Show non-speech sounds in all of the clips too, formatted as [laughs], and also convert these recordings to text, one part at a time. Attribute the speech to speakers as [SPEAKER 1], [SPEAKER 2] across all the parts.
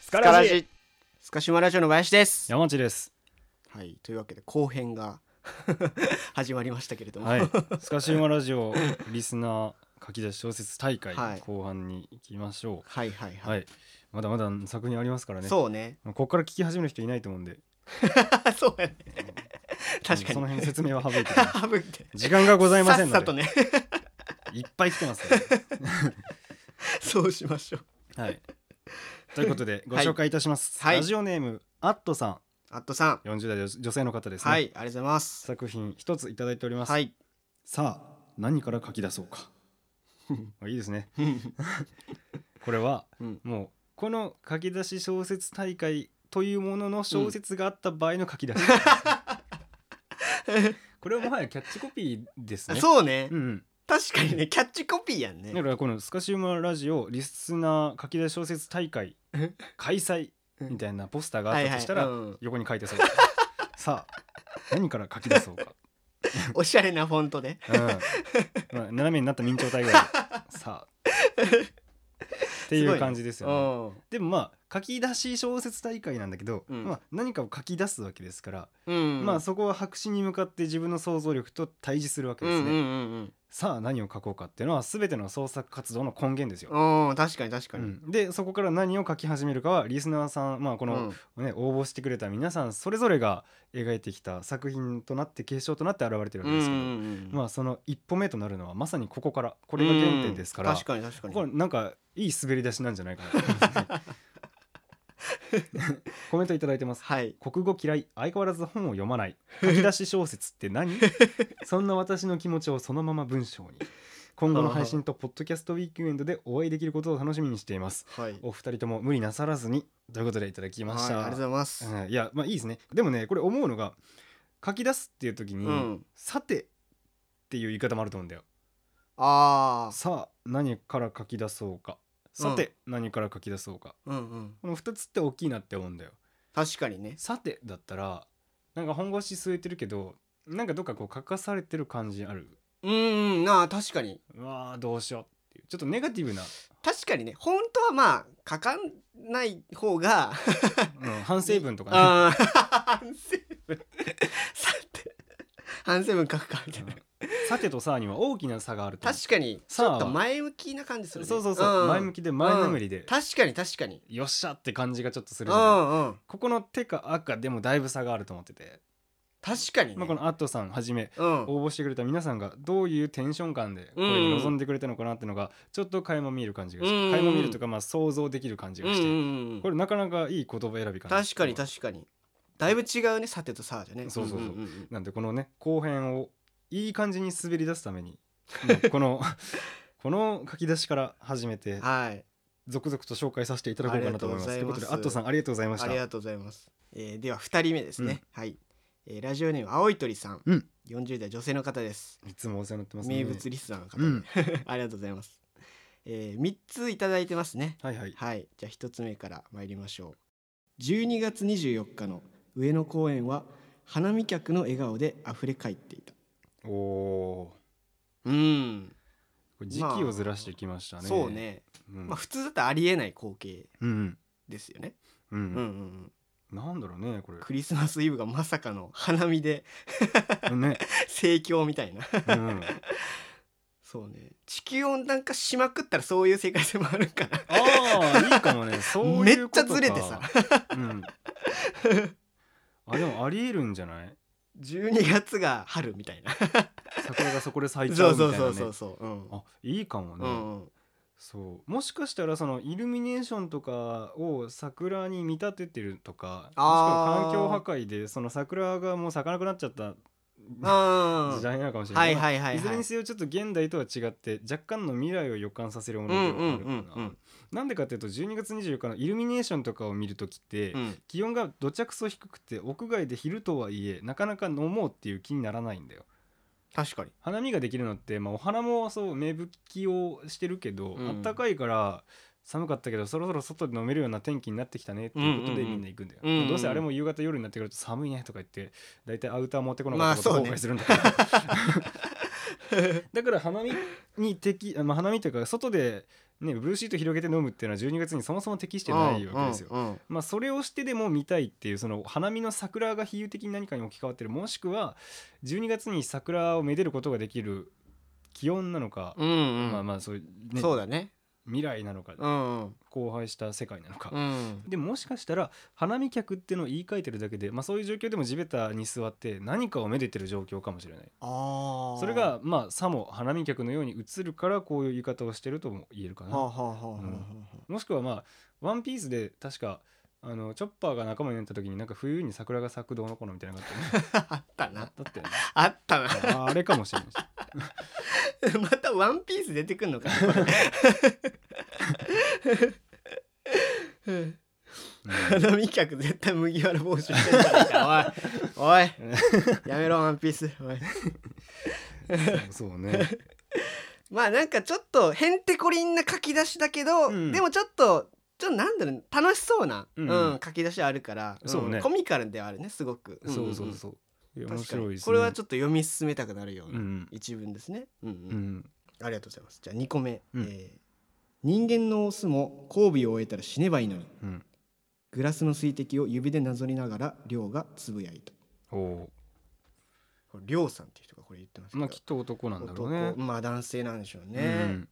[SPEAKER 1] スカ
[SPEAKER 2] スカ
[SPEAKER 1] ラ
[SPEAKER 2] ラ
[SPEAKER 1] ジ
[SPEAKER 2] ジスカシマラジオの林です。
[SPEAKER 1] 山内
[SPEAKER 2] [laughs]
[SPEAKER 1] です
[SPEAKER 2] はい、というわけで後編が [laughs] 始まりましたけれども、
[SPEAKER 1] はいスカシウマラジオリスナー書き出し小説大会
[SPEAKER 2] はい
[SPEAKER 1] 後半に行きましょ
[SPEAKER 2] はいはいう
[SPEAKER 1] は、
[SPEAKER 2] はいい。
[SPEAKER 1] まだまだ作品ありますからね
[SPEAKER 2] そうね。 [laughs]
[SPEAKER 1] ここから聞き始める人いないと思うんで
[SPEAKER 2] そうやね。確か
[SPEAKER 1] その
[SPEAKER 2] に。 [laughs]
[SPEAKER 1] 辺説明は省いて
[SPEAKER 2] 省いて。
[SPEAKER 1] 時間がございませんので
[SPEAKER 2] [laughs] さっさとね、
[SPEAKER 1] いっぱい来てますから
[SPEAKER 2] そうしましょう。
[SPEAKER 1] はい。ということでご紹介いたします。
[SPEAKER 2] はい
[SPEAKER 1] ラジオネームアットさ
[SPEAKER 2] アットさん、
[SPEAKER 1] ん、40代女女性の方ですね。
[SPEAKER 2] はい、ありがとうございます。
[SPEAKER 1] 作品一ついただいております。
[SPEAKER 2] はい。
[SPEAKER 1] さあ何から書き出そうか。 [laughs] いいですね。
[SPEAKER 2] うん
[SPEAKER 1] これは
[SPEAKER 2] うん
[SPEAKER 1] もうこの書き出し小説大会というものの小説があった場合の書き出
[SPEAKER 2] [laughs]
[SPEAKER 1] し。これはもはやキャッチコピーです
[SPEAKER 2] あ
[SPEAKER 1] ね。
[SPEAKER 2] そうね、
[SPEAKER 1] うんうん。
[SPEAKER 2] 確かにね、キャッチコピーやんね
[SPEAKER 1] だ。からこのスカシウマラジオリスナー書き出し小説大会開催みたいなポスターがあったとしたら
[SPEAKER 2] はいはいうん
[SPEAKER 1] 横に書いてそう。さあ何から書き出そうか。
[SPEAKER 2] おしゃれなフォントで。
[SPEAKER 1] うんま
[SPEAKER 2] [laughs]
[SPEAKER 1] あ、斜めになった明朝体ぐらい。さあ。ってい
[SPEAKER 2] すご
[SPEAKER 1] う
[SPEAKER 2] ね
[SPEAKER 1] 感じですよね。でもまあ書き出し小説大会なんだけど、
[SPEAKER 2] うん
[SPEAKER 1] まあ、何かを書き出すわけですから、
[SPEAKER 2] うん。うん。
[SPEAKER 1] まあそこは白紙に向かって自分の想像力と対峙するわけ
[SPEAKER 2] うん
[SPEAKER 1] です
[SPEAKER 2] うん
[SPEAKER 1] ね。
[SPEAKER 2] うん
[SPEAKER 1] さあ何を書こうかっていうのは全ての創作活動の根源ですよ。
[SPEAKER 2] うん。うん、確かに確かに。
[SPEAKER 1] うんでそこから何を書き始めるかはリスナーさん、まあ、こ
[SPEAKER 2] う
[SPEAKER 1] の、
[SPEAKER 2] ん
[SPEAKER 1] ね応募してくれた皆さんそれぞれが描いてきた作品となって継承となって現れてるわけですけど、
[SPEAKER 2] うん
[SPEAKER 1] まあその一歩目となるのはまさにここからこれが原点ですから、
[SPEAKER 2] うん確かに確かに
[SPEAKER 1] これなんかいい滑り出しなんじゃないかな [laughs] コメントいただいてます
[SPEAKER 2] はい
[SPEAKER 1] 国語嫌い相変わらず本を読まない書き出し小説って
[SPEAKER 2] [laughs]
[SPEAKER 1] 何そんな私の気持ちをそのまま文章に今後の配信とポッドキャストウィークエンドでお会いできることを楽しみにしています
[SPEAKER 2] はい
[SPEAKER 1] お二人とも無理なさらずにということでいただきました、
[SPEAKER 2] はい、ありがとうございます、
[SPEAKER 1] うんいやまあいいですねでもねこれ思うのが書き出すっていう時に、
[SPEAKER 2] うん
[SPEAKER 1] さてっていう言い方もあると思うんだよ
[SPEAKER 2] ああ
[SPEAKER 1] さあ何から書き出そうかさて、何から書き出そうか
[SPEAKER 2] うんうん
[SPEAKER 1] この2つって大きいなって思うんだよ
[SPEAKER 2] 確かにね
[SPEAKER 1] さてだったらなんか本腰据えてるけどなんかどっかこう書かされてる感じある
[SPEAKER 2] うんうんなあ確かに
[SPEAKER 1] うわーどうしようっていうちょっとネガティブな、
[SPEAKER 2] 確かにね本当はまあ書かない方が [laughs]
[SPEAKER 1] うん反省文とかね
[SPEAKER 2] あー反省文さて反省文書くかみたいな、
[SPEAKER 1] さてとさあには大きな差があると思う
[SPEAKER 2] 確かにち
[SPEAKER 1] さあ
[SPEAKER 2] ょ
[SPEAKER 1] は
[SPEAKER 2] っと前向きな感じする、ね、
[SPEAKER 1] そうそうそう、前向
[SPEAKER 2] き
[SPEAKER 1] きで前のめりで、
[SPEAKER 2] 確かに確かに
[SPEAKER 1] よっしゃって感じがちょっとす
[SPEAKER 2] う
[SPEAKER 1] るじゃない
[SPEAKER 2] んうん
[SPEAKER 1] ここの手か赤でもだいぶ差があると思ってて、
[SPEAKER 2] 確かにね、
[SPEAKER 1] まあ、このアットさんはじめ
[SPEAKER 2] うん
[SPEAKER 1] 応募してくれた皆さんがどういうテンション感でこれに臨んでくれたのかなってのがちょっと垣間見える感じがし
[SPEAKER 2] うん
[SPEAKER 1] て
[SPEAKER 2] うん
[SPEAKER 1] 垣間見えるとかまあ想像できる感じ
[SPEAKER 2] う
[SPEAKER 1] が
[SPEAKER 2] ん
[SPEAKER 1] し
[SPEAKER 2] う
[SPEAKER 1] て
[SPEAKER 2] んうん
[SPEAKER 1] これなかなかいい言葉選びかな
[SPEAKER 2] 確かに確かにだいぶ違うねさてとさあじゃね
[SPEAKER 1] そうそうそうん
[SPEAKER 2] んん
[SPEAKER 1] なんでこのね後編をいい感じに滑り出すため
[SPEAKER 2] [laughs]
[SPEAKER 1] にもうこの [laughs] この書き出しから始めて
[SPEAKER 2] はい
[SPEAKER 1] 続々と紹介させていただこうかなと思います
[SPEAKER 2] あ
[SPEAKER 1] とい
[SPEAKER 2] り
[SPEAKER 1] う
[SPEAKER 2] が
[SPEAKER 1] こと
[SPEAKER 2] うご
[SPEAKER 1] とでアットさ
[SPEAKER 2] ざいます
[SPEAKER 1] んありがとうございまし
[SPEAKER 2] あ
[SPEAKER 1] た
[SPEAKER 2] りがとうございます、えーでは2人目ですね、はい、えーラジオネーム青い鳥さん、
[SPEAKER 1] うん
[SPEAKER 2] 40代女性の方です
[SPEAKER 1] いつもお世話になってますね
[SPEAKER 2] 名物リスナーの方で、
[SPEAKER 1] うん
[SPEAKER 2] [laughs] ありがとうございます、え3ついただいてますね
[SPEAKER 1] はいはい
[SPEAKER 2] はいじゃあ1つ目から参りましょう12月24日の上野公園は花見客の笑顔であふれ返っていた
[SPEAKER 1] おお
[SPEAKER 2] うん、
[SPEAKER 1] ーこれ時期をずらしてきましたね
[SPEAKER 2] そうね、
[SPEAKER 1] うん
[SPEAKER 2] まあ普通だったらありえない光景
[SPEAKER 1] うん
[SPEAKER 2] ですよね、
[SPEAKER 1] う
[SPEAKER 2] うんんう
[SPEAKER 1] うんん
[SPEAKER 2] うん、
[SPEAKER 1] なんだろうねこれ
[SPEAKER 2] クリスマスイブがまさかの花見で [laughs]
[SPEAKER 1] ね
[SPEAKER 2] 盛況みたいな [laughs]
[SPEAKER 1] うん
[SPEAKER 2] そうね地球温暖化しまくったらそういう世界線もあるんかな
[SPEAKER 1] ああいいかもねそういうことか
[SPEAKER 2] めっちゃずれてさ
[SPEAKER 1] うんあでもありえるんじゃない
[SPEAKER 2] 12月が春みたいな、
[SPEAKER 1] 桜がそこで咲いちゃ
[SPEAKER 2] そうう
[SPEAKER 1] みたいな、
[SPEAKER 2] そう
[SPEAKER 1] ね、
[SPEAKER 2] そうそうそううん
[SPEAKER 1] あいいかもね、
[SPEAKER 2] うんうん
[SPEAKER 1] そうもしかしたらそのイルミネーションとかを桜に見立ててるとかもしく
[SPEAKER 2] あー
[SPEAKER 1] は環境破壊でその桜がもう咲かなくなっちゃった
[SPEAKER 2] あ
[SPEAKER 1] 時代なのかもしれな、
[SPEAKER 2] はいいはいはい
[SPEAKER 1] いず
[SPEAKER 2] は
[SPEAKER 1] れ
[SPEAKER 2] い
[SPEAKER 1] にせよちょっと現代とは違って若干の未来を予感させるものではあるかな、
[SPEAKER 2] うんうんうんうん
[SPEAKER 1] なんでかっていうと12月24日のイルミネーションとかを見る時って、
[SPEAKER 2] うん
[SPEAKER 1] 気温がどちゃくそ低くて屋外で昼とはいえなかなか飲もうっていう気にならないんだよ
[SPEAKER 2] 確かに
[SPEAKER 1] 花見ができるのって、まあ、お花もそう芽吹きをしてるけど、
[SPEAKER 2] うん
[SPEAKER 1] あったかいから寒かったけどそろそろ外で飲めるような天気になってきたねっていうことで
[SPEAKER 2] うんうんうん
[SPEAKER 1] みんな行くんだよ、
[SPEAKER 2] うんうんうん
[SPEAKER 1] どうせあれも夕方夜になってくると寒いねとか言って大体アウター持ってこな
[SPEAKER 2] ま
[SPEAKER 1] かった
[SPEAKER 2] あ
[SPEAKER 1] こと
[SPEAKER 2] そう
[SPEAKER 1] 後
[SPEAKER 2] ね
[SPEAKER 1] 悔するんだけど、 [laughs] だから花見に適、まあ、花見というか外で、ね、ブルーシート広げて飲むっていうのは12月にそもそも適してないわけですよ。
[SPEAKER 2] うんうんうん
[SPEAKER 1] まあ、それをしてでも見たいっていうその花見の桜が比喩的に何かに置き換わってるもしくは12月に桜をめでることができる気温なのか、
[SPEAKER 2] うんうん
[SPEAKER 1] まあまあそういう,、ね、
[SPEAKER 2] そうだね
[SPEAKER 1] 未来なのか
[SPEAKER 2] うんうん
[SPEAKER 1] 荒廃した世界なのか
[SPEAKER 2] う、ん
[SPEAKER 1] でもしかしたら花見客ってのを言い換えてるだけで、まあ、そういう状況でも地べたに座って何かをめでてる状況かもしれない
[SPEAKER 2] あー
[SPEAKER 1] それがまあさも花見客のように映るからこういう言い方をしてるとも言えるか
[SPEAKER 2] はあ
[SPEAKER 1] な
[SPEAKER 2] はあはあはあは
[SPEAKER 1] うんもしくはまあ「ワンピースで確かあのチョッパーが仲間になった時になんか冬に桜が咲くどうのこうのみたいなのがあったよね
[SPEAKER 2] [laughs] ああったな
[SPEAKER 1] だ
[SPEAKER 2] [laughs]
[SPEAKER 1] って
[SPEAKER 2] あったな
[SPEAKER 1] ああれかもしれないし
[SPEAKER 2] またワンピース出てくんのかなこれ [laughs] 花見客絶対麦わら帽子してるからおいおいやめろワンピースおい
[SPEAKER 1] うんそうそうね
[SPEAKER 2] まあなんかちょっとへんてこりんな書き出しだけど、
[SPEAKER 1] うん
[SPEAKER 2] でもちょっとちょっとなんだろう楽しそうな、
[SPEAKER 1] う
[SPEAKER 2] うんん書き出しあるから、ん
[SPEAKER 1] そうね
[SPEAKER 2] コミカルではあるねすごく
[SPEAKER 1] そうそ
[SPEAKER 2] んん
[SPEAKER 1] うんそういや面
[SPEAKER 2] 確か
[SPEAKER 1] 白い
[SPEAKER 2] に
[SPEAKER 1] ですね
[SPEAKER 2] これはち
[SPEAKER 1] ょっ
[SPEAKER 2] ょっと読み進めたくなるよう
[SPEAKER 1] う
[SPEAKER 2] なん一文ですね、うんうん
[SPEAKER 1] うんうん
[SPEAKER 2] ありがとうございますじゃあ2個目、
[SPEAKER 1] うん
[SPEAKER 2] えー人間のオスも交尾を終えたら死ねばいいのに
[SPEAKER 1] うん
[SPEAKER 2] グラスの水滴を指でなぞりながら亮がつぶやいた
[SPEAKER 1] おー
[SPEAKER 2] これ亮さんっていう人がこれ言ってますけど、
[SPEAKER 1] まあきっと男なんだろうね
[SPEAKER 2] 男まあ男性なんでしょうね、
[SPEAKER 1] うん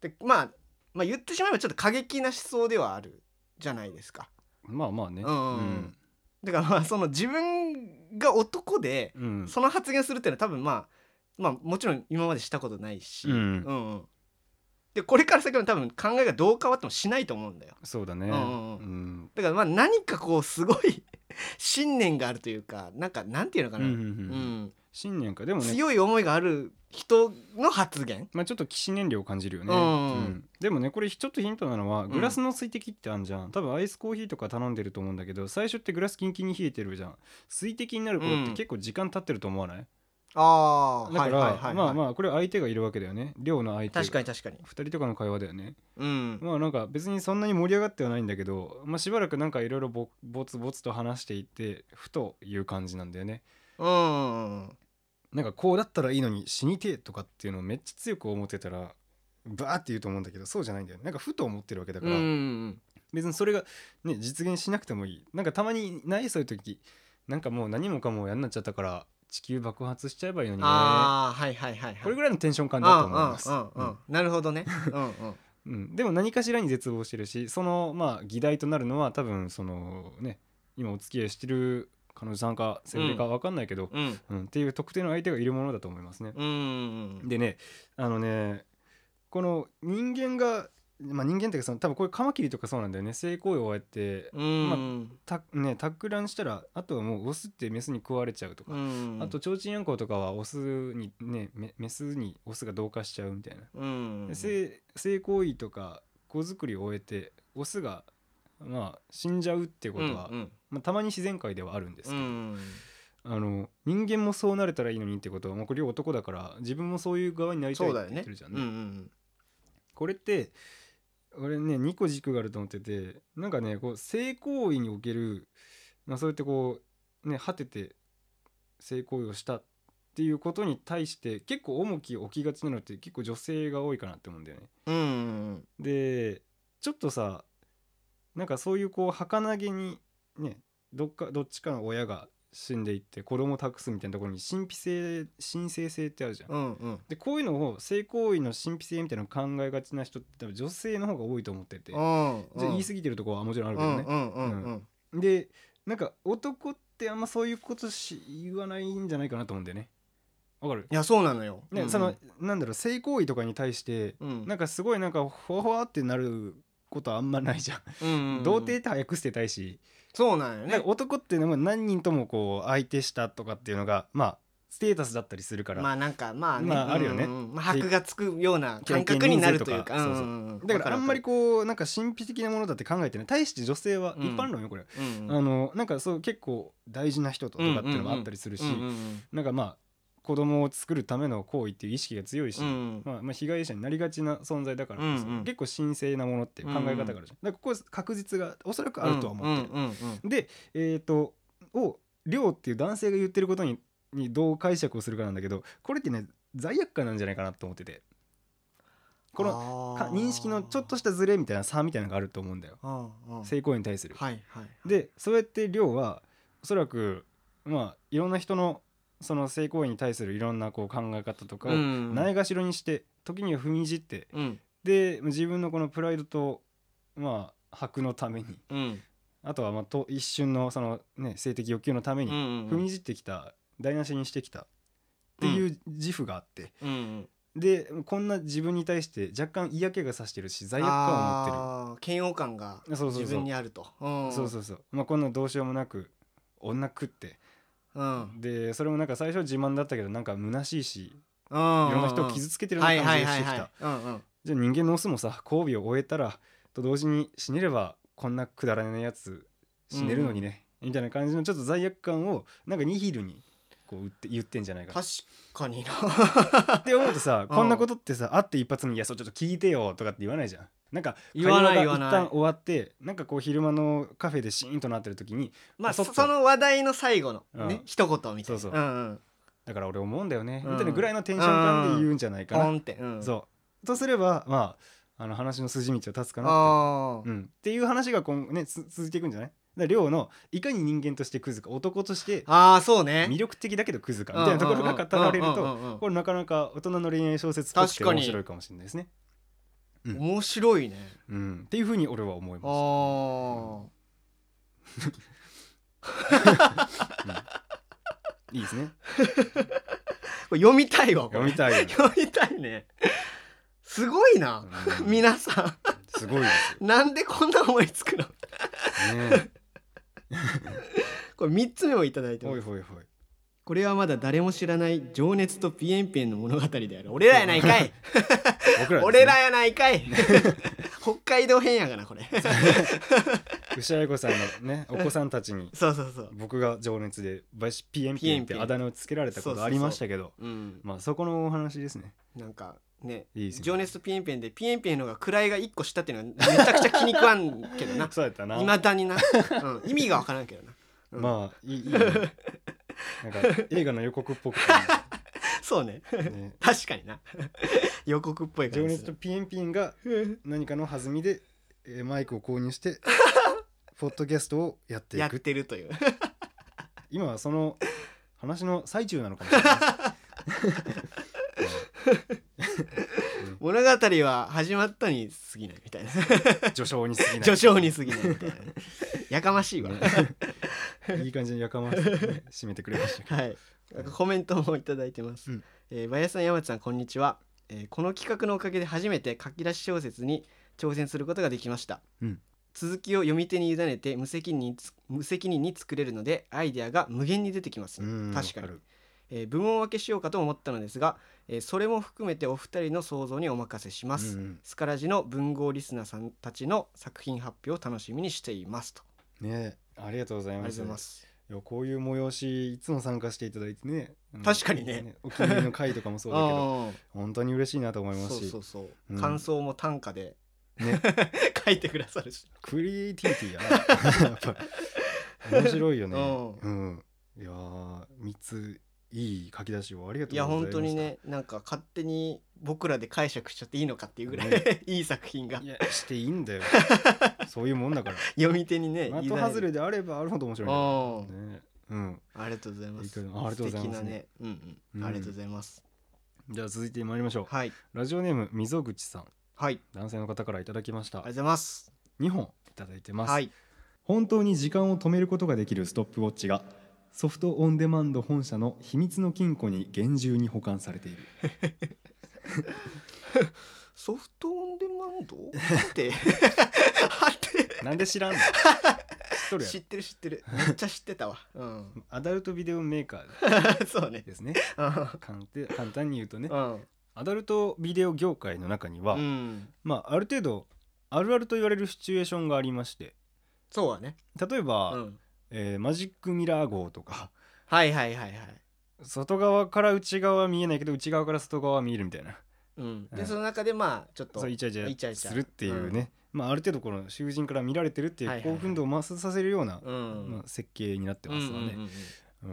[SPEAKER 2] でまあまあ言ってしまえばちょっと過激な思想ではあるじゃないですか
[SPEAKER 1] まあまあね。
[SPEAKER 2] うんだからまあその自分が男で
[SPEAKER 1] うん。うん。
[SPEAKER 2] その発言するっていうのは多分まあまあもちろん今までしたことないし、
[SPEAKER 1] うん
[SPEAKER 2] うんうんでこれから先も多分考えがどう変わってもしないと思うんだよ
[SPEAKER 1] そうだね。う
[SPEAKER 2] うんんうんうだからまあ何かこうすごい [laughs] 信念があるというかなんかなんていうのか
[SPEAKER 1] うんう
[SPEAKER 2] な、
[SPEAKER 1] んう
[SPEAKER 2] うん
[SPEAKER 1] ん信念かでもね。
[SPEAKER 2] 強い思いがある人の発言
[SPEAKER 1] まあちょっと騎士燃料を感じるよね、
[SPEAKER 2] うん
[SPEAKER 1] でもねこれちょっとヒントなのは
[SPEAKER 2] ん
[SPEAKER 1] グラスの水滴ってあんじゃん、多分アイスコーヒーとか頼んでると思うんだけど最初ってグラスキンキンに冷えてるじゃん水滴になる頃って
[SPEAKER 2] うん
[SPEAKER 1] 結構時間経ってると思わない、
[SPEAKER 2] あ
[SPEAKER 1] だから、まあ
[SPEAKER 2] あ
[SPEAKER 1] まあこれ相手がいるわけだよね量の相手
[SPEAKER 2] 確か
[SPEAKER 1] が
[SPEAKER 2] に確かに
[SPEAKER 1] 2人とかの会話だよね
[SPEAKER 2] うん
[SPEAKER 1] まあなんか別にそんなに盛り上がってはないんだけど、まあ、しばらくなんかいろいろぼぼつぼつと話していてふという感じなんだよね
[SPEAKER 2] うん
[SPEAKER 1] なんかこうだったらいいのに死にてえとかっていうのをめっちゃ強く思ってたらバーって言うと思うんだけどそうじゃないんだよねなんかふと思ってるわけだから、
[SPEAKER 2] うん
[SPEAKER 1] 別にそれが、ね、実現しなくてもいいなんかたまにないそういう時なんかもう何もかもやんなっちゃったから地球爆発しちゃえばいいのにね
[SPEAKER 2] ああはいはいはいはい
[SPEAKER 1] これ
[SPEAKER 2] らい
[SPEAKER 1] ぐらいのテンション感だと思います、
[SPEAKER 2] うんうんうんなるほどねうんうん
[SPEAKER 1] うんうんでも何かしらに絶望してるしそのまあ議題となるのは多分そのね今お付き合いしてる彼女さんかセフレか分かんないけど、
[SPEAKER 2] うん
[SPEAKER 1] うん、っていう特定の相手がいるものだと思いますね。
[SPEAKER 2] うん
[SPEAKER 1] でねあのねこの人間が、まあ、人間っていうかその多分こういうカマキリとかそうなんだよね性行為を終えて
[SPEAKER 2] うん
[SPEAKER 1] た、ね、タックランしたらあとはもうオスってメスに食われちゃうとか、
[SPEAKER 2] うん
[SPEAKER 1] あと提灯アンコウとかはオスにねメメスにオスが同化しちゃうみたいな、
[SPEAKER 2] うん
[SPEAKER 1] で性性行為とか子作りを終えてオスがまあ死んじゃうってことは、
[SPEAKER 2] うん
[SPEAKER 1] まあ、たまに自然界ではあるんですけ
[SPEAKER 2] う
[SPEAKER 1] ど、
[SPEAKER 2] ん
[SPEAKER 1] あの人間もそうなれたらいいのにってことは、まあ、これ男だから自分もそういう側になりたい
[SPEAKER 2] そ
[SPEAKER 1] っ
[SPEAKER 2] う
[SPEAKER 1] て
[SPEAKER 2] だよ
[SPEAKER 1] 言っ
[SPEAKER 2] ね
[SPEAKER 1] てるじゃん
[SPEAKER 2] うんうん
[SPEAKER 1] これって俺ね2個軸があると思っててなんかねこう性行為における、まあ、そうやってこうね果てて性行為をしたっていうことに対して結構重きを置きがちなのって結構女性が多いかなって思うんだよね。
[SPEAKER 2] うんうん
[SPEAKER 1] でちょっとさなんかそういうこう儚げにねどっかどっちかの親が死んでいって子供託すみたいなところに神秘性神聖性ってあるじゃん
[SPEAKER 2] う。んうん
[SPEAKER 1] でこういうのを性行為の神秘性みたいなのを考えがちな人って多分女性の方が多いと思ってて、じゃあ言い過ぎてるところはもちろんあるけどね。
[SPEAKER 2] うんうんうん
[SPEAKER 1] でなんか男ってあんまそういうことし言わないんじゃないかなと思うんだよね。わかる、
[SPEAKER 2] いやそうなのよ
[SPEAKER 1] ねそのなんだろう性行為とかに対して
[SPEAKER 2] うん
[SPEAKER 1] なんかすごいなんかほわほわってなることあんまないじゃん。童貞って早く捨てたいし、
[SPEAKER 2] そうなんよ
[SPEAKER 1] なん
[SPEAKER 2] ね
[SPEAKER 1] か男っていうのは何人ともこう相手したとかっていうのがまあステータスだったりするから、
[SPEAKER 2] まあなんかまあね
[SPEAKER 1] まああるよね
[SPEAKER 2] うんうんうんまあ箔がつくような感覚になるという
[SPEAKER 1] 経
[SPEAKER 2] か
[SPEAKER 1] 験人数とかだからあんまり
[SPEAKER 2] こ
[SPEAKER 1] こうなんか神秘的なものだって考えてない対して女性は
[SPEAKER 2] うん
[SPEAKER 1] 一般論よこれ、
[SPEAKER 2] うんうん
[SPEAKER 1] あのなんかそう結構大事な人ととかっていうのもあったりするし、
[SPEAKER 2] うんうん
[SPEAKER 1] なんかまあ子供を作るための行為っていう意識が強いし、
[SPEAKER 2] うんうん
[SPEAKER 1] まあ、まあ被害者になりがちな存在だからこそ、
[SPEAKER 2] うんうん
[SPEAKER 1] 結構神聖なものっていう考え方があるじゃん、だからここは確実がおそらくあるとは思ってる、
[SPEAKER 2] うんうんうん
[SPEAKER 1] でえっ、とを「亮」っていう男性が言ってることににどう解釈をするかなんだけどこれってね罪悪感なんじゃないかなと思っててこの
[SPEAKER 2] の
[SPEAKER 1] か認識のちょっとしたズレみたいな差みたいなのがあると思うんだよ
[SPEAKER 2] うんうん
[SPEAKER 1] 性行為に対する。
[SPEAKER 2] はいはい
[SPEAKER 1] でそうやって量はおそらくまあいろんな人のその性行為に対するいろんなこう考え方とかを
[SPEAKER 2] うん
[SPEAKER 1] ないがしろにして時には踏みにじって
[SPEAKER 2] うん
[SPEAKER 1] で自分のこのプライドとまあ箔のために
[SPEAKER 2] うん
[SPEAKER 1] あとはまあと一瞬のそのね性的欲求のため
[SPEAKER 2] うんう
[SPEAKER 1] に
[SPEAKER 2] ん
[SPEAKER 1] 踏みにじってきた台無しにしてきたっていうう自負があって
[SPEAKER 2] うんうん
[SPEAKER 1] でこんな自分に対して若干嫌気がさしてるし罪悪感を持ってる。
[SPEAKER 2] あー嫌悪感が
[SPEAKER 1] そうそうそう
[SPEAKER 2] 自分にあるとうん
[SPEAKER 1] そうそうそうまあこんなどうしようもなく女食って
[SPEAKER 2] うん
[SPEAKER 1] でそれもなんか最初は自慢だったけどなんか虚しいしい
[SPEAKER 2] いろ
[SPEAKER 1] ろんな人を傷
[SPEAKER 2] つ
[SPEAKER 1] つけて
[SPEAKER 2] け
[SPEAKER 1] るような感じが
[SPEAKER 2] は
[SPEAKER 1] し
[SPEAKER 2] い
[SPEAKER 1] て
[SPEAKER 2] は
[SPEAKER 1] き
[SPEAKER 2] いはい
[SPEAKER 1] た
[SPEAKER 2] はいうんうん
[SPEAKER 1] じゃあ人間のオスもさ交尾を終えたらと同時に死ねればこんなくだらないやつ死ねるのにね、みたいな感じのちょっと罪悪感をなんかニヒルにこう言って言ってんじゃ
[SPEAKER 2] [laughs]
[SPEAKER 1] ないか
[SPEAKER 2] 確かにな
[SPEAKER 1] って思うとさ
[SPEAKER 2] うん
[SPEAKER 1] こんなことってさ会って一発目に「いやそうちょっと聞いてよ」とかって言わないじゃん。なんか会
[SPEAKER 2] 言わな
[SPEAKER 1] 話が
[SPEAKER 2] い言わ
[SPEAKER 1] 一
[SPEAKER 2] ない
[SPEAKER 1] 旦終わってなんかこう昼間のカフェでシーンとなってる時に
[SPEAKER 2] まあ
[SPEAKER 1] そ
[SPEAKER 2] そ
[SPEAKER 1] っと
[SPEAKER 2] の話題の最後の
[SPEAKER 1] う
[SPEAKER 2] ね
[SPEAKER 1] ん
[SPEAKER 2] 一言みたいな
[SPEAKER 1] そうそうん
[SPEAKER 2] うん
[SPEAKER 1] 「だから俺思うんだよね」
[SPEAKER 2] うん
[SPEAKER 1] みたいなぐらいのテンション感で言うんじゃないか
[SPEAKER 2] ポ
[SPEAKER 1] な
[SPEAKER 2] ンってうん
[SPEAKER 1] そうとすればまああの話の筋道を立つかなっ
[SPEAKER 2] あ
[SPEAKER 1] て,、うん、っていう話が今後ねつ続いていくんじゃないだから亮のいかに人間としてクズか男として
[SPEAKER 2] ああーそうね
[SPEAKER 1] 魅力的だけどクズかみたいなところが語られる
[SPEAKER 2] うんうん
[SPEAKER 1] と
[SPEAKER 2] うんうんうん
[SPEAKER 1] これなかなか大人の恋愛小説っぽく
[SPEAKER 2] 確
[SPEAKER 1] て
[SPEAKER 2] かに
[SPEAKER 1] 面白いかもしれないですね。うん
[SPEAKER 2] 面白いね
[SPEAKER 1] うん、っていうふうに俺は思い
[SPEAKER 2] あ
[SPEAKER 1] ま
[SPEAKER 2] ー
[SPEAKER 1] す。いいですね。
[SPEAKER 2] これ読みたいわこ
[SPEAKER 1] 読
[SPEAKER 2] れ
[SPEAKER 1] みたいよね、
[SPEAKER 2] 読みたいねすごいな
[SPEAKER 1] うん
[SPEAKER 2] 皆さ
[SPEAKER 1] すごいです
[SPEAKER 2] んなんでこんな思いつくの
[SPEAKER 1] よ
[SPEAKER 2] [laughs]
[SPEAKER 1] ね。
[SPEAKER 2] これ3つ目もいただいて
[SPEAKER 1] ほ
[SPEAKER 2] ま
[SPEAKER 1] い
[SPEAKER 2] す
[SPEAKER 1] ほいほい。
[SPEAKER 2] これはまだ誰も知らない情熱とピエンピエンの物語である俺らやないかい
[SPEAKER 1] 僕ら、ね、
[SPEAKER 2] 俺らやないかい北海道編やがなこれ
[SPEAKER 1] 牛愛子さんのねお子さんたちに
[SPEAKER 2] そうそうそう
[SPEAKER 1] 僕が情熱でバシピエンピエンってあだ名をつけられたことありましたけど
[SPEAKER 2] うん
[SPEAKER 1] まあそこのお話ですね。
[SPEAKER 2] なんかね
[SPEAKER 1] いいですね
[SPEAKER 2] 情熱とピエンピエンでピエンピエンの方が位が1個下っていうのはめち [laughs] ゃくちゃ気に食わんけどな
[SPEAKER 1] そうやったな。
[SPEAKER 2] いまだにな、うん、意味がわからんけどなうん
[SPEAKER 1] まあいいいいね、なんか映画の予告っぽくて
[SPEAKER 2] そうね [laughs]
[SPEAKER 1] いいね、ね
[SPEAKER 2] 確かにな [laughs] 予告っぽい感
[SPEAKER 1] 情
[SPEAKER 2] じ
[SPEAKER 1] 熱とピエンピエンが何かの弾みで、えーマイクを購入して
[SPEAKER 2] [laughs]
[SPEAKER 1] ポッドキャストをやってい
[SPEAKER 2] やっ
[SPEAKER 1] く
[SPEAKER 2] てるという [laughs]
[SPEAKER 1] 今はその話の最中なのかもしれない。
[SPEAKER 2] 物語は始まったに過ぎないみ
[SPEAKER 1] [laughs]
[SPEAKER 2] たいな [laughs]
[SPEAKER 1] 序章に過ぎない。
[SPEAKER 2] 序章に過ぎないみたいなやかましいわ、
[SPEAKER 1] [laughs] いい感じにやかましくね締めてくれましたけど。
[SPEAKER 2] はいなんかコメントもいただいてます、
[SPEAKER 1] うん
[SPEAKER 2] えー、バヤさん山内さんこんにちは、えーこの企画のおかげで初めて書き出し小説に挑戦することができました、
[SPEAKER 1] うん
[SPEAKER 2] 続きを読み手に委ねて無責任につ無責任に作れるのでアイデアが無限に出てきますね
[SPEAKER 1] うん
[SPEAKER 2] 確かに
[SPEAKER 1] わる
[SPEAKER 2] えー部門分けしようかと思ったのですが、えーそれも含めてお二人の想像にお任せします、
[SPEAKER 1] うん
[SPEAKER 2] スカラジの文豪リスナーさんたちの作品発表を楽しみにしていますと
[SPEAKER 1] うんねありがとうござい
[SPEAKER 2] あ
[SPEAKER 1] ま
[SPEAKER 2] りがとうご
[SPEAKER 1] す
[SPEAKER 2] ざい。ます
[SPEAKER 1] いやこういう催しいつも参加していただいてねうん
[SPEAKER 2] 確かにね
[SPEAKER 1] お気に入りの回とかもそうだけど
[SPEAKER 2] [laughs] あー
[SPEAKER 1] 本当に嬉しいなと思います
[SPEAKER 2] そう
[SPEAKER 1] し
[SPEAKER 2] そうそう、
[SPEAKER 1] うん
[SPEAKER 2] 感想も短歌で
[SPEAKER 1] ね
[SPEAKER 2] [laughs] 書いてくださるし
[SPEAKER 1] クリエイティビ
[SPEAKER 2] [laughs]
[SPEAKER 1] ティやなやっぱり面白いよね
[SPEAKER 2] う
[SPEAKER 1] うんいやー3ついい書き出しをありがと
[SPEAKER 2] いう
[SPEAKER 1] ござ
[SPEAKER 2] や
[SPEAKER 1] いました
[SPEAKER 2] 本当にねなんか勝手に僕らで解釈しちゃっていいのかっていうぐらい、 [laughs] いい作品が
[SPEAKER 1] いやしていいんだ
[SPEAKER 2] [laughs]
[SPEAKER 1] よそういうもんだから
[SPEAKER 2] 読み手にね
[SPEAKER 1] 的
[SPEAKER 2] 委ね
[SPEAKER 1] 外れであればあるほど面白いんだよ
[SPEAKER 2] うん
[SPEAKER 1] ねうん
[SPEAKER 2] ありがとうございます
[SPEAKER 1] いいけどありがとうございます
[SPEAKER 2] 素敵なね、うんう
[SPEAKER 1] うん
[SPEAKER 2] ん、ありがとうございます、
[SPEAKER 1] じゃあ続いて参りましょう
[SPEAKER 2] はい
[SPEAKER 1] ラジオネーム溝口さん
[SPEAKER 2] はい
[SPEAKER 1] 男性の方からいただきまし
[SPEAKER 2] ありが
[SPEAKER 1] た
[SPEAKER 2] とうございます
[SPEAKER 1] 2本いただいてます
[SPEAKER 2] はい
[SPEAKER 1] 本当に時間を止めることができるストップウォッチがソフトオンデマンド本社の秘密の金庫に厳重に保管されている
[SPEAKER 2] ソフトオンデマ
[SPEAKER 1] [laughs]
[SPEAKER 2] ンドってはて
[SPEAKER 1] なんで知 [laughs] らんの知っとるや
[SPEAKER 2] 知っ
[SPEAKER 1] ろ
[SPEAKER 2] てる知っ
[SPEAKER 1] [laughs]
[SPEAKER 2] てるめっちゃ知ってたわうん
[SPEAKER 1] アダルトビデオメーカー
[SPEAKER 2] そうね
[SPEAKER 1] ですね
[SPEAKER 2] うん
[SPEAKER 1] 簡単簡単に言うとね
[SPEAKER 2] うん
[SPEAKER 1] アダルトビデオ業界の中には、
[SPEAKER 2] うん
[SPEAKER 1] まあある程度あるあると言われるシチュエーションがありまして
[SPEAKER 2] そうだね
[SPEAKER 1] 例え
[SPEAKER 2] う
[SPEAKER 1] ば、
[SPEAKER 2] ん
[SPEAKER 1] えーマジックミラー号とか
[SPEAKER 2] はいはいはいはい
[SPEAKER 1] 外側から内側は見えないけど内側から外側は見えるみたいな
[SPEAKER 2] うん
[SPEAKER 1] う
[SPEAKER 2] で
[SPEAKER 1] ん
[SPEAKER 2] その中でまあちょっと
[SPEAKER 1] そうイチャイチ
[SPEAKER 2] イチャイ
[SPEAKER 1] ャ
[SPEAKER 2] チャ
[SPEAKER 1] するっていうね、まあ、ある程度この囚人から見られてるってい
[SPEAKER 2] はいうはいはい
[SPEAKER 1] 興奮度を増させるような、
[SPEAKER 2] うん
[SPEAKER 1] まあ、設計になってますわね。
[SPEAKER 2] うん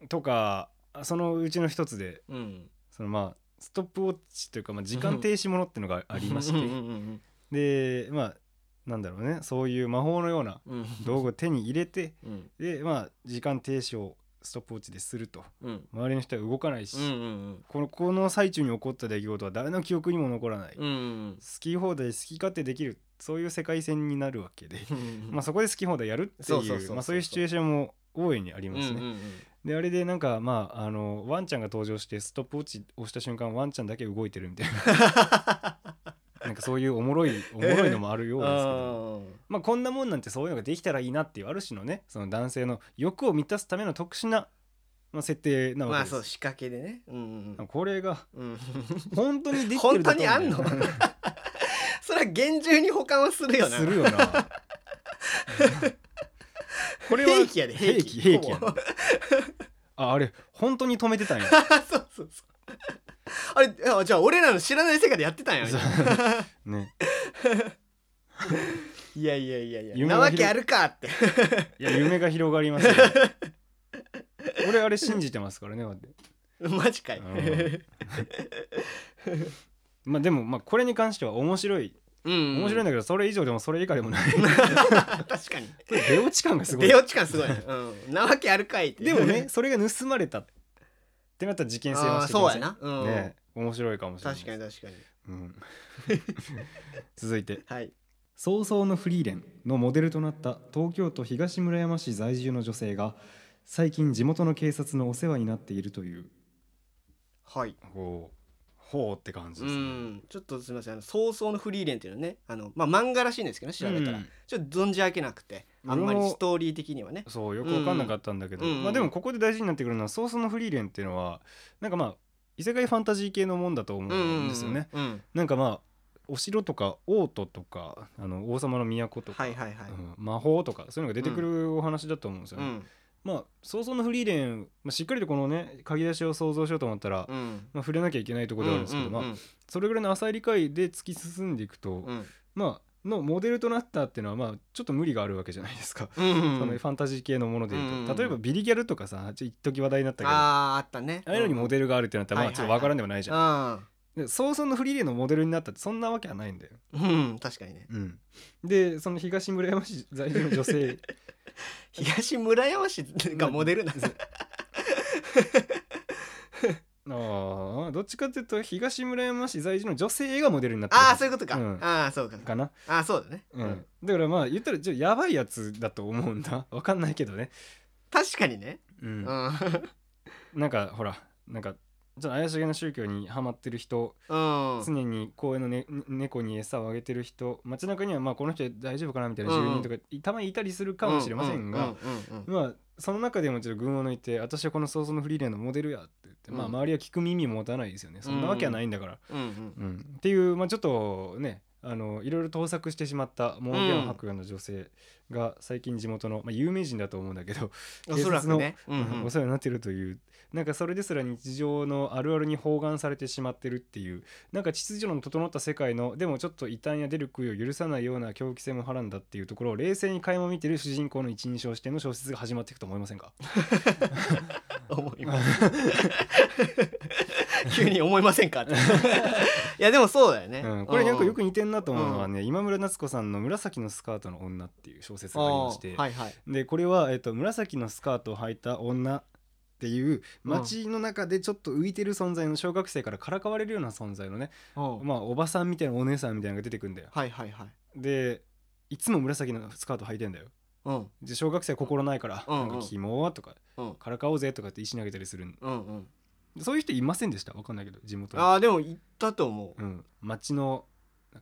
[SPEAKER 1] うんとかそのうちの一つで
[SPEAKER 2] うんうんうん
[SPEAKER 1] そのまあストップウォッチというか、まあ、時間停止ものっていうのがありまし
[SPEAKER 2] うんう
[SPEAKER 1] て
[SPEAKER 2] んうん
[SPEAKER 1] でまあなんだろうねそういう魔法のような
[SPEAKER 2] うん
[SPEAKER 1] 道具を手に入れて
[SPEAKER 2] うん
[SPEAKER 1] でまあ時間停止をストップウォッチですると
[SPEAKER 2] うん
[SPEAKER 1] 周りの人は動かないし、
[SPEAKER 2] うんうん
[SPEAKER 1] このこの最中に起こった出来事は誰の記憶にも残らない、
[SPEAKER 2] うんうん
[SPEAKER 1] 好き放題好き勝手できるそういう世界線になるわけで、
[SPEAKER 2] うん
[SPEAKER 1] まあ、そこで好き放題やるって
[SPEAKER 2] そうそうそう
[SPEAKER 1] い
[SPEAKER 2] そうう
[SPEAKER 1] まあそういうシチュエーションも大いにありますね。
[SPEAKER 2] うんうんうん
[SPEAKER 1] であれでなんかまああのワンちゃんが登場してストップウォッチ押した瞬間ワンちゃんだけ動いてるみたい
[SPEAKER 2] [laughs]
[SPEAKER 1] ななんかそういうおもろいおもろいのもあるようですけ
[SPEAKER 2] [laughs]
[SPEAKER 1] ど、まあ、こんなもんなんてそういうのができたらいいなっていうある種のねその男性の欲を満たすための特殊な、まあ、設定な
[SPEAKER 2] ま
[SPEAKER 1] わ
[SPEAKER 2] あ
[SPEAKER 1] けです、
[SPEAKER 2] そう仕掛けでねうんうんうん
[SPEAKER 1] これが
[SPEAKER 2] うん
[SPEAKER 1] 本当にできてるだけみたいな
[SPEAKER 2] 本当にあん [laughs] それは厳重に保管はするよな
[SPEAKER 1] するよな
[SPEAKER 2] [laughs]
[SPEAKER 1] これは
[SPEAKER 2] 兵器やで
[SPEAKER 1] 兵
[SPEAKER 2] 兵
[SPEAKER 1] 器
[SPEAKER 2] 器
[SPEAKER 1] 兵器や
[SPEAKER 2] ほ
[SPEAKER 1] なああれ本当に止めてたんや
[SPEAKER 2] [laughs] そうそうそうあれあじゃあ俺らの知らない世界でやってたんや
[SPEAKER 1] そうね
[SPEAKER 2] いやいやいやいや
[SPEAKER 1] 夢
[SPEAKER 2] な
[SPEAKER 1] を
[SPEAKER 2] わ
[SPEAKER 1] 広げ
[SPEAKER 2] けあるかって [laughs]
[SPEAKER 1] いや夢が広がりますよ俺あれ信じてますからねだって
[SPEAKER 2] マジかい
[SPEAKER 1] うんまあでもまあこれに関しては面白い
[SPEAKER 2] うん
[SPEAKER 1] 面白い
[SPEAKER 2] [laughs]
[SPEAKER 1] んだ
[SPEAKER 2] ね
[SPEAKER 1] けどそれ以上でもそれ以下でもない
[SPEAKER 2] [laughs] 確かに
[SPEAKER 1] これ出落ち感がすごい
[SPEAKER 2] 出落ち感すごいねうんなわけあるかいって
[SPEAKER 1] でもねそれが盗まれたってなったら事件性は
[SPEAKER 2] あー
[SPEAKER 1] して
[SPEAKER 2] そうや
[SPEAKER 1] ね
[SPEAKER 2] なうん
[SPEAKER 1] ね面白いかもしれない
[SPEAKER 2] 確かに確かに
[SPEAKER 1] うん [laughs] 続いて
[SPEAKER 2] はい
[SPEAKER 1] 「早々のフリーレン」のモデルとなった東京都東村山市在住の女性が最近地元の警察のお世話になっているという
[SPEAKER 2] はい
[SPEAKER 1] ほうほうって感じ
[SPEAKER 2] う
[SPEAKER 1] ですね、
[SPEAKER 2] んちょっとすみませんあの早々のフリーレンっていうのねあのまあ漫画らしいんですけどね調べたら、
[SPEAKER 1] うん
[SPEAKER 2] ちょっと存じ上げなくてあんま
[SPEAKER 1] 俺
[SPEAKER 2] り
[SPEAKER 1] も
[SPEAKER 2] ストーリー的にはね
[SPEAKER 1] そうよく分かんなかったんだけど、
[SPEAKER 2] うんうん
[SPEAKER 1] まあ、でもここで大事になってくるのは「ソースのフリーレン」っていうのはなんかまあ異世界ファンタジー系のもんだと思うんですよね。
[SPEAKER 2] うん
[SPEAKER 1] なんかまあお城とか王都とかあの王様の都とか、
[SPEAKER 2] はいはいはい
[SPEAKER 1] うん魔法とかそういうのが出てくるお話だと思うんですよ
[SPEAKER 2] う
[SPEAKER 1] ね。
[SPEAKER 2] ん
[SPEAKER 1] まあ「ソースのフリーレン」まあ、しっかりとこのね書き出しを想像しようと思ったら、
[SPEAKER 2] うん
[SPEAKER 1] まあ、触れなきゃいけないところではあるんですけど、
[SPEAKER 2] うんうん
[SPEAKER 1] まあ、それぐらいの浅い理解で突き進んでいくと、
[SPEAKER 2] うん
[SPEAKER 1] まあのモデルとなったっていうのはまあちょっと無理があるわけじゃないですか。
[SPEAKER 2] うんうん
[SPEAKER 1] そのファンタジー系のものでいうと、
[SPEAKER 2] うんうんうん
[SPEAKER 1] 例えばビリギャルとかさちょっと一時話題になったけどあ
[SPEAKER 2] あーあったね
[SPEAKER 1] あいうのにモデルがあるってなったらまあ
[SPEAKER 2] はい
[SPEAKER 1] ち
[SPEAKER 2] はい
[SPEAKER 1] ょ
[SPEAKER 2] は
[SPEAKER 1] っ
[SPEAKER 2] い
[SPEAKER 1] とわからんでもないじゃん、
[SPEAKER 2] あ
[SPEAKER 1] で早々のフリーレンのモデルになったってそんなわけはないんだよ、
[SPEAKER 2] うん確かにね
[SPEAKER 1] うん、でその東村山市在住の女性
[SPEAKER 2] 東村山市がモデルなんですね
[SPEAKER 1] ああどっちかっていうと東村山市在住の女性がモデルになって
[SPEAKER 2] ああそういうことか
[SPEAKER 1] うん
[SPEAKER 2] ああそうか
[SPEAKER 1] かな、
[SPEAKER 2] ああそうだね
[SPEAKER 1] うん
[SPEAKER 2] うん
[SPEAKER 1] だからまあ言ったらちょっとやばいやつだと思うんだ [laughs] わかんないけどね、
[SPEAKER 2] 確かにね
[SPEAKER 1] う
[SPEAKER 2] うんんうん
[SPEAKER 1] なんかほらなんかちょっと怪しげな宗教にハマってる人常に公園の、ね、ね猫に餌をあげてる人街中にはまあこの人大丈夫かなみたいな
[SPEAKER 2] うんうん
[SPEAKER 1] 住人とか、たまにいたりするかもしれませんが、
[SPEAKER 2] うんうんうん
[SPEAKER 1] まあその中でもちょっと群を抜いて私はこの早々のフリーレンのモデルやって言って、まあ
[SPEAKER 2] うん
[SPEAKER 1] 周りは聞く耳持たないですよねそんなわけはないんだから、
[SPEAKER 2] うんうん
[SPEAKER 1] うんっていう、まあ、ちょっとねあのいろいろ盗作してしまった門限を吐くような女性が最近地元の、まあ、有名人だと思うんだけど、
[SPEAKER 2] おそらくねうんうん
[SPEAKER 1] [laughs] お世話になってるというなんかそれですら日常のあるあるに包含されてしまってるっていうなんか秩序の整った世界のでもちょっと異端や出る杭を許さないような狂気性もはらんだっていうところを冷静に垣間見てる主人公の一人称視点の小説が始まっていくと思いませんか
[SPEAKER 2] 思います [laughs] 急に思いませんかっていやでもそうだよね、
[SPEAKER 1] うん、これよくよ
[SPEAKER 2] あ
[SPEAKER 1] く似てんなと思うのはね、今村夏子さんの「紫のスカートの女」っていう小説がありまして、
[SPEAKER 2] ーはいはい
[SPEAKER 1] でこれは、えっと紫のスカートを履いた女っていう街の中でちょっと浮いてる存在の小学生からからかわれるような存在のね、
[SPEAKER 2] うん
[SPEAKER 1] まあおばさんみたいなお姉さんみたいなのが出てくんだよ
[SPEAKER 2] はいはいはい
[SPEAKER 1] でいつも紫のスカート履いてんだよ
[SPEAKER 2] うん
[SPEAKER 1] で小学生は心ないから「
[SPEAKER 2] うんうん
[SPEAKER 1] なんかキモ」とか
[SPEAKER 2] うん
[SPEAKER 1] 「からかおうぜ」とかって石投げたりするん
[SPEAKER 2] うんうん
[SPEAKER 1] そういう人いませんでしたわかんないけど地元に
[SPEAKER 2] ああでも行ったと思う
[SPEAKER 1] うん、街の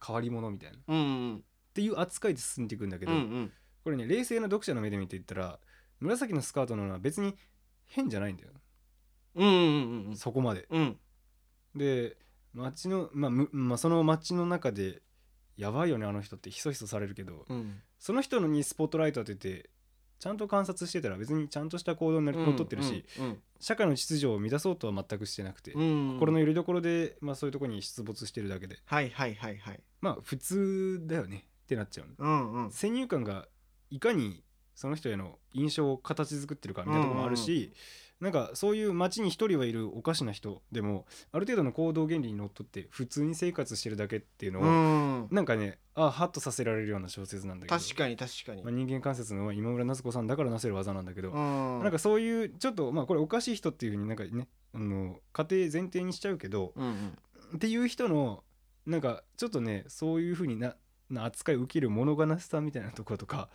[SPEAKER 1] 変わり者みたいなっ
[SPEAKER 2] うんうん
[SPEAKER 1] ていう扱いで進んでいくんだけ
[SPEAKER 2] う
[SPEAKER 1] ど、
[SPEAKER 2] んうん
[SPEAKER 1] これね冷静な読者の目で見ていったら紫のスカートののは別に変じゃないんだよ
[SPEAKER 2] うんうんうんうん
[SPEAKER 1] そこまで
[SPEAKER 2] うん
[SPEAKER 1] で街の、まあむまあ、その街の中でやばいよねあの人ってひそひそされるけど
[SPEAKER 2] うん
[SPEAKER 1] その人のにスポットライト当ててちゃんと観察してたら別にちゃんとした行動になりのっとってるし、
[SPEAKER 2] うん
[SPEAKER 1] 社会の秩序を乱そうとは全くしてなくて、
[SPEAKER 2] うんうん
[SPEAKER 1] 心のよりどころで、まあ、そういうとこに出没してるだけで
[SPEAKER 2] はいはいはいはい
[SPEAKER 1] まあ普通だよねってなっちゃうの
[SPEAKER 2] うんうん
[SPEAKER 1] 先入観がいかにその人への印象を形作ってるかみたいなところもあるし、なんかそういう街に一人はいるおかしな人でもある程度の行動原理にのっとって普通に生活してるだけっていうの
[SPEAKER 2] う
[SPEAKER 1] を、
[SPEAKER 2] ん
[SPEAKER 1] なんかねあハッとさせられるような小説なんだけど
[SPEAKER 2] 確かに確かに、
[SPEAKER 1] まあ、人間観察のは今村夏子さんだからなせる技なんだけど、
[SPEAKER 2] うん
[SPEAKER 1] なんかそういうちょっとまあこれおかしい人っていうふうになんかねあの家庭前提にしちゃうけど
[SPEAKER 2] うんうん
[SPEAKER 1] っていう人のなんかちょっとねそういうふうになな扱い受ける物悲しさみたいなところとか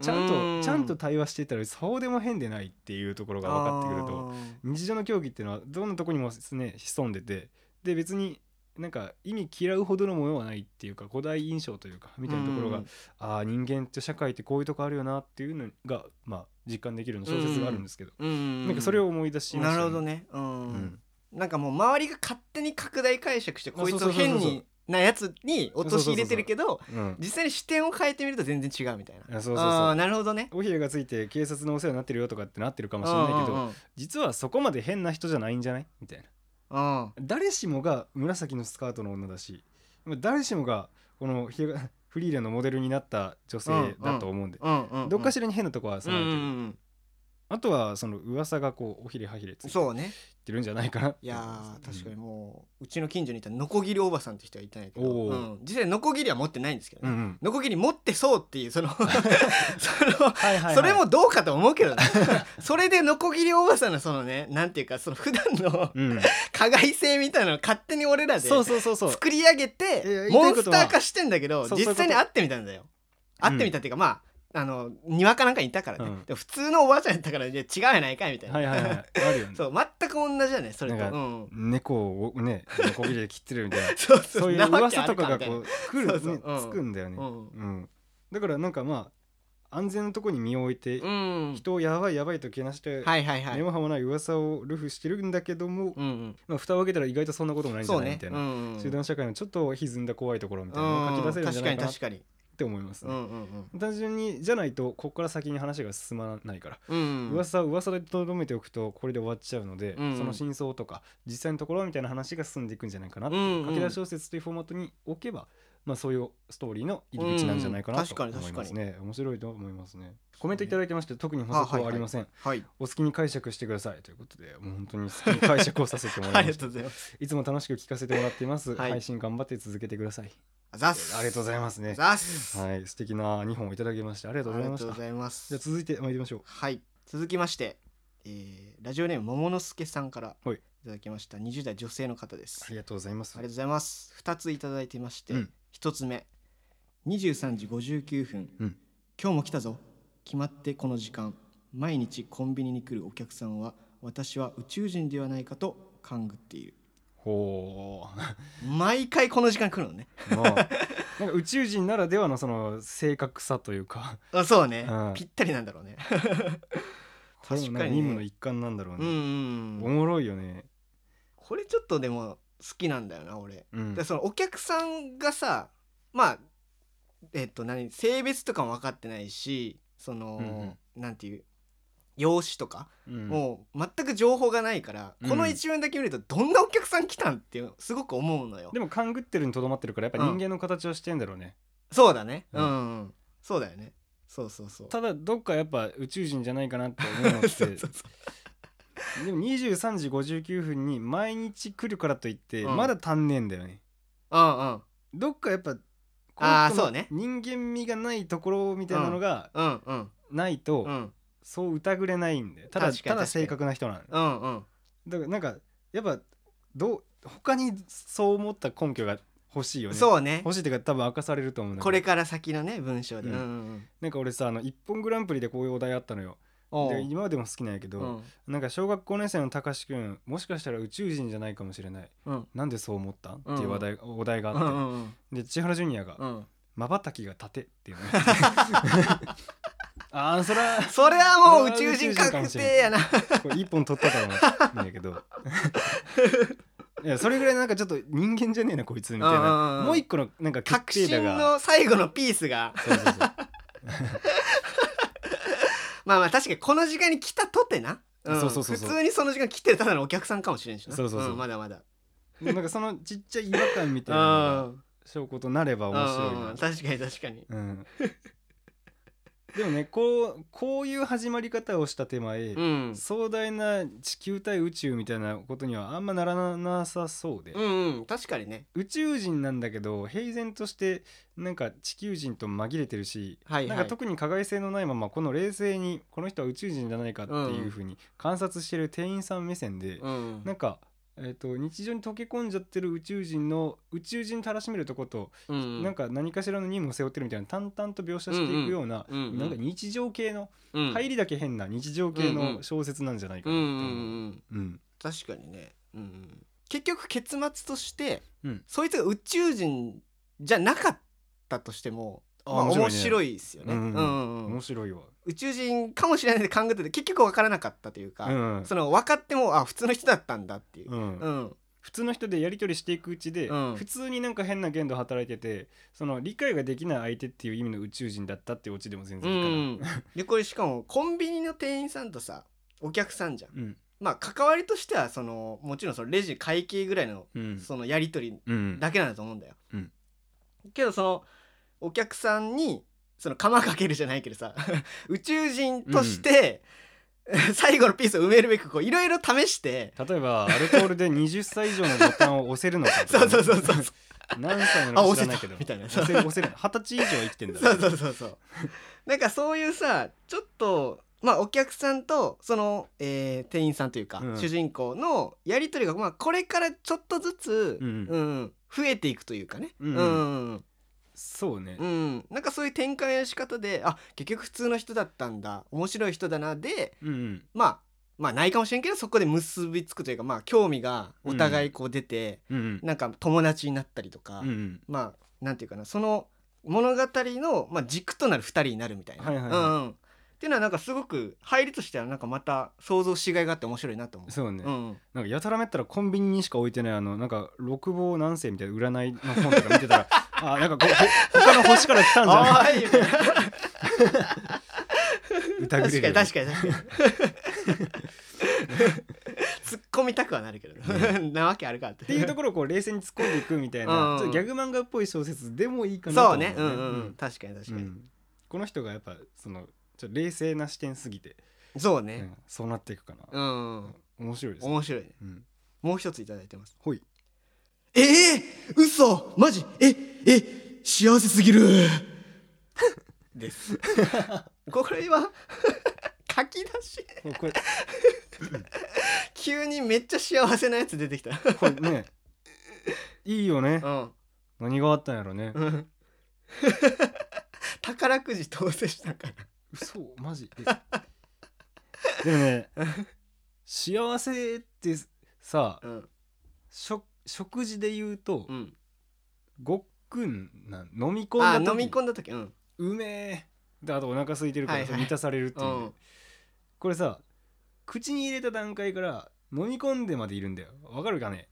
[SPEAKER 1] ちゃん
[SPEAKER 2] う
[SPEAKER 1] とちゃんと対話してたらそうでも変でないっていうところが分かってくると
[SPEAKER 2] あー
[SPEAKER 1] 日常の競技っていうのはどんなとこにもね潜んでてで別になんか意味嫌うほどのものはないっていうか古代印象というかみたいなところが
[SPEAKER 2] うん
[SPEAKER 1] ああ人間って社会ってこういうとこあるよなっていうのが、まあ、実感できるような小説があるんですけど、
[SPEAKER 2] うんうん
[SPEAKER 1] なんかそれを思い出しました
[SPEAKER 2] なるほど
[SPEAKER 1] ね。
[SPEAKER 2] ねうん、
[SPEAKER 1] うん
[SPEAKER 2] なんかもう周りが勝手に拡大解釈して
[SPEAKER 1] まあ
[SPEAKER 2] こいつ
[SPEAKER 1] そ
[SPEAKER 2] を
[SPEAKER 1] うそうそうそ
[SPEAKER 2] 変
[SPEAKER 1] う
[SPEAKER 2] になやつに落とし入れてるけど
[SPEAKER 1] うん
[SPEAKER 2] 実際に視点を変えてみると全然違うみたいな
[SPEAKER 1] あそうそうそう
[SPEAKER 2] ああーなるほどね
[SPEAKER 1] 尾ひれがついて警察のお世話になってるよとかってなってるかも
[SPEAKER 2] か
[SPEAKER 1] しれないけ
[SPEAKER 2] う
[SPEAKER 1] ど
[SPEAKER 2] んうん
[SPEAKER 1] 実はそこまで変な人じゃないんじゃないみたいな
[SPEAKER 2] うんうん
[SPEAKER 1] 誰しもが紫のスカートの女だしまあ誰しもがこのひれがフリーレンのモデルになった女性だと思うんで、
[SPEAKER 2] うんうんうん
[SPEAKER 1] どっかしらに変なとこは
[SPEAKER 2] うん
[SPEAKER 1] 備
[SPEAKER 2] う
[SPEAKER 1] えてる、
[SPEAKER 2] ん
[SPEAKER 1] あとはその噂がこうおひれはひれつ
[SPEAKER 2] う
[SPEAKER 1] いて
[SPEAKER 2] んそうね
[SPEAKER 1] るんじゃないかなって
[SPEAKER 2] い
[SPEAKER 1] 思
[SPEAKER 2] や
[SPEAKER 1] ます
[SPEAKER 2] ー確かにもううちの近所にいたノコギリおばさんって人はいたんやけど、
[SPEAKER 1] お
[SPEAKER 2] う
[SPEAKER 1] ー
[SPEAKER 2] ん、実際ノコギリは持ってないんですけど
[SPEAKER 1] うん
[SPEAKER 2] ね、
[SPEAKER 1] うん
[SPEAKER 2] ノコギリ持ってそうっていうそ
[SPEAKER 1] [laughs]
[SPEAKER 2] のその
[SPEAKER 1] はいはいはい
[SPEAKER 2] それもどうかと思うけどね [laughs] それでノコギリおばさんのそのねなんていうかその普段の [laughs]
[SPEAKER 1] うん、
[SPEAKER 2] 加害性みたいなのを勝手に俺らで
[SPEAKER 1] そうそうそうそう
[SPEAKER 2] 作り上げ
[SPEAKER 1] いや
[SPEAKER 2] て
[SPEAKER 1] 言い
[SPEAKER 2] モ
[SPEAKER 1] たい
[SPEAKER 2] ン
[SPEAKER 1] こ
[SPEAKER 2] ス
[SPEAKER 1] と
[SPEAKER 2] タ
[SPEAKER 1] は
[SPEAKER 2] ー化してんだけど
[SPEAKER 1] そう
[SPEAKER 2] 実際に
[SPEAKER 1] そういう
[SPEAKER 2] 会ってみたんだよ会ってみたっていうか、まああのにわかなんかいたからね、
[SPEAKER 1] うん
[SPEAKER 2] でも普通のおばあちゃんやったから、ね、違うやないかいみたいな、
[SPEAKER 1] はいはいはいあるよね
[SPEAKER 2] [laughs] そう全く同じだねそれと、
[SPEAKER 1] な
[SPEAKER 2] うん
[SPEAKER 1] か
[SPEAKER 2] ん、
[SPEAKER 1] 猫をねノコギリで切ってるみたいな
[SPEAKER 2] そうそ
[SPEAKER 1] そういう噂とかが
[SPEAKER 2] んなわけあるみ
[SPEAKER 1] こう来る
[SPEAKER 2] そう
[SPEAKER 1] ね
[SPEAKER 2] そううん
[SPEAKER 1] つくんだよ
[SPEAKER 2] たい
[SPEAKER 1] ね
[SPEAKER 2] な
[SPEAKER 1] うんだからなんかまあ安全なとこに身を置いて
[SPEAKER 2] うん、うん、
[SPEAKER 1] 人をやばいやばいとけなして
[SPEAKER 2] はいはいはい
[SPEAKER 1] 根も葉もない噂をルフしてるんだけども
[SPEAKER 2] うんうん
[SPEAKER 1] まあ蓋を開けたら意外とそんなこともないんじ
[SPEAKER 2] そ
[SPEAKER 1] ゃ
[SPEAKER 2] う
[SPEAKER 1] ない
[SPEAKER 2] ね
[SPEAKER 1] みたいうなん
[SPEAKER 2] うん
[SPEAKER 1] 集団社会のちょっと歪んだ怖いところみたいなのを
[SPEAKER 2] う
[SPEAKER 1] 書
[SPEAKER 2] ん
[SPEAKER 1] き出せるんじゃな
[SPEAKER 2] 確か
[SPEAKER 1] い
[SPEAKER 2] に
[SPEAKER 1] かなっ
[SPEAKER 2] 確かに
[SPEAKER 1] て思います
[SPEAKER 2] う
[SPEAKER 1] ね
[SPEAKER 2] んうん
[SPEAKER 1] 単純にじゃないとここから先に話が進まないから
[SPEAKER 2] うんうん
[SPEAKER 1] 噂を噂でとどめておくとこれで終わっちゃうので、
[SPEAKER 2] うんうん
[SPEAKER 1] その真相とか実際のところみたいな話が進んでいくんじゃないかなって、
[SPEAKER 2] うんうん
[SPEAKER 1] 書き出し小説というフォーマットに置けば、まあ、そういうストーリーの入り口なんじゃないかなと
[SPEAKER 2] うんうん確かに
[SPEAKER 1] 思いますね、面白いと思いますねコメントいただいてまして特に補
[SPEAKER 2] あは
[SPEAKER 1] 足
[SPEAKER 2] いは
[SPEAKER 1] はいありません、
[SPEAKER 2] はい
[SPEAKER 1] お好きに解釈してくださいということでもう本当に好きに解釈をさせても
[SPEAKER 2] あ
[SPEAKER 1] らいま
[SPEAKER 2] りが
[SPEAKER 1] し
[SPEAKER 2] と
[SPEAKER 1] た
[SPEAKER 2] うございます
[SPEAKER 1] いつも楽しく聞かせてもらっています、
[SPEAKER 2] はい
[SPEAKER 1] 配信頑張って続けてください
[SPEAKER 2] あざっす
[SPEAKER 1] ありがとうございますね
[SPEAKER 2] ざっすあ
[SPEAKER 1] はい素敵な2本をいただきましてありがとうご
[SPEAKER 2] り
[SPEAKER 1] ざい
[SPEAKER 2] が
[SPEAKER 1] まし
[SPEAKER 2] とう
[SPEAKER 1] た
[SPEAKER 2] ご
[SPEAKER 1] じゃ
[SPEAKER 2] ざいま
[SPEAKER 1] あ
[SPEAKER 2] す
[SPEAKER 1] 続いて参りましょう
[SPEAKER 2] はい続きましてえーラジオネーム桃之助さんから
[SPEAKER 1] はい
[SPEAKER 2] いただきました20代女性の方です
[SPEAKER 1] ありがとうございます
[SPEAKER 2] ありがとうございます。二ついただいてまして、
[SPEAKER 1] うん
[SPEAKER 2] 一、つ目、二十三時五十九分、
[SPEAKER 1] うん
[SPEAKER 2] 今日も来たぞ。決まってこの時間、毎日コンビニに来るお客さんは私は宇宙人ではないかと勘ぐっている。
[SPEAKER 1] ほう
[SPEAKER 2] 毎回この時間来るのね。
[SPEAKER 1] まあ、なんか宇宙人ならではのその正確さというか
[SPEAKER 2] あ、そうね、
[SPEAKER 1] うん
[SPEAKER 2] ぴったりなんだろうね。
[SPEAKER 1] これもなん
[SPEAKER 2] [laughs] 確か
[SPEAKER 1] か
[SPEAKER 2] にね
[SPEAKER 1] 任務の一環なんだろう
[SPEAKER 2] うん
[SPEAKER 1] ね、
[SPEAKER 2] うんう
[SPEAKER 1] お
[SPEAKER 2] ん。
[SPEAKER 1] もろいよね、
[SPEAKER 2] これちょっとでも好きなんだよな、俺。
[SPEAKER 1] うん
[SPEAKER 2] でそのお客さんがさまあえっと何性別とかも分かってないしその、
[SPEAKER 1] うん
[SPEAKER 2] なんていう容姿とか、
[SPEAKER 1] うん
[SPEAKER 2] もう全く情報がないから、
[SPEAKER 1] うん
[SPEAKER 2] この一文だけ見るとどんなお客さん来たんっていうすごく思うのよ
[SPEAKER 1] でも勘ぐってるにとどまってるからやっぱ人間の形をしてんだろうね、
[SPEAKER 2] そうだね
[SPEAKER 1] う
[SPEAKER 2] う、
[SPEAKER 1] んん
[SPEAKER 2] うんそうだよねそうそうそう
[SPEAKER 1] ただどっかやっぱ宇宙人じゃないかなって思うのっ
[SPEAKER 2] [laughs] そ
[SPEAKER 1] て [laughs]
[SPEAKER 2] うそうそ
[SPEAKER 1] でも23時59分に毎日来るからといって
[SPEAKER 2] うん
[SPEAKER 1] まだ足んねえんだよね、
[SPEAKER 2] ううんうん
[SPEAKER 1] どっかやっぱ
[SPEAKER 2] あー
[SPEAKER 1] この
[SPEAKER 2] そうね
[SPEAKER 1] 人間味がないところみたいなのが
[SPEAKER 2] うんうん
[SPEAKER 1] ないと、
[SPEAKER 2] うん
[SPEAKER 1] そう疑れないんだよただ
[SPEAKER 2] 確かに
[SPEAKER 1] ただ
[SPEAKER 2] 確かに
[SPEAKER 1] 正確な人なの
[SPEAKER 2] うんうん
[SPEAKER 1] だからなんかやっぱどう他にそう思った根拠が欲しいよね
[SPEAKER 2] そうね
[SPEAKER 1] 欲しいっていうか多分明かされると思うんだけど
[SPEAKER 2] これから先のね文章で、う
[SPEAKER 1] うんん
[SPEAKER 2] うんうん、
[SPEAKER 1] なんか俺さあの「一本グランプリ」でこういうお題あったのよ
[SPEAKER 2] おう
[SPEAKER 1] で今までも好きなんやけど、
[SPEAKER 2] うん
[SPEAKER 1] なんか小学5年生のたかしくんもしかしたら宇宙人じゃないかもしれない
[SPEAKER 2] うん
[SPEAKER 1] なんでそう思ったって
[SPEAKER 2] うん
[SPEAKER 1] いう話題、お題があ
[SPEAKER 2] う
[SPEAKER 1] って、
[SPEAKER 2] んうん
[SPEAKER 1] で千原ジュニアが
[SPEAKER 2] うんうん
[SPEAKER 1] 「まばたきが立て」って
[SPEAKER 2] [laughs]
[SPEAKER 1] いうのああそれは
[SPEAKER 2] それはもう宇宙人確定やな。
[SPEAKER 1] これ一本取ったからなんやけ
[SPEAKER 2] [laughs]
[SPEAKER 1] どいやそれぐらいなんかちょっと人間じゃねえなこいつみたい
[SPEAKER 2] うんうんう
[SPEAKER 1] なんもう一個のなんか
[SPEAKER 2] 確
[SPEAKER 1] 決定
[SPEAKER 2] 信
[SPEAKER 1] 打が
[SPEAKER 2] の最後のピースが。
[SPEAKER 1] そうそうそう
[SPEAKER 2] まあまあ確かにこの時間に来たとてな。ん
[SPEAKER 1] そうそうそうそう
[SPEAKER 2] 普通にその時間来てるただのお客さんかもしれんしな。
[SPEAKER 1] そうそうそうん
[SPEAKER 2] まだまだ。
[SPEAKER 1] なんかそのちっちゃい違和感みたいなのが
[SPEAKER 2] あ
[SPEAKER 1] 証拠となれば面白い
[SPEAKER 2] あ
[SPEAKER 1] な
[SPEAKER 2] 確かに確かに。
[SPEAKER 1] うんでもねこうこういう始まり方をした手前、
[SPEAKER 2] うん
[SPEAKER 1] 壮大な地球対宇宙みたいなことにはあんまならなさそうで、
[SPEAKER 2] うんうん確かにね
[SPEAKER 1] 宇宙人なんだけど平然としてなんか地球人と紛れてるし、
[SPEAKER 2] はい
[SPEAKER 1] な
[SPEAKER 2] は
[SPEAKER 1] ん
[SPEAKER 2] い
[SPEAKER 1] か特に加害性のないままこの冷静にこの人は宇宙人じゃないかっていうふうに観察してる店員さん目線で、
[SPEAKER 2] うん
[SPEAKER 1] なんか、えー、と日常に溶け込んじゃってる宇宙人の宇宙人たらしめるとこと、
[SPEAKER 2] うん
[SPEAKER 1] なんか何かしらの任務を背負ってるみたいな淡々と描写していくような、
[SPEAKER 2] うんうんうんうん
[SPEAKER 1] なんか日常系の、
[SPEAKER 2] うん
[SPEAKER 1] 入りだけ変な日常系
[SPEAKER 2] うんう
[SPEAKER 1] の
[SPEAKER 2] ん
[SPEAKER 1] 小説なんじゃないか
[SPEAKER 2] うん
[SPEAKER 1] な
[SPEAKER 2] う
[SPEAKER 1] って
[SPEAKER 2] ん
[SPEAKER 1] 思う。
[SPEAKER 2] うん
[SPEAKER 1] うん
[SPEAKER 2] 確かにねうんうん結局結末として
[SPEAKER 1] うん
[SPEAKER 2] そいつが宇宙人じゃなかったとしても
[SPEAKER 1] あ
[SPEAKER 2] まあ
[SPEAKER 1] 面白いね
[SPEAKER 2] 面白いですよね
[SPEAKER 1] うんうん
[SPEAKER 2] うんうんう
[SPEAKER 1] 面
[SPEAKER 2] ん
[SPEAKER 1] 白いわ。
[SPEAKER 2] 宇宙人かもしれないで勘ぐってて結局分からなかったという
[SPEAKER 1] う
[SPEAKER 2] か
[SPEAKER 1] んうん
[SPEAKER 2] その分かってもあ普通の人だったんだっていう
[SPEAKER 1] うん
[SPEAKER 2] うん
[SPEAKER 1] 普通の人でやり取りしていくうちで、
[SPEAKER 2] うん
[SPEAKER 1] 普通になんか変な限度働いててその理解ができない相手っていう意味の宇宙人だったっていうオチでも全
[SPEAKER 2] う
[SPEAKER 1] 然いいかな。
[SPEAKER 2] んでこれしかもコンビニの店員さんとさお客さんじゃん
[SPEAKER 1] うん
[SPEAKER 2] まあ関わりとしてはそのもちろんそのレジ会計ぐらいの
[SPEAKER 1] うん
[SPEAKER 2] そのやり取り
[SPEAKER 1] うん
[SPEAKER 2] だけなんだと思うんだよ。
[SPEAKER 1] うん
[SPEAKER 2] けどそのお客さんにその釜かけるじゃないけどさ [laughs] 宇宙人として、 [laughs] 最後のピースを埋めるべくこういろいろ試して。
[SPEAKER 1] 例えばアルコールで20歳以上のボタンを押せるのかと
[SPEAKER 2] [laughs] そ
[SPEAKER 1] か
[SPEAKER 2] うそうそうそう
[SPEAKER 1] [laughs] 何歳なのか知らないけど
[SPEAKER 2] あ押せたみたいな
[SPEAKER 1] 押せる押せる20歳以上は生きてんだ
[SPEAKER 2] [laughs] そうそうそうそうなんかそういうさちょっとまあお客さんとその、えー店員さんというか、
[SPEAKER 1] うん
[SPEAKER 2] 主人公のやり取りが、まあ、これからちょっとずつ、
[SPEAKER 1] うん
[SPEAKER 2] うん増えていくというかね、
[SPEAKER 1] うん
[SPEAKER 2] うん、
[SPEAKER 1] そうね
[SPEAKER 2] うん、なんかそういう展開の仕方であ結局普通の人だったんだ面白い人だなで
[SPEAKER 1] うんうん
[SPEAKER 2] まあまあないかもしれんけどそこで結びつくというかまあ興味がお互いこう出て、
[SPEAKER 1] うんうん
[SPEAKER 2] なんか友達になったりとか、
[SPEAKER 1] うんうん
[SPEAKER 2] まあなんていうかなその物語の、まあ、軸となる2人になるみたいな。
[SPEAKER 1] はいはいはい
[SPEAKER 2] うんうんっていうのはなんかすごく入りとしてはなんかまた想像しがいがあって面白いなと思う。
[SPEAKER 1] そうね、
[SPEAKER 2] うん、
[SPEAKER 1] なんかやたらめったらコンビニにしか置いてないあのなんか六房何世みたいな占いの本とか見て
[SPEAKER 2] [laughs]
[SPEAKER 1] たらあなんかこほ他の星から来たんじゃない
[SPEAKER 2] ああいいね確
[SPEAKER 1] 疑
[SPEAKER 2] かに
[SPEAKER 1] れるよね
[SPEAKER 2] 確かに確かに [laughs] 突っ込みたくはなるけど、なわけあるかって
[SPEAKER 1] っていうところをこう冷静に突っ込んでいくみたいな、
[SPEAKER 2] うん
[SPEAKER 1] ちょっとギャグ漫画っぽい小説でもいいかなと
[SPEAKER 2] そ
[SPEAKER 1] 思
[SPEAKER 2] うねうんうん、
[SPEAKER 1] うん
[SPEAKER 2] 確かに確かに、
[SPEAKER 1] うんこの人がやっぱそのちょっと冷静な視点すぎて、
[SPEAKER 2] そう
[SPEAKER 1] う
[SPEAKER 2] ね
[SPEAKER 1] んそうなっていくか
[SPEAKER 2] う
[SPEAKER 1] な、
[SPEAKER 2] ん、
[SPEAKER 1] 面白いですね、
[SPEAKER 2] 面白いね
[SPEAKER 1] うん、
[SPEAKER 2] もう一ついただいてます
[SPEAKER 1] ほい
[SPEAKER 2] ええ嘘マジええ幸せすぎるですこれは [laughs] 書き出し
[SPEAKER 1] これこれ
[SPEAKER 2] 急にめっちゃ幸せなやつ出てきた
[SPEAKER 1] これ
[SPEAKER 2] [laughs]
[SPEAKER 1] ねいいよね
[SPEAKER 2] うん
[SPEAKER 1] 何があったんやろね、
[SPEAKER 2] うん
[SPEAKER 1] [laughs]
[SPEAKER 2] 宝くじ当選したんか
[SPEAKER 1] 嘘マ
[SPEAKER 2] [laughs]
[SPEAKER 1] ジえでもね幸せってさ
[SPEAKER 2] なうん
[SPEAKER 1] 食食事で言うと、
[SPEAKER 2] うん
[SPEAKER 1] ごっくんなん飲み込
[SPEAKER 2] あ
[SPEAKER 1] んだ
[SPEAKER 2] 飲
[SPEAKER 1] 時
[SPEAKER 2] み込んだ時うん
[SPEAKER 1] うめえであとお腹空いてるから、
[SPEAKER 2] はい
[SPEAKER 1] そ
[SPEAKER 2] はい
[SPEAKER 1] れ満たされるっていうね、
[SPEAKER 2] うん
[SPEAKER 1] これさ口に入れた段階から飲み込んでまでいるんだよわかるかね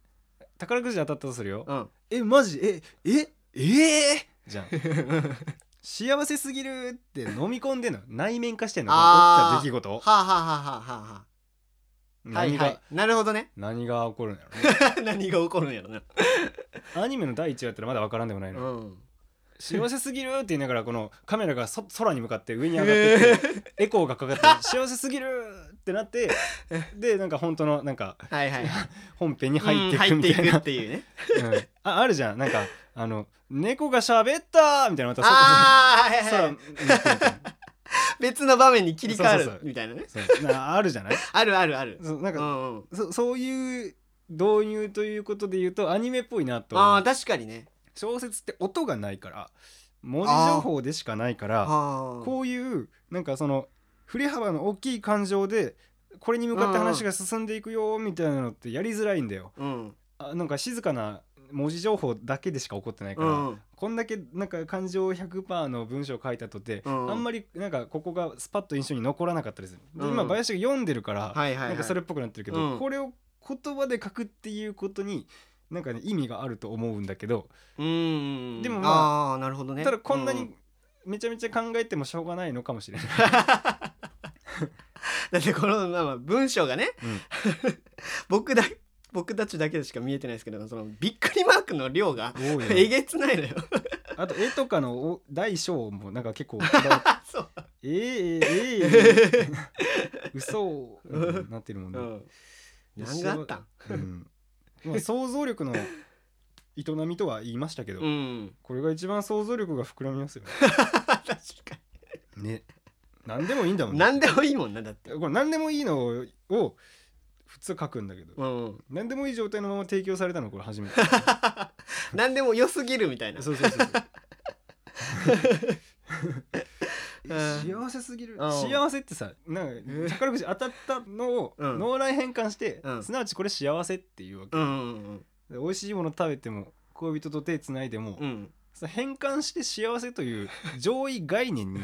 [SPEAKER 1] 宝くじ当たったとするよ、
[SPEAKER 2] うん
[SPEAKER 1] えマジええええじ
[SPEAKER 2] [laughs]
[SPEAKER 1] ゃん幸せすぎるって飲み込んでんの内面化してんのこの
[SPEAKER 2] あー
[SPEAKER 1] 起きた出来事
[SPEAKER 2] はあ
[SPEAKER 1] を
[SPEAKER 2] はあはあはあはあはい
[SPEAKER 1] 何が、
[SPEAKER 2] はいなるほ
[SPEAKER 1] [laughs]
[SPEAKER 2] どね
[SPEAKER 1] 何が起こるんやろね
[SPEAKER 2] 何が起こるんやろな
[SPEAKER 1] [laughs] アニメの第一話やったらまだ分からんでもないの、
[SPEAKER 2] うん
[SPEAKER 1] 幸せすぎるって言いながらこのカメラがそ [laughs] 空に向かって上に上がってって、エコーがかかって幸せすぎるってなってでなんか本当のなんか
[SPEAKER 2] はいはい
[SPEAKER 1] 本編に入っていく
[SPEAKER 2] うん
[SPEAKER 1] みたいな、
[SPEAKER 2] 入ってい
[SPEAKER 1] [laughs]
[SPEAKER 2] くっていうね
[SPEAKER 1] うんああるじゃんなんかあの猫が喋ったみたいなまた
[SPEAKER 2] ああはい
[SPEAKER 1] 空
[SPEAKER 2] は
[SPEAKER 1] 向
[SPEAKER 2] い
[SPEAKER 1] くみたいな
[SPEAKER 2] 別の場面に切り替わ
[SPEAKER 1] そうそう
[SPEAKER 2] る
[SPEAKER 1] そう
[SPEAKER 2] みたいなね
[SPEAKER 1] そうなあるじゃない
[SPEAKER 2] あるあるある
[SPEAKER 1] そうなん
[SPEAKER 2] う
[SPEAKER 1] か、
[SPEAKER 2] んうん
[SPEAKER 1] そそういう導入ということで言うとアニメっぽいなと
[SPEAKER 2] あー確かにね
[SPEAKER 1] 小説って音がないから文字情報でしかないから
[SPEAKER 2] あー
[SPEAKER 1] こういうなんかその振れ幅の大きい感情でこれに向かって話が進んでいくよみたいなのってやりづらいんだよ。
[SPEAKER 2] うん
[SPEAKER 1] あなんか静かな文字情報だけでしか起こってないか
[SPEAKER 2] う
[SPEAKER 1] ら、
[SPEAKER 2] ん
[SPEAKER 1] こんだけなんか感情100%の文章を書いたとて、
[SPEAKER 2] うん
[SPEAKER 1] あんまりなんかここがスパッと印象に残らなかったりする。で
[SPEAKER 2] うん
[SPEAKER 1] 今林が読んでるから、
[SPEAKER 2] はいはいはい
[SPEAKER 1] なんかそれっぽくなってるけど、
[SPEAKER 2] うん
[SPEAKER 1] これを言葉で書くっていうことになんか、ね、意味があると思うんだけど、
[SPEAKER 2] うん
[SPEAKER 1] でもまあ
[SPEAKER 2] ああーなるほどね
[SPEAKER 1] ただこんな
[SPEAKER 2] う
[SPEAKER 1] にめちゃめちゃ考えてもしょうがないのかもしれ
[SPEAKER 2] [laughs]
[SPEAKER 1] ない。
[SPEAKER 2] だってこのまあまあ文章がね、
[SPEAKER 1] うん
[SPEAKER 2] [laughs] 僕だ僕たちだけでしか見えてないですけどそのびっくりマークの量が
[SPEAKER 1] 多いよね
[SPEAKER 2] えげつないのよ
[SPEAKER 1] あと絵とかのお大小もなんか結構こだわって
[SPEAKER 2] あそう、
[SPEAKER 1] えー、えー、えー嘘を、うんなってるもん
[SPEAKER 2] う
[SPEAKER 1] ね、
[SPEAKER 2] ん、何があったん
[SPEAKER 1] うんまあ、想像力の営みとは言いましたけど、
[SPEAKER 2] うん
[SPEAKER 1] これが一番想像力が膨らみますよね
[SPEAKER 2] 確か
[SPEAKER 1] ね何でもいいんだもん
[SPEAKER 2] に
[SPEAKER 1] ね
[SPEAKER 2] 何でもいいもんなだって
[SPEAKER 1] これ何でもいいのを普通書くんだけど、
[SPEAKER 2] うん
[SPEAKER 1] 何でもいい状態のまま提供されたのこれ初めて
[SPEAKER 2] 何でも良すぎるみたいな
[SPEAKER 1] そうそうそう
[SPEAKER 2] [laughs] う
[SPEAKER 1] そ
[SPEAKER 2] ん
[SPEAKER 1] う幸せすぎる
[SPEAKER 2] うん
[SPEAKER 1] 幸せってさなんか宝くじ当たったのを
[SPEAKER 2] うん
[SPEAKER 1] 脳内変換して、
[SPEAKER 2] うん
[SPEAKER 1] すなわちこれ幸せっていうわけ、
[SPEAKER 2] うんうん
[SPEAKER 1] で美味しいもの食べても恋人と手つないでも、
[SPEAKER 2] うんうん
[SPEAKER 1] その変換して幸せという上位概念
[SPEAKER 2] [laughs]
[SPEAKER 1] に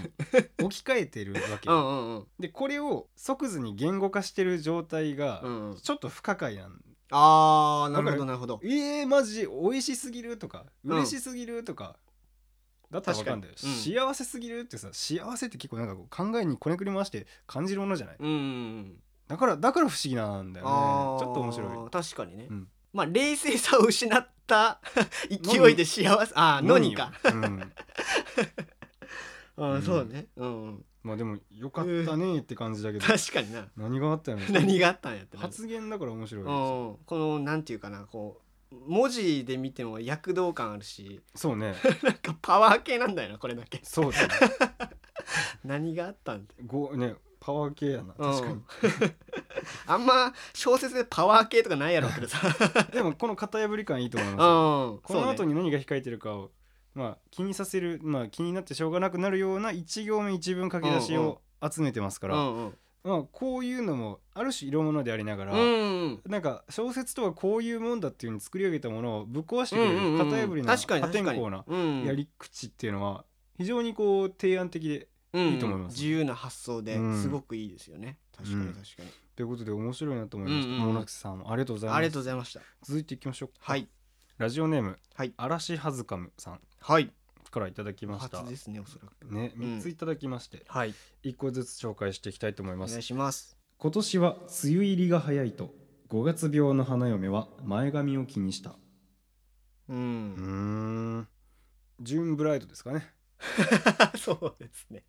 [SPEAKER 1] 置き換えてるわけ
[SPEAKER 2] う
[SPEAKER 1] よ、
[SPEAKER 2] んうんうん
[SPEAKER 1] でこれを即座に言語化してる状態が
[SPEAKER 2] うんうん
[SPEAKER 1] ちょっと不可解なん
[SPEAKER 2] ああなる
[SPEAKER 1] わ
[SPEAKER 2] ほ
[SPEAKER 1] か
[SPEAKER 2] ど
[SPEAKER 1] る
[SPEAKER 2] なるほど
[SPEAKER 1] えー、マジ美味しすぎるとか
[SPEAKER 2] うん
[SPEAKER 1] 嬉しすぎるとか、だったらわかるんだよ、
[SPEAKER 2] 確かに
[SPEAKER 1] 幸せすぎるってさ幸せって結構なんかこう考えにこねくり回して感じるものじゃない
[SPEAKER 2] うんうん
[SPEAKER 1] だからだから不思議なんだよね
[SPEAKER 2] あー
[SPEAKER 1] ちょっと面白い
[SPEAKER 2] 確かにね、
[SPEAKER 1] うん
[SPEAKER 2] まあ冷静さを失った勢いで幸せああのにか、
[SPEAKER 1] うん、
[SPEAKER 2] うん
[SPEAKER 1] うん
[SPEAKER 2] そうね、うん、
[SPEAKER 1] まあでもよかったねって感じだけど
[SPEAKER 2] 確かにな
[SPEAKER 1] 何があったよね
[SPEAKER 2] 何があったんやってなる
[SPEAKER 1] 発言だから面白い
[SPEAKER 2] うん
[SPEAKER 1] よ
[SPEAKER 2] このなんていうかなこう文字で見ても躍動感あるし
[SPEAKER 1] そうね
[SPEAKER 2] なんかパワー系なんだよなこれだけ
[SPEAKER 1] そうだね
[SPEAKER 2] 何があったんだ
[SPEAKER 1] ごねパワー系やな
[SPEAKER 2] うん
[SPEAKER 1] 確かに
[SPEAKER 2] [laughs] あんま小説でパワー系とかないやろうけ
[SPEAKER 1] [laughs]
[SPEAKER 2] どさ
[SPEAKER 1] でもこの型破り感いいと思い
[SPEAKER 2] うん
[SPEAKER 1] ますこ
[SPEAKER 2] そう
[SPEAKER 1] の後
[SPEAKER 2] ね
[SPEAKER 1] に何が控えてるかをまあ気にさせるまあ気になってしょうがなくなるような一行目一文書き出しを集めてますか
[SPEAKER 2] う
[SPEAKER 1] ら
[SPEAKER 2] んうん
[SPEAKER 1] まあこういうのもある種色物でありながら
[SPEAKER 2] うん
[SPEAKER 1] なんか小説とはこういうもんだっていうふうに作り上げたものをぶっ壊してくれ
[SPEAKER 2] うんうん
[SPEAKER 1] る
[SPEAKER 2] うん
[SPEAKER 1] 型破りな
[SPEAKER 2] 確かに
[SPEAKER 1] 破
[SPEAKER 2] 確
[SPEAKER 1] 天
[SPEAKER 2] かに
[SPEAKER 1] 荒な
[SPEAKER 2] うん
[SPEAKER 1] やり口っていうのは非常にこう提案的で
[SPEAKER 2] うん
[SPEAKER 1] いいと思います
[SPEAKER 2] 自由な発想で
[SPEAKER 1] うん
[SPEAKER 2] すごくいいですよね、確か
[SPEAKER 1] う
[SPEAKER 2] に
[SPEAKER 1] ん
[SPEAKER 2] 確かに、
[SPEAKER 1] ということで面白いなと思いまし
[SPEAKER 2] う
[SPEAKER 1] た
[SPEAKER 2] んうんう
[SPEAKER 1] モ
[SPEAKER 2] ん
[SPEAKER 1] ナクさんもありがとうござい
[SPEAKER 2] あ
[SPEAKER 1] ま
[SPEAKER 2] りが
[SPEAKER 1] す
[SPEAKER 2] とうございました
[SPEAKER 1] 続いていきましょうか
[SPEAKER 2] はい
[SPEAKER 1] ラジオネーム
[SPEAKER 2] はい
[SPEAKER 1] 嵐はずかむさん
[SPEAKER 2] はい
[SPEAKER 1] からいただきました
[SPEAKER 2] 初ですねおそらく
[SPEAKER 1] ね3ついただきまして、
[SPEAKER 2] はい
[SPEAKER 1] 一個ずつ紹介していきたいと思い
[SPEAKER 2] お
[SPEAKER 1] ます
[SPEAKER 2] 願いします
[SPEAKER 1] 今年は梅雨入りが早いと5月病の花嫁は前髪を気にしたう
[SPEAKER 2] う
[SPEAKER 1] ー
[SPEAKER 2] ん
[SPEAKER 1] んジューンブライトですかね
[SPEAKER 2] [laughs] そうですね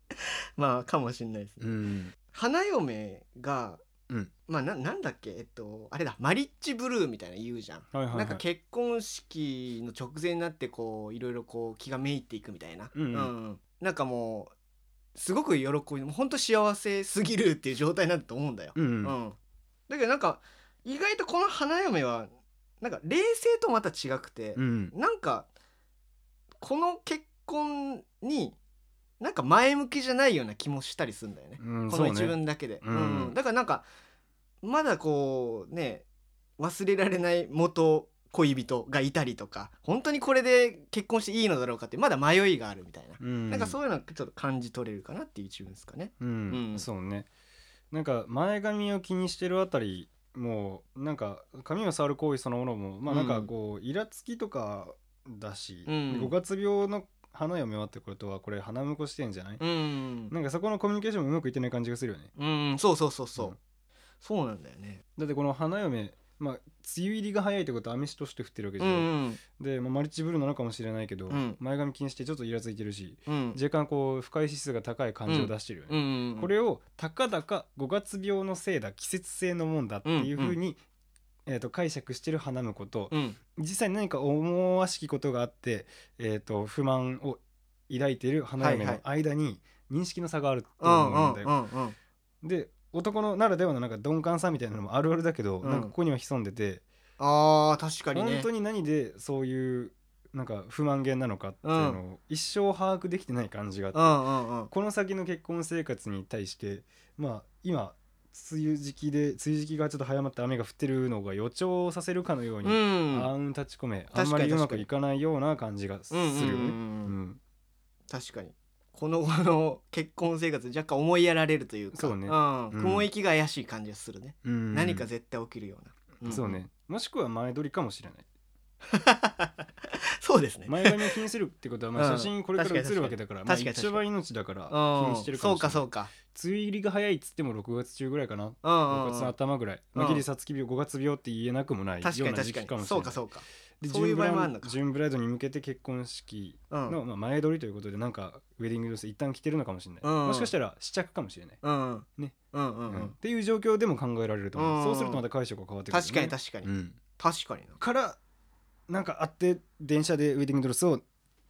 [SPEAKER 2] まあかもしれないですね、
[SPEAKER 1] ん
[SPEAKER 2] 花嫁が、
[SPEAKER 1] うん
[SPEAKER 2] まあななんだっけえっとあれだマリッジブルーみたいなの言うじゃん、
[SPEAKER 1] はいはい、はい、
[SPEAKER 2] なんか結婚式の直前になってこういろいろこう気がめいっていくみたいな、
[SPEAKER 1] うんうん
[SPEAKER 2] なんかもうすごく喜びもうほんと幸せすぎるっていう状態なんだと思うんだよ、
[SPEAKER 1] うんう、
[SPEAKER 2] うんだけどなんか意外とこの花嫁はなんか冷静とまた違くて、
[SPEAKER 1] うん
[SPEAKER 2] なんかこの結婚になんか前向きじゃないような気もしたりするんだよね、
[SPEAKER 1] うん
[SPEAKER 2] こ
[SPEAKER 1] そう
[SPEAKER 2] の
[SPEAKER 1] ね
[SPEAKER 2] 一文だけで、
[SPEAKER 1] うん
[SPEAKER 2] うんだからなんかまだこうね忘れられない元恋人がいたりとか本当にこれで結婚していいのだろうかってまだ迷いがあるみたいな、
[SPEAKER 1] うん、
[SPEAKER 2] なんかそういうのちょっと感じ取れるかなっていう一文ですかね。
[SPEAKER 1] う、ん
[SPEAKER 2] うん
[SPEAKER 1] そうねなんか前髪を気にしてるあたりもうなんか髪を触る行為そのものもまあなんかこう、イラつきとかだし、
[SPEAKER 2] うん
[SPEAKER 1] 5月病の花嫁はってことはこれ鼻婿してんじゃない、
[SPEAKER 2] うん、
[SPEAKER 1] なんかそこのコミュニケーションもうまくいってない感じがするよね
[SPEAKER 2] うん、そうそうそうそう、
[SPEAKER 1] うん
[SPEAKER 2] そうなんだよね。
[SPEAKER 1] だってこの花嫁まあ梅雨入りが早いってことはアメシとして降ってるわけ
[SPEAKER 2] う
[SPEAKER 1] じゃん、
[SPEAKER 2] ん
[SPEAKER 1] で、まあ、マリッチブルーなのかもしれないけど、
[SPEAKER 2] うん
[SPEAKER 1] 前髪気にしてちょっとイラついてるし
[SPEAKER 2] うんうん
[SPEAKER 1] 若干こう不快指数が高い感じを出してるよね、
[SPEAKER 2] うん
[SPEAKER 1] これをたかだか5月病のせいだ季節性のもんだっていうふうに、えー、と解釈してる花婿と
[SPEAKER 2] うん
[SPEAKER 1] 実際に何か思わしきことがあって、えー、と不満を抱いている花嫁の間に認識の差があると
[SPEAKER 2] うんう
[SPEAKER 1] 思うん
[SPEAKER 2] ん
[SPEAKER 1] だよ
[SPEAKER 2] う。んうん
[SPEAKER 1] で男のならではのなんか鈍感さみたいなのもあるあるだけど、
[SPEAKER 2] うん
[SPEAKER 1] なんかここには潜んでて、
[SPEAKER 2] あー確かにね。
[SPEAKER 1] 本当に何でそういうなんか不満げなのかっていうのを一生把握できてない感じがあって、
[SPEAKER 2] うんうんうん
[SPEAKER 1] この先の結婚生活に対してまあ今梅雨時期で梅雨時期がちょっと早まって雨が降ってるのが予兆させるかのよう
[SPEAKER 2] う
[SPEAKER 1] に、
[SPEAKER 2] ん
[SPEAKER 1] あうん立ち込め
[SPEAKER 2] か
[SPEAKER 1] あ
[SPEAKER 2] に
[SPEAKER 1] んまりうまくいかないような感じがす
[SPEAKER 2] う
[SPEAKER 1] るよ
[SPEAKER 2] んうんうん
[SPEAKER 1] ね。
[SPEAKER 2] うん
[SPEAKER 1] うん
[SPEAKER 2] 確かにこの後の結婚生活に若干思いやられるというか
[SPEAKER 1] そうね
[SPEAKER 2] ん
[SPEAKER 1] うん
[SPEAKER 2] 雲行きが怪しい感じがするね、
[SPEAKER 1] うん
[SPEAKER 2] 何か絶対起きるような、ん
[SPEAKER 1] そうねもしくは前撮りかもしれない
[SPEAKER 2] そうですね
[SPEAKER 1] [laughs] 前髪を気にするってことは、ま
[SPEAKER 2] う
[SPEAKER 1] あ、
[SPEAKER 2] ん
[SPEAKER 1] 写真これから写るわけだから、
[SPEAKER 2] 確
[SPEAKER 1] まあ、
[SPEAKER 2] かに確かに
[SPEAKER 1] 一応は命だから気にして
[SPEAKER 2] う
[SPEAKER 1] る
[SPEAKER 2] ん
[SPEAKER 1] かもしれない
[SPEAKER 2] そうかそうか
[SPEAKER 1] 梅雨入りが早いっつっても6月中ぐらいかな
[SPEAKER 2] うんう
[SPEAKER 1] 6
[SPEAKER 2] んうん
[SPEAKER 1] 月の頭ぐらい、
[SPEAKER 2] うん
[SPEAKER 1] まあ、ギリさつき病5月病って言えなくもないよ
[SPEAKER 2] 確か
[SPEAKER 1] う
[SPEAKER 2] に
[SPEAKER 1] な時期
[SPEAKER 2] 確
[SPEAKER 1] か
[SPEAKER 2] か
[SPEAKER 1] も
[SPEAKER 2] に
[SPEAKER 1] しれ
[SPEAKER 2] そう
[SPEAKER 1] ない
[SPEAKER 2] かそうか
[SPEAKER 1] で
[SPEAKER 2] そういう場合もあんのか
[SPEAKER 1] ジューンブライドに向けて結婚式
[SPEAKER 2] うん
[SPEAKER 1] のまあ前撮りということでなんかウェディングドレス一旦着てるのかもしれない、
[SPEAKER 2] うん
[SPEAKER 1] もしかしたら試着かもしれない、
[SPEAKER 2] うん
[SPEAKER 1] ね
[SPEAKER 2] うんうんう
[SPEAKER 1] うんっ
[SPEAKER 2] ん
[SPEAKER 1] ていう状況でも考えられると思う、
[SPEAKER 2] うん
[SPEAKER 1] そうするとまた解釈が変わってくるよね、
[SPEAKER 2] 確かに確かに
[SPEAKER 1] うん
[SPEAKER 2] 確かにな [laughs]
[SPEAKER 1] からなんかあって電車でウェディングドレスを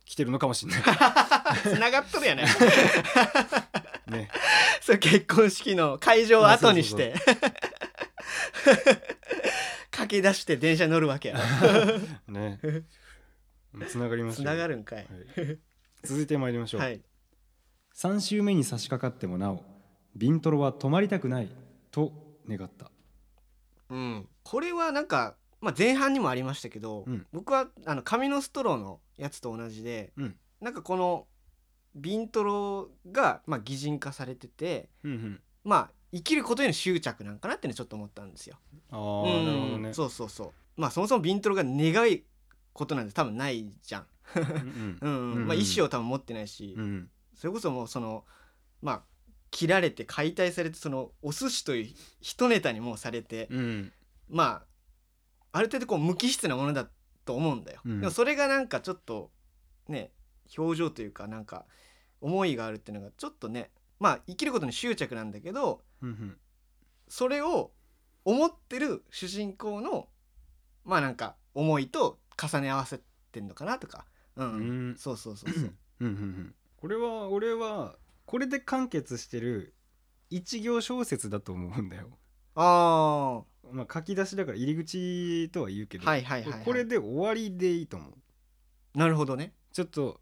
[SPEAKER 1] 着てるのかもしれ
[SPEAKER 2] [laughs]
[SPEAKER 1] ない
[SPEAKER 2] 繋がっとるやない [laughs]
[SPEAKER 1] ね
[SPEAKER 2] そう結婚式の会場を後にして [laughs] 駆け出して電車乗
[SPEAKER 1] [laughs]
[SPEAKER 2] るわけや
[SPEAKER 1] ねつながります
[SPEAKER 2] つ
[SPEAKER 1] よ
[SPEAKER 2] ながるんかい
[SPEAKER 1] はい続いて参りましょう、
[SPEAKER 2] はい
[SPEAKER 1] 3週目に差し掛かってもなおビントロは止まりたくないと願った
[SPEAKER 2] うんこれはなんかまあ前半にもありましたけど
[SPEAKER 1] うん
[SPEAKER 2] 僕はあの紙のストローのやつと同じで
[SPEAKER 1] うん
[SPEAKER 2] なんかこのビントロがまあ擬人化されてて
[SPEAKER 1] うんうん
[SPEAKER 2] まあ生きることへの執着なんかなっていうのはちょっと思ったんですよ。
[SPEAKER 1] あ
[SPEAKER 2] う
[SPEAKER 1] ー
[SPEAKER 2] ん
[SPEAKER 1] なるほどね
[SPEAKER 2] そうそうそうまあそもそもビントロが願いことなんて多分ないじゃん、
[SPEAKER 1] うん
[SPEAKER 2] うんうん
[SPEAKER 1] うんうん
[SPEAKER 2] まあ、意思を多分持ってないし、
[SPEAKER 1] うんうん
[SPEAKER 2] それこそもうそのまあ切られて解体されてそのお寿司という一ネタにもうされて、
[SPEAKER 1] うん
[SPEAKER 2] まあある程度こう無機質なものだと思うんだよ、
[SPEAKER 1] うん
[SPEAKER 2] でもそれがなんかちょっとね表情というかなんか思いがあるっていうのがちょっとねまあ生きることに執着なんだけど
[SPEAKER 1] うんうん
[SPEAKER 2] それを思ってる主人公のまあなんか思いと重ね合わせてんのかなとか、うん
[SPEAKER 1] うん
[SPEAKER 2] そうそうそう
[SPEAKER 1] [clears throat]
[SPEAKER 2] そう
[SPEAKER 1] うんうんうんこれは俺はこれで完結してる一行小説だと思うんだよ
[SPEAKER 2] あ
[SPEAKER 1] まあ書き出しだから入り口とは言うけ
[SPEAKER 2] ー
[SPEAKER 1] ど、
[SPEAKER 2] はいはいはい、はい、
[SPEAKER 1] これで終わりでいいと思う
[SPEAKER 2] なるほどね
[SPEAKER 1] ちょっと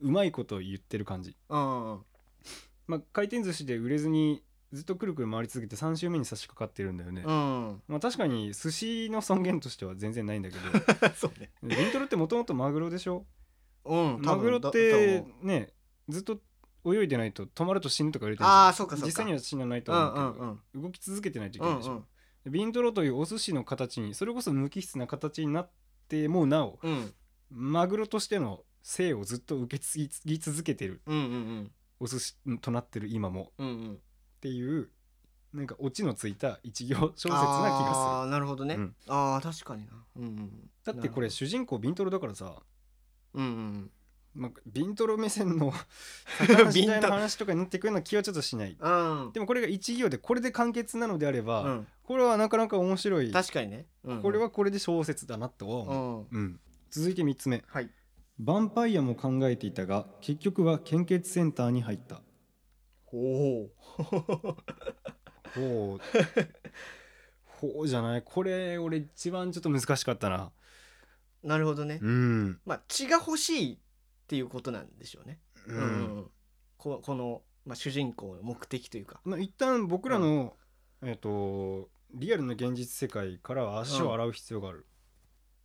[SPEAKER 1] うまいこと言ってる感じ
[SPEAKER 2] うんうん
[SPEAKER 1] まあ、回転寿司で売れずにずっとくるくる回り続けて3周目に差し掛かってるんだよね、 [laughs]
[SPEAKER 2] うん、
[SPEAKER 1] まあ、確かに寿司の尊厳としては全然ないんだけ
[SPEAKER 2] [laughs] そうね
[SPEAKER 1] どビントロってもともとマグロでしょ
[SPEAKER 2] うん
[SPEAKER 1] マグロっ
[SPEAKER 2] 多分だ
[SPEAKER 1] て
[SPEAKER 2] と思う
[SPEAKER 1] ねずっと泳いでないと止まると死ぬとか言われてるじゃん
[SPEAKER 2] ああそうかそうか
[SPEAKER 1] 実際には死なないと
[SPEAKER 2] う
[SPEAKER 1] 思
[SPEAKER 2] ん
[SPEAKER 1] う
[SPEAKER 2] う
[SPEAKER 1] けど
[SPEAKER 2] ん、うん
[SPEAKER 1] 動き続けてないといけ
[SPEAKER 2] う
[SPEAKER 1] ない
[SPEAKER 2] ん
[SPEAKER 1] でし
[SPEAKER 2] う
[SPEAKER 1] ょ、
[SPEAKER 2] ん
[SPEAKER 1] ビントロというお寿司の形にそれこそ無機質な形になってもなお
[SPEAKER 2] うん
[SPEAKER 1] マグロとしての生をずっと受け継ぎ続けてる
[SPEAKER 2] うんうん
[SPEAKER 1] お寿司となってる今も
[SPEAKER 2] うんうん
[SPEAKER 1] っていうなんかオチのついた一行小説な気
[SPEAKER 2] あ
[SPEAKER 1] が
[SPEAKER 2] あなるほどね、
[SPEAKER 1] うん
[SPEAKER 2] ああ確かになうんうん
[SPEAKER 1] するだってこれ主人公ビントロだからさ、
[SPEAKER 2] うんうん
[SPEAKER 1] まあ、ビントロ目線の [laughs]
[SPEAKER 2] ビン
[SPEAKER 1] 時代
[SPEAKER 2] ト
[SPEAKER 1] の話とかになってくるような気はちょっとしない
[SPEAKER 2] うん
[SPEAKER 1] でもこれが一行でこれで完結なのであれば、
[SPEAKER 2] うん
[SPEAKER 1] これはなかなか面白い
[SPEAKER 2] 確かにね、うんうん
[SPEAKER 1] これはこれで小説だなとは
[SPEAKER 2] う
[SPEAKER 1] 思
[SPEAKER 2] ん
[SPEAKER 1] う、うん続いて3つ目
[SPEAKER 2] はい
[SPEAKER 1] ヴァンパイアも考えていたが結局は献血センターに入った
[SPEAKER 2] ほう
[SPEAKER 1] ほうほうじゃないこれ俺一番ちょっと難しかったな
[SPEAKER 2] [laughs] なるほどね、
[SPEAKER 1] うん
[SPEAKER 2] まあ血が欲しいっていうことなんでしょうね、
[SPEAKER 1] う
[SPEAKER 2] うんうんうんここの、まあ、主人公の目的というか
[SPEAKER 1] まあ、一旦僕らの、えっ、とリアルな現実世界からは足を洗う必要がある、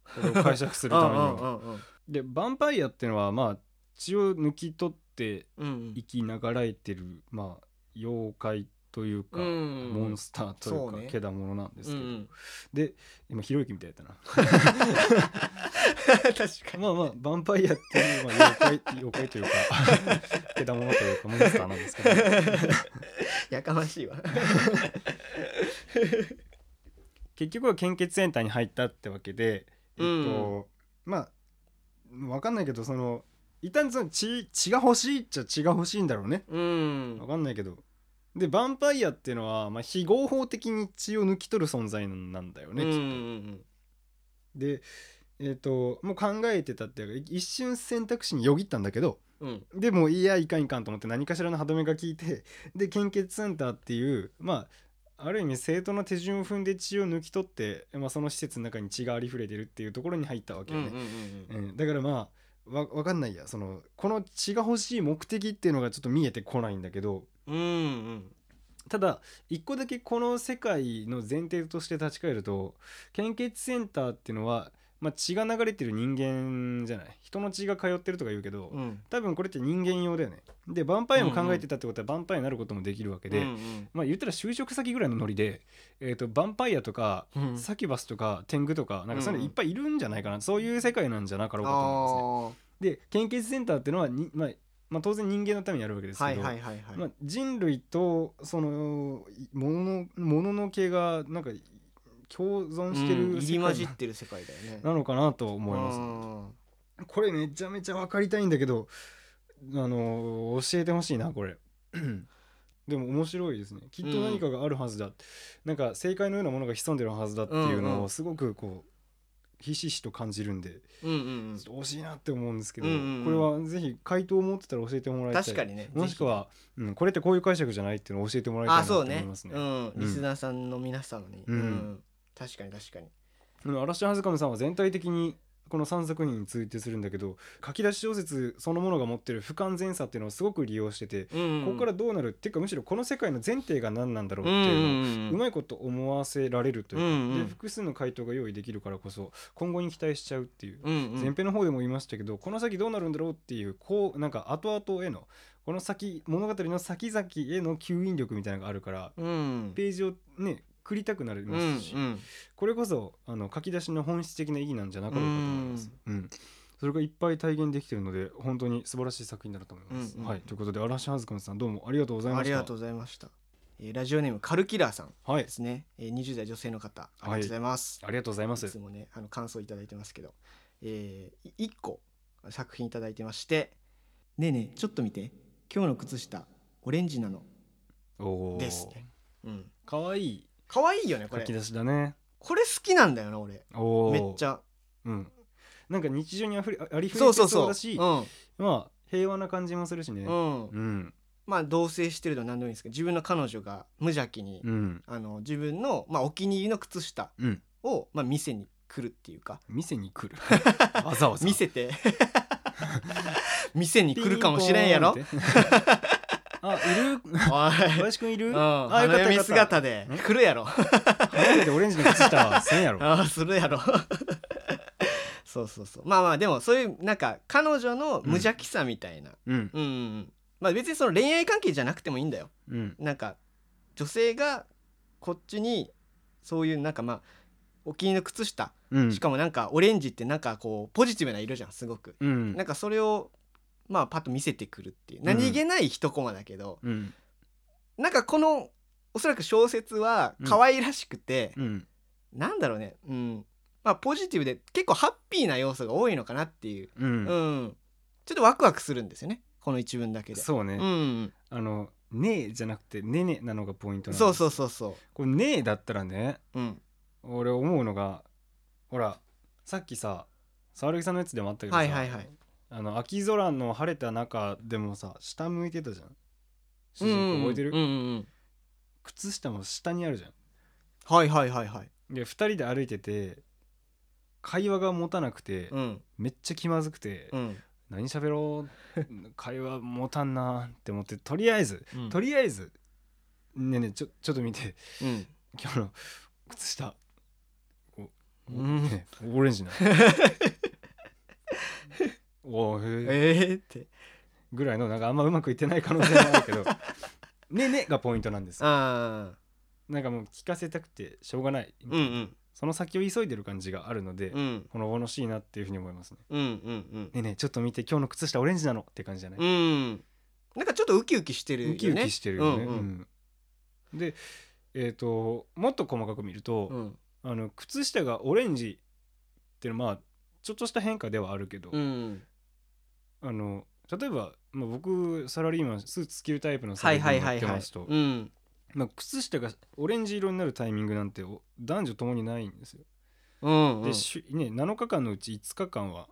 [SPEAKER 1] これを解釈す
[SPEAKER 2] す
[SPEAKER 1] るためには
[SPEAKER 2] [laughs] うんうん
[SPEAKER 1] でヴァンパイアっていうのはまあ血を抜き取って
[SPEAKER 2] うん
[SPEAKER 1] 生き流れてる、まあ、妖怪というか、
[SPEAKER 2] うんうん
[SPEAKER 1] モンスターという
[SPEAKER 2] そ
[SPEAKER 1] か
[SPEAKER 2] うね
[SPEAKER 1] けだものなんです
[SPEAKER 2] う
[SPEAKER 1] け
[SPEAKER 2] ん
[SPEAKER 1] ど、
[SPEAKER 2] うん、
[SPEAKER 1] で今ひろゆきみたいだな
[SPEAKER 2] [laughs] 確かに
[SPEAKER 1] まあまあヴァンパイアっていう、まあ、妖怪妖怪と
[SPEAKER 2] [laughs]
[SPEAKER 1] いうかけだものというかモンスターなんですけど、
[SPEAKER 2] やかまし
[SPEAKER 1] [laughs]
[SPEAKER 2] いわ
[SPEAKER 1] 結局は献血センターに入ったってわけで、えっ
[SPEAKER 2] う
[SPEAKER 1] とまあ分かんないけどその一旦その血血が欲しいっちゃ血が欲しいんだろうね
[SPEAKER 2] うん
[SPEAKER 1] 分かんないけどでヴァンパイアっていうのは、まあ、非合法的に血を抜き取る存在なんだよね、
[SPEAKER 2] うん
[SPEAKER 1] き
[SPEAKER 2] う
[SPEAKER 1] っ
[SPEAKER 2] んうん
[SPEAKER 1] とでえっ、ともう考えてたっていうか一瞬選択肢によぎったんだけど
[SPEAKER 2] うん
[SPEAKER 1] でもいやいかんいかんと思って何かしらの歯止めが効いて [laughs] で献血センターっていうまあある意味正当な手順を踏んで血を抜き取って、まあ、その施設の中に血がありふれてるっていうところに入ったわけ
[SPEAKER 2] うんう
[SPEAKER 1] よ
[SPEAKER 2] んう
[SPEAKER 1] ね、
[SPEAKER 2] ん
[SPEAKER 1] うんだからまあわ分かんないやそのこの血が欲しい目的っていうのがちょっと見えてこないんだけど
[SPEAKER 2] うんうん
[SPEAKER 1] ただ一個だけこの世界の前提として立ち返ると献血センターっていうのはまあ、血が流れてる人間じゃない人の血が通ってるとか言うけど、
[SPEAKER 2] うん
[SPEAKER 1] 多分これって人間用だよねでヴァンパイアも考えてたってことはヴァンパイアになることもできるわけで、
[SPEAKER 2] うんうん
[SPEAKER 1] まあ言ったら就職先ぐらいのノリで、えー、とヴァンパイアとか、
[SPEAKER 2] うん
[SPEAKER 1] サキュバスとか天狗とかなんかそういう
[SPEAKER 2] うん
[SPEAKER 1] のいっぱいいるんじゃないかな、そういう世界なんじゃなかろうかと思いま
[SPEAKER 2] あ
[SPEAKER 1] すね。で献血センターっていうのはに、まあまあ、当然人間のためにやるわけですけ
[SPEAKER 2] ーはい
[SPEAKER 1] ど、
[SPEAKER 2] はいはいはい、
[SPEAKER 1] まあ、人類とそのいもののものの系がなんか共存して
[SPEAKER 2] うん
[SPEAKER 1] る
[SPEAKER 2] 入り混じ
[SPEAKER 1] 世
[SPEAKER 2] っ
[SPEAKER 1] 界
[SPEAKER 2] てる世界だよね
[SPEAKER 1] なのかなと思いますね、
[SPEAKER 2] うん
[SPEAKER 1] これめちゃめちゃ分かりたいんだけどあの教えてほしいなこれ [clears throat] でも面白いですねきっと何かがあるはずだ、なんか正解のようなものが潜んでるはずだっていう
[SPEAKER 2] うん
[SPEAKER 1] の
[SPEAKER 2] うん
[SPEAKER 1] をすごくこうひしひしと感じるんで
[SPEAKER 2] うんうん
[SPEAKER 1] ちょっと惜しいなって思うんですけど、
[SPEAKER 2] うんうんうん
[SPEAKER 1] これはぜひ回答を持ってたら教えても
[SPEAKER 2] う
[SPEAKER 1] ら
[SPEAKER 2] ん
[SPEAKER 1] いたい
[SPEAKER 2] 確かにね
[SPEAKER 1] もしくは、うん、これってこういう解釈じゃないっていうのを教えてもらいたい
[SPEAKER 2] あ
[SPEAKER 1] なと
[SPEAKER 2] そう
[SPEAKER 1] 思い
[SPEAKER 2] ね
[SPEAKER 1] ますね。
[SPEAKER 2] うん
[SPEAKER 1] うん
[SPEAKER 2] リスナーさんの皆様に、
[SPEAKER 1] うん
[SPEAKER 2] 確かに確かに
[SPEAKER 1] うん嵐はずかむさんは全体的にこの3作品についてするんだけど書き出し小説そのものが持ってる不完全さっていうのをすごく利用してて、
[SPEAKER 2] うん
[SPEAKER 1] ここからどうなるっていうかむしろこの世界の前提が何なんだろう
[SPEAKER 2] う
[SPEAKER 1] っ
[SPEAKER 2] ん
[SPEAKER 1] てい
[SPEAKER 2] うん
[SPEAKER 1] うのを、
[SPEAKER 2] うん
[SPEAKER 1] うまいこと思わせられるというか、
[SPEAKER 2] うんうん
[SPEAKER 1] で複数の回答が用意できるからこそ今後に期待しちゃうっていう、
[SPEAKER 2] うんうん
[SPEAKER 1] 前編の方でも言いましたけどこの先どうなるんだろうっていうこうなんか後々へのこの先物語の先々への吸引力みたいなのがあるから
[SPEAKER 2] うん
[SPEAKER 1] ページをね繰りたくなり
[SPEAKER 2] うんう
[SPEAKER 1] ますし、
[SPEAKER 2] ん
[SPEAKER 1] これこそあの書き出しの本質的な意義なんじゃなかろうかと思います。うんそれがいっぱい体現できているので本当に素晴らしい作品だなと思います。
[SPEAKER 2] うんうん
[SPEAKER 1] はいということで嵐はずかみさんどうもありがとうございま
[SPEAKER 2] あ
[SPEAKER 1] した。
[SPEAKER 2] りがとうございましたえーラジオネームカルキラーさん
[SPEAKER 1] はい
[SPEAKER 2] ですね、えー、20代女性の方ありが
[SPEAKER 1] はい
[SPEAKER 2] とうございます、
[SPEAKER 1] ありがとうございま
[SPEAKER 2] い
[SPEAKER 1] す
[SPEAKER 2] つ。もねあの感想いただいてますけど、えー、い一個作品いただいてまして「ねえねえちょっと見て今日の靴下オレンジなの
[SPEAKER 1] お」お。
[SPEAKER 2] ですね。うん、
[SPEAKER 1] 可愛い
[SPEAKER 2] 可愛いよねこ
[SPEAKER 1] 書
[SPEAKER 2] れ
[SPEAKER 1] き出しだね。
[SPEAKER 2] これ好きなんだよな俺
[SPEAKER 1] おお。
[SPEAKER 2] めっち
[SPEAKER 1] ゃ。
[SPEAKER 2] ゃ
[SPEAKER 1] うん。なんか日常にあふれあありふれ
[SPEAKER 2] そう
[SPEAKER 1] て
[SPEAKER 2] そうそ
[SPEAKER 1] そう
[SPEAKER 2] う
[SPEAKER 1] だし、
[SPEAKER 2] うん
[SPEAKER 1] まあ平和な感じもするしね。
[SPEAKER 2] うん
[SPEAKER 1] うん。
[SPEAKER 2] まあ同棲してるのは何でもいいんですけど自分の彼女が無邪気に、
[SPEAKER 1] うん。
[SPEAKER 2] あの自分の、まあ、お気に入りの靴下
[SPEAKER 1] うん。
[SPEAKER 2] を、まあ、店に来るっていうか
[SPEAKER 1] 店に
[SPEAKER 2] [laughs]
[SPEAKER 1] 来る。わざわざ。
[SPEAKER 2] 見せて [laughs] 店に来るかもしれんやろ
[SPEAKER 1] ピンポーンって。 [laughs] あいる。
[SPEAKER 2] おい
[SPEAKER 1] 林くんいる。
[SPEAKER 2] うん、
[SPEAKER 1] あよかっ
[SPEAKER 2] 花
[SPEAKER 1] たよか
[SPEAKER 2] 嫁
[SPEAKER 1] った。
[SPEAKER 2] 姿で
[SPEAKER 1] うん
[SPEAKER 2] 来るやろ
[SPEAKER 1] 花嫁でオレンジの靴下はせんやろ。
[SPEAKER 2] ああするやろ [laughs] そうそうそうまあまあでもそういうなんか彼女の無邪気さみたいな、
[SPEAKER 1] うん。
[SPEAKER 2] うん、うんうんまあ別にその恋愛関係じゃなくてもいいんだよ
[SPEAKER 1] うん。
[SPEAKER 2] なんか女性がこっちにそういうなんかまあお気に入りの靴下、
[SPEAKER 1] うん
[SPEAKER 2] し。かもなんかオレンジってなんかこうポジティブな色じゃんすごく、
[SPEAKER 1] うん
[SPEAKER 2] なんかそれをまあパッと見せてくるっていう何気ない一コマだけど、
[SPEAKER 1] うん。
[SPEAKER 2] なんかこのおそらく小説は可愛らしくて、
[SPEAKER 1] うん。
[SPEAKER 2] なんだろうねうんまあポジティブで結構ハッピーな要素が多いのかなっていう、
[SPEAKER 1] う
[SPEAKER 2] うん
[SPEAKER 1] ん。
[SPEAKER 2] ちょっとワクワクするんですよねこの一文だけで。
[SPEAKER 1] そうね。
[SPEAKER 2] うん、
[SPEAKER 1] あのねえじゃなくてねねなのがポイントなんです
[SPEAKER 2] そうそうそうそ
[SPEAKER 1] これねえだったらね
[SPEAKER 2] う、うん、
[SPEAKER 1] 俺思うのがほらさっきさ沢木さんのやつでもあったけどさ、
[SPEAKER 2] はいはいはい
[SPEAKER 1] あの秋空の晴れた中でもさ下向いてたじゃん主人公覚えてる、
[SPEAKER 2] うんうんうん
[SPEAKER 1] 靴下も下にあるじゃ
[SPEAKER 2] はいはいはいはい、
[SPEAKER 1] んで2人で歩いてて会話が持たなくて、
[SPEAKER 2] うん
[SPEAKER 1] めっちゃ気まずくて、
[SPEAKER 2] うん
[SPEAKER 1] 何喋ろう会話持たんなって思ってとりあえず
[SPEAKER 2] うん
[SPEAKER 1] とりあえずねえねえちょちょっと見て
[SPEAKER 2] うん、
[SPEAKER 1] 今日の靴下こう、
[SPEAKER 2] うん
[SPEAKER 1] ねオレンジ
[SPEAKER 2] [laughs]
[SPEAKER 1] なおーへえ
[SPEAKER 2] えー、って
[SPEAKER 1] ぐらいのなんかあんまうまくいってない可能性もある
[SPEAKER 2] [laughs]
[SPEAKER 1] けど「ねね」がポイントなんですよ
[SPEAKER 2] ああ
[SPEAKER 1] なんかもう聞かせたくてしょうがない、
[SPEAKER 2] うんうん
[SPEAKER 1] その先を急いでる感じがあるので、
[SPEAKER 2] うん
[SPEAKER 1] ほのぼのしいなっていうふうに思いますね
[SPEAKER 2] うんうん
[SPEAKER 1] ねえねえちょっと見て今日の靴下オレンジなのって感じじゃない、
[SPEAKER 2] うんうんなんかちょっとウキウキしてるよね
[SPEAKER 1] ウキウキしてるよね、
[SPEAKER 2] うんうん
[SPEAKER 1] うんでえっ、ともっと細かく見ると、
[SPEAKER 2] うん
[SPEAKER 1] あの靴下がオレンジっていうのはまあちょっとした変化ではあるけど、
[SPEAKER 2] うん
[SPEAKER 1] あの例えば、まあ、僕サラリーマンスーツ着るタイプのサ
[SPEAKER 2] は
[SPEAKER 1] ラ
[SPEAKER 2] い
[SPEAKER 1] リーマ
[SPEAKER 2] は
[SPEAKER 1] ンやっ
[SPEAKER 2] いはい
[SPEAKER 1] て
[SPEAKER 2] は
[SPEAKER 1] ま
[SPEAKER 2] い
[SPEAKER 1] すと、
[SPEAKER 2] うん
[SPEAKER 1] まあ、靴下がオレンジ色になるタイミングなんてお男女ともにないんですよ。
[SPEAKER 2] うんう
[SPEAKER 1] で、
[SPEAKER 2] ん
[SPEAKER 1] しゅね、7日間のうち5日間は、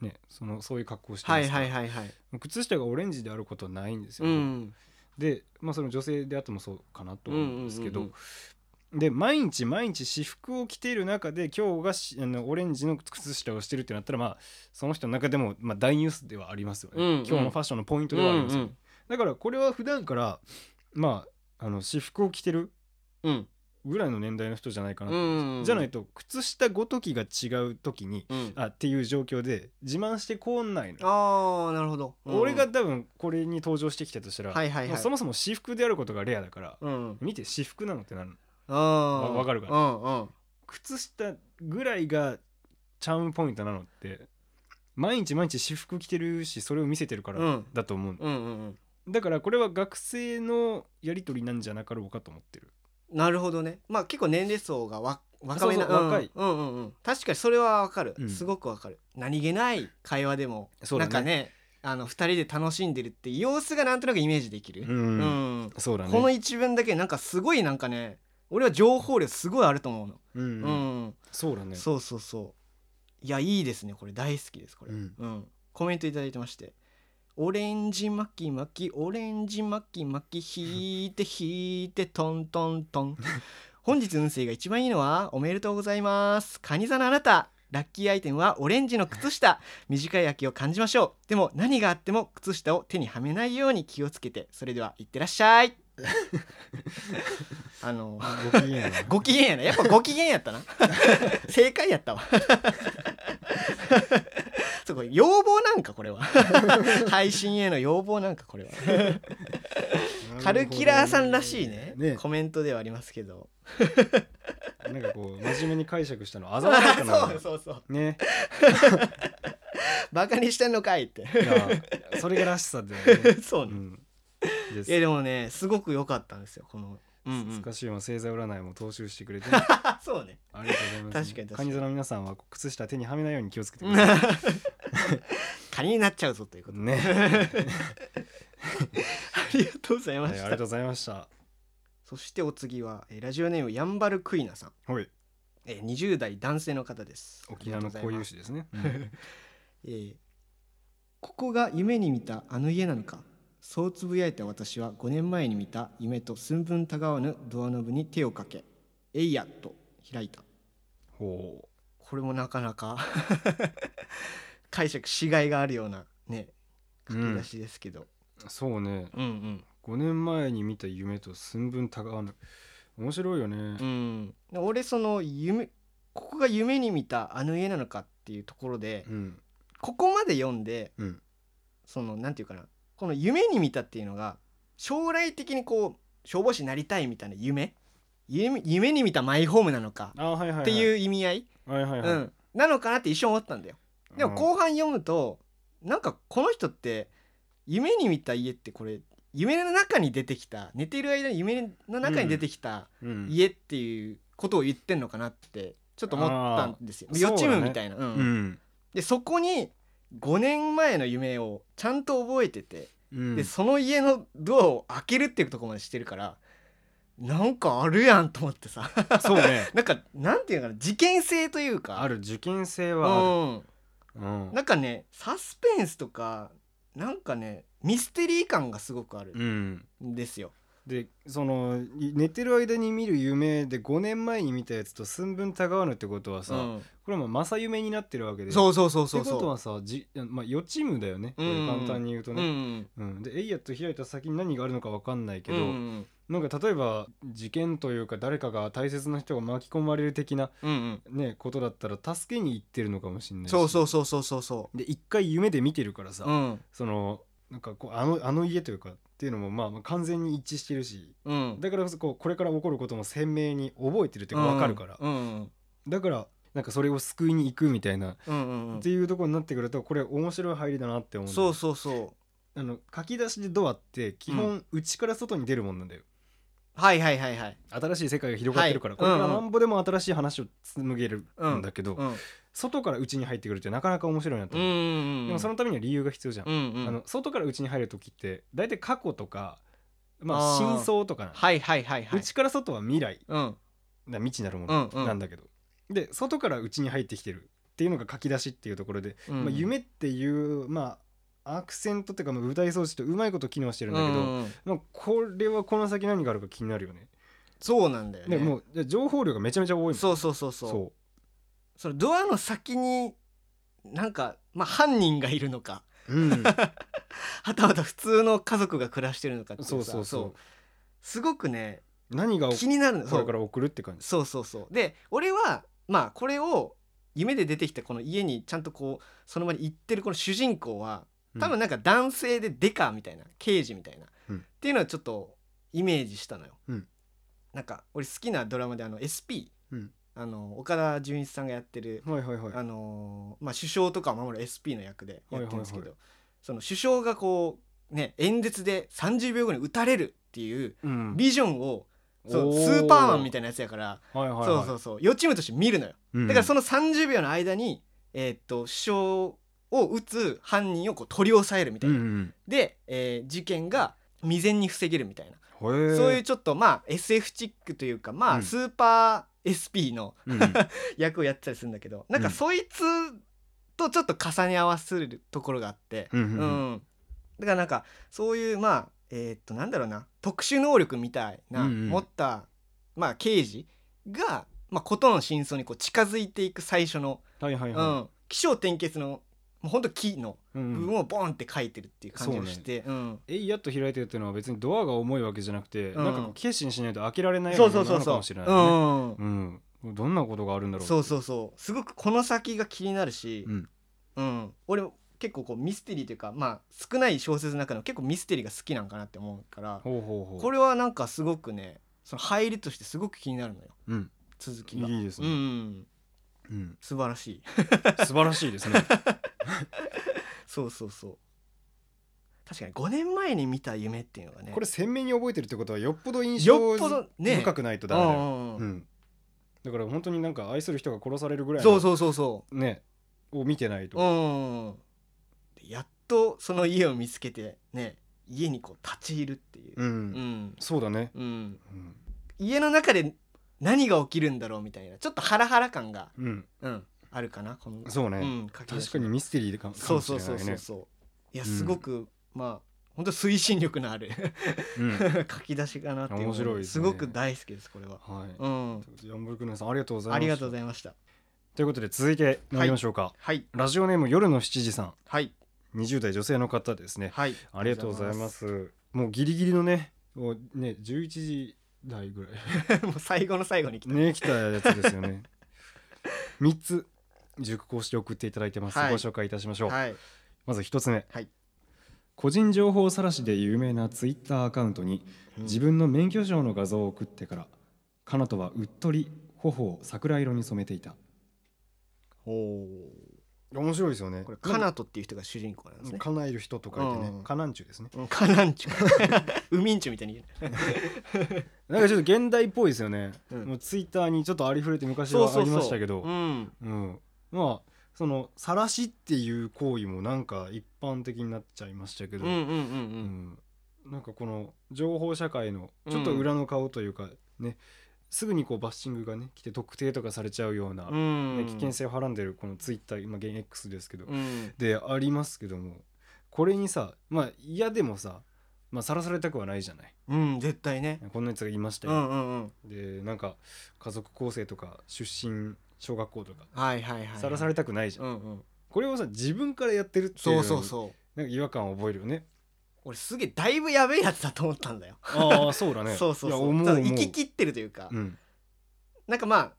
[SPEAKER 1] ね、そのそういう格好をして
[SPEAKER 2] は
[SPEAKER 1] ま
[SPEAKER 2] い
[SPEAKER 1] すから
[SPEAKER 2] はいはいはい
[SPEAKER 1] 靴下がオレンジであることはないんですよ
[SPEAKER 2] う
[SPEAKER 1] ね、
[SPEAKER 2] ん
[SPEAKER 1] で、まあ、その女性であってもそうかなと思うんですけど、
[SPEAKER 2] うんうん
[SPEAKER 1] で毎日毎日私服を着ている中で今日がしあのオレンジの靴下をしてるってなったらまあその人の中でも、まあ、大ニュースではありますよね、
[SPEAKER 2] うんうん
[SPEAKER 1] 今日のファッションのポイント
[SPEAKER 2] うん
[SPEAKER 1] で
[SPEAKER 2] う
[SPEAKER 1] はあり
[SPEAKER 2] ん
[SPEAKER 1] ますよね、だからこれは普段からまああの私服を着てる
[SPEAKER 2] うん
[SPEAKER 1] ぐらいの年代の人じゃないかなと、
[SPEAKER 2] うん
[SPEAKER 1] じゃないと靴下ごときが違う時に
[SPEAKER 2] うん
[SPEAKER 1] あっていう状況で自慢してこんないの、
[SPEAKER 2] ああなるほど、うん
[SPEAKER 1] 俺が多分これに登場してきたとしたら、
[SPEAKER 2] はいはいはい
[SPEAKER 1] もうそもそも私服であることがレアだから、
[SPEAKER 2] うん
[SPEAKER 1] 見て私服なのってなるの
[SPEAKER 2] ああ
[SPEAKER 1] わかるかな
[SPEAKER 2] うんうん
[SPEAKER 1] 靴下ぐらいがチャームポイントなのって毎日毎日私服着てるしそれを見せてるか
[SPEAKER 2] う
[SPEAKER 1] ら
[SPEAKER 2] ん
[SPEAKER 1] だと思うの、
[SPEAKER 2] うんうんうん
[SPEAKER 1] だからこれは学生のやり取りなんじゃなかろうかと思ってる
[SPEAKER 2] なるほどねまあ結構年齢層がわ若めな
[SPEAKER 1] そうそう若い
[SPEAKER 2] うんうんうんうん、確かにそれはわかる、
[SPEAKER 1] うん
[SPEAKER 2] すごくわかる何気ない会話でも、
[SPEAKER 1] そう
[SPEAKER 2] な
[SPEAKER 1] だ
[SPEAKER 2] ん
[SPEAKER 1] ね
[SPEAKER 2] かねあの2人で楽しんでるって様子がなんとなくイメージできる、
[SPEAKER 1] うん
[SPEAKER 2] うん
[SPEAKER 1] そうだね
[SPEAKER 2] この一文だけなんかすごいなんかね俺は情報量すごいあると思うの、
[SPEAKER 1] うん
[SPEAKER 2] う
[SPEAKER 1] うん
[SPEAKER 2] ん
[SPEAKER 1] そうだね
[SPEAKER 2] そうそうそういやいいですねこれ大好きですこれ、
[SPEAKER 1] うん
[SPEAKER 2] コメントいただいてまして「オレンジ巻き巻きオレンジ巻き巻き引いて引いてトントン
[SPEAKER 1] [laughs]
[SPEAKER 2] トン」本日運勢が一番いいのはおめでとうございますカニ座のあなたラッキーアイテムはオレンジの靴
[SPEAKER 1] [laughs]
[SPEAKER 2] 下短い秋を感じましょうでも何があっても靴下を手にはめないように気をつけてそれではいってらっし
[SPEAKER 1] [laughs]
[SPEAKER 2] ゃいあの
[SPEAKER 1] ご機嫌やな
[SPEAKER 2] ご機嫌やなやっぱご機嫌やったな [laughs] 正解やったわ [laughs] そこ要望なんかこれは [laughs] 配信への要望なんかこれは [laughs] カルキラーさんらしいね
[SPEAKER 1] ね
[SPEAKER 2] コメントではありますけど
[SPEAKER 1] なんかこう真面目に解釈したのあざ
[SPEAKER 2] [laughs] そ
[SPEAKER 1] 笑いかな
[SPEAKER 2] うそうそう
[SPEAKER 1] ね
[SPEAKER 2] バカにしてんのかいって
[SPEAKER 1] いやそれがらしさで、ね
[SPEAKER 2] [laughs] そううね、
[SPEAKER 1] ん、で
[SPEAKER 2] いやでもねすごく良かったんですよこのうんう
[SPEAKER 1] ス
[SPEAKER 2] ん
[SPEAKER 1] カシウム星座占いも踏襲してくれて
[SPEAKER 2] あそうね
[SPEAKER 1] ありがとうございます、
[SPEAKER 2] 確かに確か
[SPEAKER 1] カ
[SPEAKER 2] に
[SPEAKER 1] ニ座の皆さんは靴下手にはめないように気をつ
[SPEAKER 2] [laughs]
[SPEAKER 1] けてください
[SPEAKER 2] カニになっちゃうぞということで
[SPEAKER 1] ね、
[SPEAKER 2] [laughs] ありがとうござい
[SPEAKER 1] はい、あ
[SPEAKER 2] ま [laughs] し
[SPEAKER 1] り
[SPEAKER 2] た、
[SPEAKER 1] がとうございました
[SPEAKER 2] そしてお次はえーラジオネームやんばるクイナさん
[SPEAKER 1] はい
[SPEAKER 2] えー20代男性の方です
[SPEAKER 1] 沖縄の
[SPEAKER 2] こ
[SPEAKER 1] 固
[SPEAKER 2] うい
[SPEAKER 1] 有
[SPEAKER 2] う
[SPEAKER 1] 種ですね、
[SPEAKER 2] えー
[SPEAKER 3] ここが夢に見たあの家なのかそうつぶやいた私は5年前に見た夢と寸分たがわぬドアノブに手をかけ「えいや!」と開いた
[SPEAKER 1] ほ
[SPEAKER 2] これもなかなか [laughs] 解釈しがいがあるようなね
[SPEAKER 1] う
[SPEAKER 2] 書き出しですけど、
[SPEAKER 1] うそうね
[SPEAKER 2] うん、うん
[SPEAKER 1] 5年前に見た夢と寸分たがわぬ面白いよね、
[SPEAKER 2] うん俺その夢ここが夢に見たあの家なのかっていうところで、
[SPEAKER 1] うん
[SPEAKER 2] ここまで読んで
[SPEAKER 1] うん
[SPEAKER 2] そのなんていうかなこの夢に見たっていうのが将来的にこう消防士になりたいみたいな夢夢夢に見たマイホームなのか
[SPEAKER 1] あはいはい、はい、
[SPEAKER 2] っていう意味合い、
[SPEAKER 1] はいはいはい、
[SPEAKER 2] うん、なのかなって一瞬思ったんだよでも後半読むとなんかこの人って夢に見た家ってこれ夢の中に出てきた寝てる間に夢の中に出てきた
[SPEAKER 1] うん、うん
[SPEAKER 2] 家っていうことを言ってんのかなってちょっと思ったんですよ
[SPEAKER 1] あー
[SPEAKER 2] 予知
[SPEAKER 1] そうだ
[SPEAKER 2] 夢
[SPEAKER 1] ね
[SPEAKER 2] みたいな。うん
[SPEAKER 1] うん
[SPEAKER 2] でそこに5年前の夢をちゃんと覚えてて、
[SPEAKER 1] うん
[SPEAKER 2] でその家のドアを開けるっていうところまでしてるからなんかあるやんと思ってさ [laughs]
[SPEAKER 1] そうね
[SPEAKER 2] なんかなんていうのかな事件性というか
[SPEAKER 1] ある受験生
[SPEAKER 2] う
[SPEAKER 1] は
[SPEAKER 2] ん
[SPEAKER 1] ある、うん
[SPEAKER 2] なんかねサスペンスとかなんかねミステリー感がすごくある
[SPEAKER 1] うん、
[SPEAKER 2] んですよ。
[SPEAKER 1] でそのい寝てる間に見る夢で5年前に見たやつと寸分たがわぬってことはさ、
[SPEAKER 2] うん
[SPEAKER 1] これはまあ正夢になってるわけで
[SPEAKER 2] そううそうそうそう
[SPEAKER 1] ってこと
[SPEAKER 2] そ
[SPEAKER 1] はさじ、まあ、予知夢だよね、これ
[SPEAKER 2] うん
[SPEAKER 1] 簡単に言う
[SPEAKER 2] う。
[SPEAKER 1] と
[SPEAKER 2] うんう
[SPEAKER 1] ね、
[SPEAKER 2] ん
[SPEAKER 1] うんでエイヤと開いた先に何があるのか分かんないけ
[SPEAKER 2] う
[SPEAKER 1] ど、
[SPEAKER 2] ん
[SPEAKER 1] なんか例えば事件というか誰かが大切な人が巻き込まれる的な、
[SPEAKER 2] うんうん
[SPEAKER 1] ね、ことだったら助けに行ってるのかもしれないし
[SPEAKER 2] そうそうそうそうそうそ
[SPEAKER 1] で一回夢で見てるからさ、
[SPEAKER 2] う。うん
[SPEAKER 1] そのなんかこうあのあの家というかっていうのもまあまあ完全に一致してるし
[SPEAKER 2] うん。
[SPEAKER 1] だからこそこうこれから起こることも鮮明に覚えてるっていうか分かるから、
[SPEAKER 2] うんうん
[SPEAKER 1] だからなんかそれを救いに行くみたいな、
[SPEAKER 2] うんうんうん
[SPEAKER 1] っていうところになってくるとこれ面白い入りだなって思うんだ
[SPEAKER 2] そうそうそ
[SPEAKER 1] あの書き出しでドアって基本内から外に出るもんなんだよ、
[SPEAKER 2] うはいはいはいはい、
[SPEAKER 1] 新しい世界が広がってるから、
[SPEAKER 2] はい
[SPEAKER 1] これから
[SPEAKER 2] うんうん
[SPEAKER 1] なんぼでも新しい話を紡げるんだけど、
[SPEAKER 2] うん、
[SPEAKER 1] 外から内に入ってくるってなかなか面白いなと
[SPEAKER 2] うんう
[SPEAKER 1] 思う、
[SPEAKER 2] んうん
[SPEAKER 1] でもそのためには理由が必要じゃん
[SPEAKER 2] う、んうん
[SPEAKER 1] あの外から内に入る時って大体過去とかまあ
[SPEAKER 2] あー
[SPEAKER 1] 真相とかな
[SPEAKER 2] はいはいはいはい
[SPEAKER 1] 内から外は未来
[SPEAKER 2] うん
[SPEAKER 1] な未知なるも
[SPEAKER 2] うんう
[SPEAKER 1] の
[SPEAKER 2] ん
[SPEAKER 1] なんだけど、で外から内に入ってきてるっていうのが書き出しっていうところで、
[SPEAKER 2] うん
[SPEAKER 1] まあ、夢っていうまあアクセントっていうかまあ舞台装置とうまいこと機能してるんだけど、
[SPEAKER 2] うんうん
[SPEAKER 1] まあ、これはこの先何があるか気になるよね。
[SPEAKER 2] そうなんだよね
[SPEAKER 1] でもうじゃあ情報量がめちゃめちゃ多いもん
[SPEAKER 2] そうそうそうそう
[SPEAKER 1] そ
[SPEAKER 2] そのドアの先になんか、まあ、犯人がいるのか [laughs]
[SPEAKER 1] う。うん、
[SPEAKER 2] はたまた普通の家族が暮らしてるのかってい
[SPEAKER 1] そうそうそう
[SPEAKER 2] すごくね
[SPEAKER 1] 何が
[SPEAKER 2] 気になるの
[SPEAKER 1] こ
[SPEAKER 2] そ
[SPEAKER 1] れ
[SPEAKER 2] う
[SPEAKER 1] から送るって感じ
[SPEAKER 2] そうそうそうで俺はまあこれを夢で出てきたこの家にちゃんとこうその場に行ってるこの主人公は多分なんか男性でデカみたいな刑事みたいな、
[SPEAKER 1] うん
[SPEAKER 2] っていうのはちょっとイメージしたのよ、
[SPEAKER 1] うん
[SPEAKER 2] なんか俺好きなドラマであの SP、
[SPEAKER 1] うん
[SPEAKER 2] あの岡田准一さんがやってる、
[SPEAKER 1] はいはいはい
[SPEAKER 2] あのーまあ、首相とかを守る SP の役でやってるんですけど、
[SPEAKER 1] はいはい
[SPEAKER 2] その首相がこうね演説で30秒後に撃たれるっていう
[SPEAKER 1] うん
[SPEAKER 2] ビジョンを、そう
[SPEAKER 1] お
[SPEAKER 2] スーパーマンみたいなやつやから、
[SPEAKER 1] はいはいはい
[SPEAKER 2] そうそうそう予知夢として見るのよ
[SPEAKER 1] うん
[SPEAKER 2] だからその30秒の間に、えーっと首相を撃つ犯人をこう取り押さえるみた
[SPEAKER 1] う
[SPEAKER 2] い
[SPEAKER 1] ん
[SPEAKER 2] な、
[SPEAKER 1] うん
[SPEAKER 2] で、えー事件が未然に防げるみたいな、
[SPEAKER 1] へえ
[SPEAKER 2] そういうちょっとまあ SF チックというか
[SPEAKER 1] う
[SPEAKER 2] ま
[SPEAKER 1] ん
[SPEAKER 2] あスーパー SP の [laughs]
[SPEAKER 1] うん
[SPEAKER 2] 役をやってたりするんだけどなんか
[SPEAKER 1] うん
[SPEAKER 2] そいつとちょっと重ね合わせるところがあって、
[SPEAKER 1] うんうん
[SPEAKER 2] う
[SPEAKER 1] うん
[SPEAKER 2] んだからなんかそういうまあえーっとなんだろうな特殊能力みたいな、
[SPEAKER 1] うんうん
[SPEAKER 2] 持った、まあ、刑事が、まあ、ことの真相にこう近づいていく最初の、
[SPEAKER 1] はいはいうは
[SPEAKER 2] ん、起承転結のもうほんと木の
[SPEAKER 1] い、う
[SPEAKER 2] 部
[SPEAKER 1] ん
[SPEAKER 2] 分をボンって書いてるっていう感じがして、うん
[SPEAKER 1] えいやっと開いてるっていうのは別にドアが重いわけじゃなくて、
[SPEAKER 2] うん
[SPEAKER 1] なんかこう決心しないと開けられないよ
[SPEAKER 2] そう
[SPEAKER 1] な
[SPEAKER 2] うそ
[SPEAKER 1] もの
[SPEAKER 2] う
[SPEAKER 1] な
[SPEAKER 2] そ
[SPEAKER 1] のか
[SPEAKER 2] うそう、
[SPEAKER 1] もしれない、ね
[SPEAKER 2] うん
[SPEAKER 1] うんどんなことがあるんだろう
[SPEAKER 2] そうそうそうすごくこの先が気になるし、
[SPEAKER 1] う、ん、
[SPEAKER 2] うん、俺も結構こうミステリーというかまあ少ない小説の中の結構ミステリーが好きなんかなって思うから
[SPEAKER 1] ほうほうほう
[SPEAKER 2] こ
[SPEAKER 1] れ、
[SPEAKER 2] れはなんかすごくねその入りとしてすごく気になるのよ
[SPEAKER 1] うん、
[SPEAKER 2] 続きが。
[SPEAKER 1] いいです
[SPEAKER 2] うん
[SPEAKER 1] ね、
[SPEAKER 2] うん、
[SPEAKER 1] うん、
[SPEAKER 2] 素晴らしい [laughs]
[SPEAKER 1] 素晴らしいです [laughs] ね
[SPEAKER 2] そうそうそう確かに5年前に見た夢っていうのがね
[SPEAKER 1] これ鮮明に覚えてるってことはよっぽど印
[SPEAKER 2] よ
[SPEAKER 1] 象
[SPEAKER 2] っぽどね
[SPEAKER 1] 深くないとダメだよ、
[SPEAKER 2] うんうん
[SPEAKER 1] う
[SPEAKER 2] うん
[SPEAKER 1] ん、だから本当になんか愛する人が殺されるぐらいの
[SPEAKER 2] そうそうそうそ
[SPEAKER 1] ねを見てないう
[SPEAKER 2] う
[SPEAKER 1] と、
[SPEAKER 2] んでやっとその家を見つけてね家にこう立ち入るっていう
[SPEAKER 1] う、ん
[SPEAKER 2] うん
[SPEAKER 1] そうだね、
[SPEAKER 2] うん、
[SPEAKER 1] うん
[SPEAKER 2] 家の中で何が起きるんだろうみたいなちょっとハラハラ感が
[SPEAKER 1] うん、
[SPEAKER 2] うん、あるかなこの
[SPEAKER 1] そうね、
[SPEAKER 2] うん、書き出し
[SPEAKER 1] 確かにミステリーかもか
[SPEAKER 2] そ
[SPEAKER 1] も
[SPEAKER 2] う
[SPEAKER 1] し
[SPEAKER 2] そ
[SPEAKER 1] れないね
[SPEAKER 2] うそうそうそういや
[SPEAKER 1] うん
[SPEAKER 2] すごく、まあ本当推進力のある [laughs]
[SPEAKER 1] うん
[SPEAKER 2] 書き出しかなっていう
[SPEAKER 1] 面白いです
[SPEAKER 2] す
[SPEAKER 1] ね
[SPEAKER 2] ごく大好きですこれは
[SPEAKER 1] はい、
[SPEAKER 2] うん
[SPEAKER 1] ヤンボルクネさんありがとうございました
[SPEAKER 2] ありがとうございました
[SPEAKER 1] ということで続いて参りましょうか、
[SPEAKER 2] はい
[SPEAKER 1] ラジオネーム夜の7時さん
[SPEAKER 2] はい
[SPEAKER 1] 20代女性の方ですね
[SPEAKER 2] はい
[SPEAKER 1] ありがとうございますもうギリギリのねもうね11時台 [laughs] ぐらい
[SPEAKER 2] ありがとうございます [laughs] もう最後の最後に来た、
[SPEAKER 1] ね来たやつですよね3つ熟考して送っていただいてます、
[SPEAKER 2] はい
[SPEAKER 1] ご紹介いたしましょう、
[SPEAKER 2] はい
[SPEAKER 1] まず1つ目、
[SPEAKER 2] はい
[SPEAKER 1] 個人情報晒しで有名なツイッターアカウントに
[SPEAKER 2] うん
[SPEAKER 1] 自分の免許証の画像を送ってから、彼女はうっとり頬を桜色に染めていた
[SPEAKER 2] おお
[SPEAKER 1] 面白いですよね
[SPEAKER 2] これカナトっていう人が主人公なんですね
[SPEAKER 1] 叶える人と書いてね、
[SPEAKER 2] うん
[SPEAKER 1] カナンチュですね
[SPEAKER 2] うんカナンチュ
[SPEAKER 1] [laughs]
[SPEAKER 2] ウミンチュみたいに言う
[SPEAKER 1] なんかちょっと現代っぽいですよね、
[SPEAKER 2] うん
[SPEAKER 1] もうツイッターにちょっとありふれて昔はありましたけど
[SPEAKER 2] うん
[SPEAKER 1] うんまあその晒しっていう行為もなんか一般的になっちゃいましたけ
[SPEAKER 2] うん
[SPEAKER 1] ど、
[SPEAKER 2] うんうんう
[SPEAKER 1] うんんなんかこの情報社会の
[SPEAKER 2] うん
[SPEAKER 1] ちょっと裏の顔というかね、すぐにこうバッシングがね来て特定とかされちゃうような、
[SPEAKER 2] う
[SPEAKER 1] ね
[SPEAKER 2] ん、
[SPEAKER 1] 危険性をはらんでるこのツイッター今現 X ですけど、
[SPEAKER 2] うん
[SPEAKER 1] でありますけどもこれにさまあ嫌でもさまあ晒されたくはないじゃない
[SPEAKER 2] うん絶対ね
[SPEAKER 1] こんなやつがいました
[SPEAKER 2] う
[SPEAKER 1] よ、
[SPEAKER 2] んうんうん
[SPEAKER 1] でなんか家族構成とか出身小学校とか
[SPEAKER 2] はいはいはいはい
[SPEAKER 1] さらされたくないじゃん、
[SPEAKER 2] うんうん
[SPEAKER 1] これをさ自分からやってるっていう
[SPEAKER 2] そうそう
[SPEAKER 1] う
[SPEAKER 2] そう
[SPEAKER 1] なんか違和感を覚えるよね
[SPEAKER 2] 俺すげえだいぶやべえやつだと思ったんだよ、
[SPEAKER 1] ああそうだね
[SPEAKER 2] そうそう
[SPEAKER 1] や
[SPEAKER 2] そう
[SPEAKER 1] 思う
[SPEAKER 2] ただ
[SPEAKER 1] 思う
[SPEAKER 2] 行き切ってるというか、
[SPEAKER 1] うん
[SPEAKER 2] なんかまあ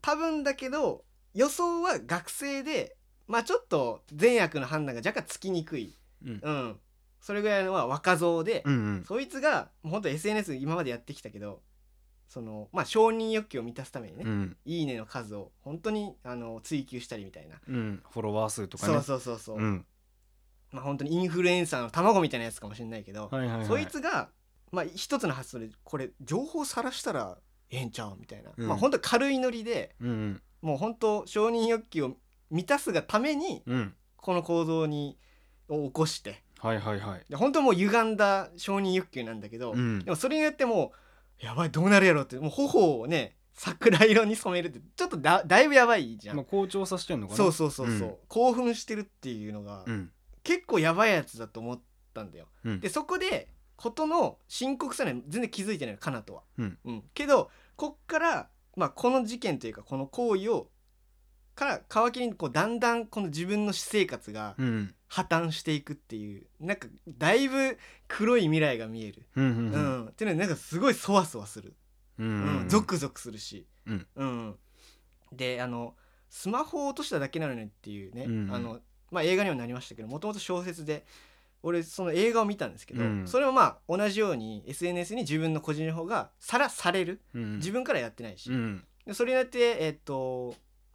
[SPEAKER 2] 多分だけど予想は学生でまあちょっと善悪の判断が若干つきにくい、
[SPEAKER 1] うん
[SPEAKER 2] うん、それぐらいのは若造で、
[SPEAKER 1] うんうん
[SPEAKER 2] そいつがもうほんと SNS 今までやってきたけどそのまあ承認欲求を満たすためにね、
[SPEAKER 1] うん
[SPEAKER 2] いいねの数を本当にあの追求したりみたいな、
[SPEAKER 1] うんフォロワー数とかね
[SPEAKER 2] そうそうそうそう、
[SPEAKER 1] うん
[SPEAKER 2] まあ本当にインフルエンサーの卵みたいなやつかもしれないけど、
[SPEAKER 1] はいはいはい
[SPEAKER 2] そいつが、まあ、一つの発想でこれ情報さらしたらええんちゃうみたいな、
[SPEAKER 1] うん
[SPEAKER 2] まあ本当軽いノリで
[SPEAKER 1] うんうん
[SPEAKER 2] もう本当承認欲求を満たすがために
[SPEAKER 1] うん
[SPEAKER 2] この行動にを起こして
[SPEAKER 1] はいはいはい
[SPEAKER 2] で本当もう歪んだ承認欲求なんだけど、
[SPEAKER 1] うん
[SPEAKER 2] でもそれによってもうやばいどうなるやろうってもう頬をね桜色に染めるってちょっとだだいぶやばいじゃん、
[SPEAKER 1] まあ好調さしてんのかな
[SPEAKER 2] そうそうそうそう、
[SPEAKER 1] うん
[SPEAKER 2] 興奮してるっていうのが、
[SPEAKER 1] うん
[SPEAKER 2] 結構やばいやつだと思ったんだよ。
[SPEAKER 1] うん
[SPEAKER 2] でそこでことの深刻さには全然気づいてないのかなとは。
[SPEAKER 1] うん
[SPEAKER 2] けどこっから、まあ、この事件というかこの行為をから皮切りにこうだんだんこの自分の私生活が
[SPEAKER 1] うん
[SPEAKER 2] 破綻していくっていうなんかだいぶ黒い未来が見える、
[SPEAKER 1] うんう
[SPEAKER 2] うん
[SPEAKER 1] んうん
[SPEAKER 2] っていうのはなんかすごいそわそわする、
[SPEAKER 1] う
[SPEAKER 2] うん
[SPEAKER 1] ん
[SPEAKER 2] ゾクゾクするし、
[SPEAKER 1] うん
[SPEAKER 2] であのスマホを落としただけなのにっていうね、
[SPEAKER 1] うん
[SPEAKER 2] あのまあ、映画にもなりましたけどもともと小説で俺その映画を見たんですけど、
[SPEAKER 1] うん
[SPEAKER 2] それもまあ同じように SNS に自分の個人情報がさらされる
[SPEAKER 1] うん
[SPEAKER 2] 自分からやってないし、
[SPEAKER 1] うん
[SPEAKER 2] でそれによって、えっと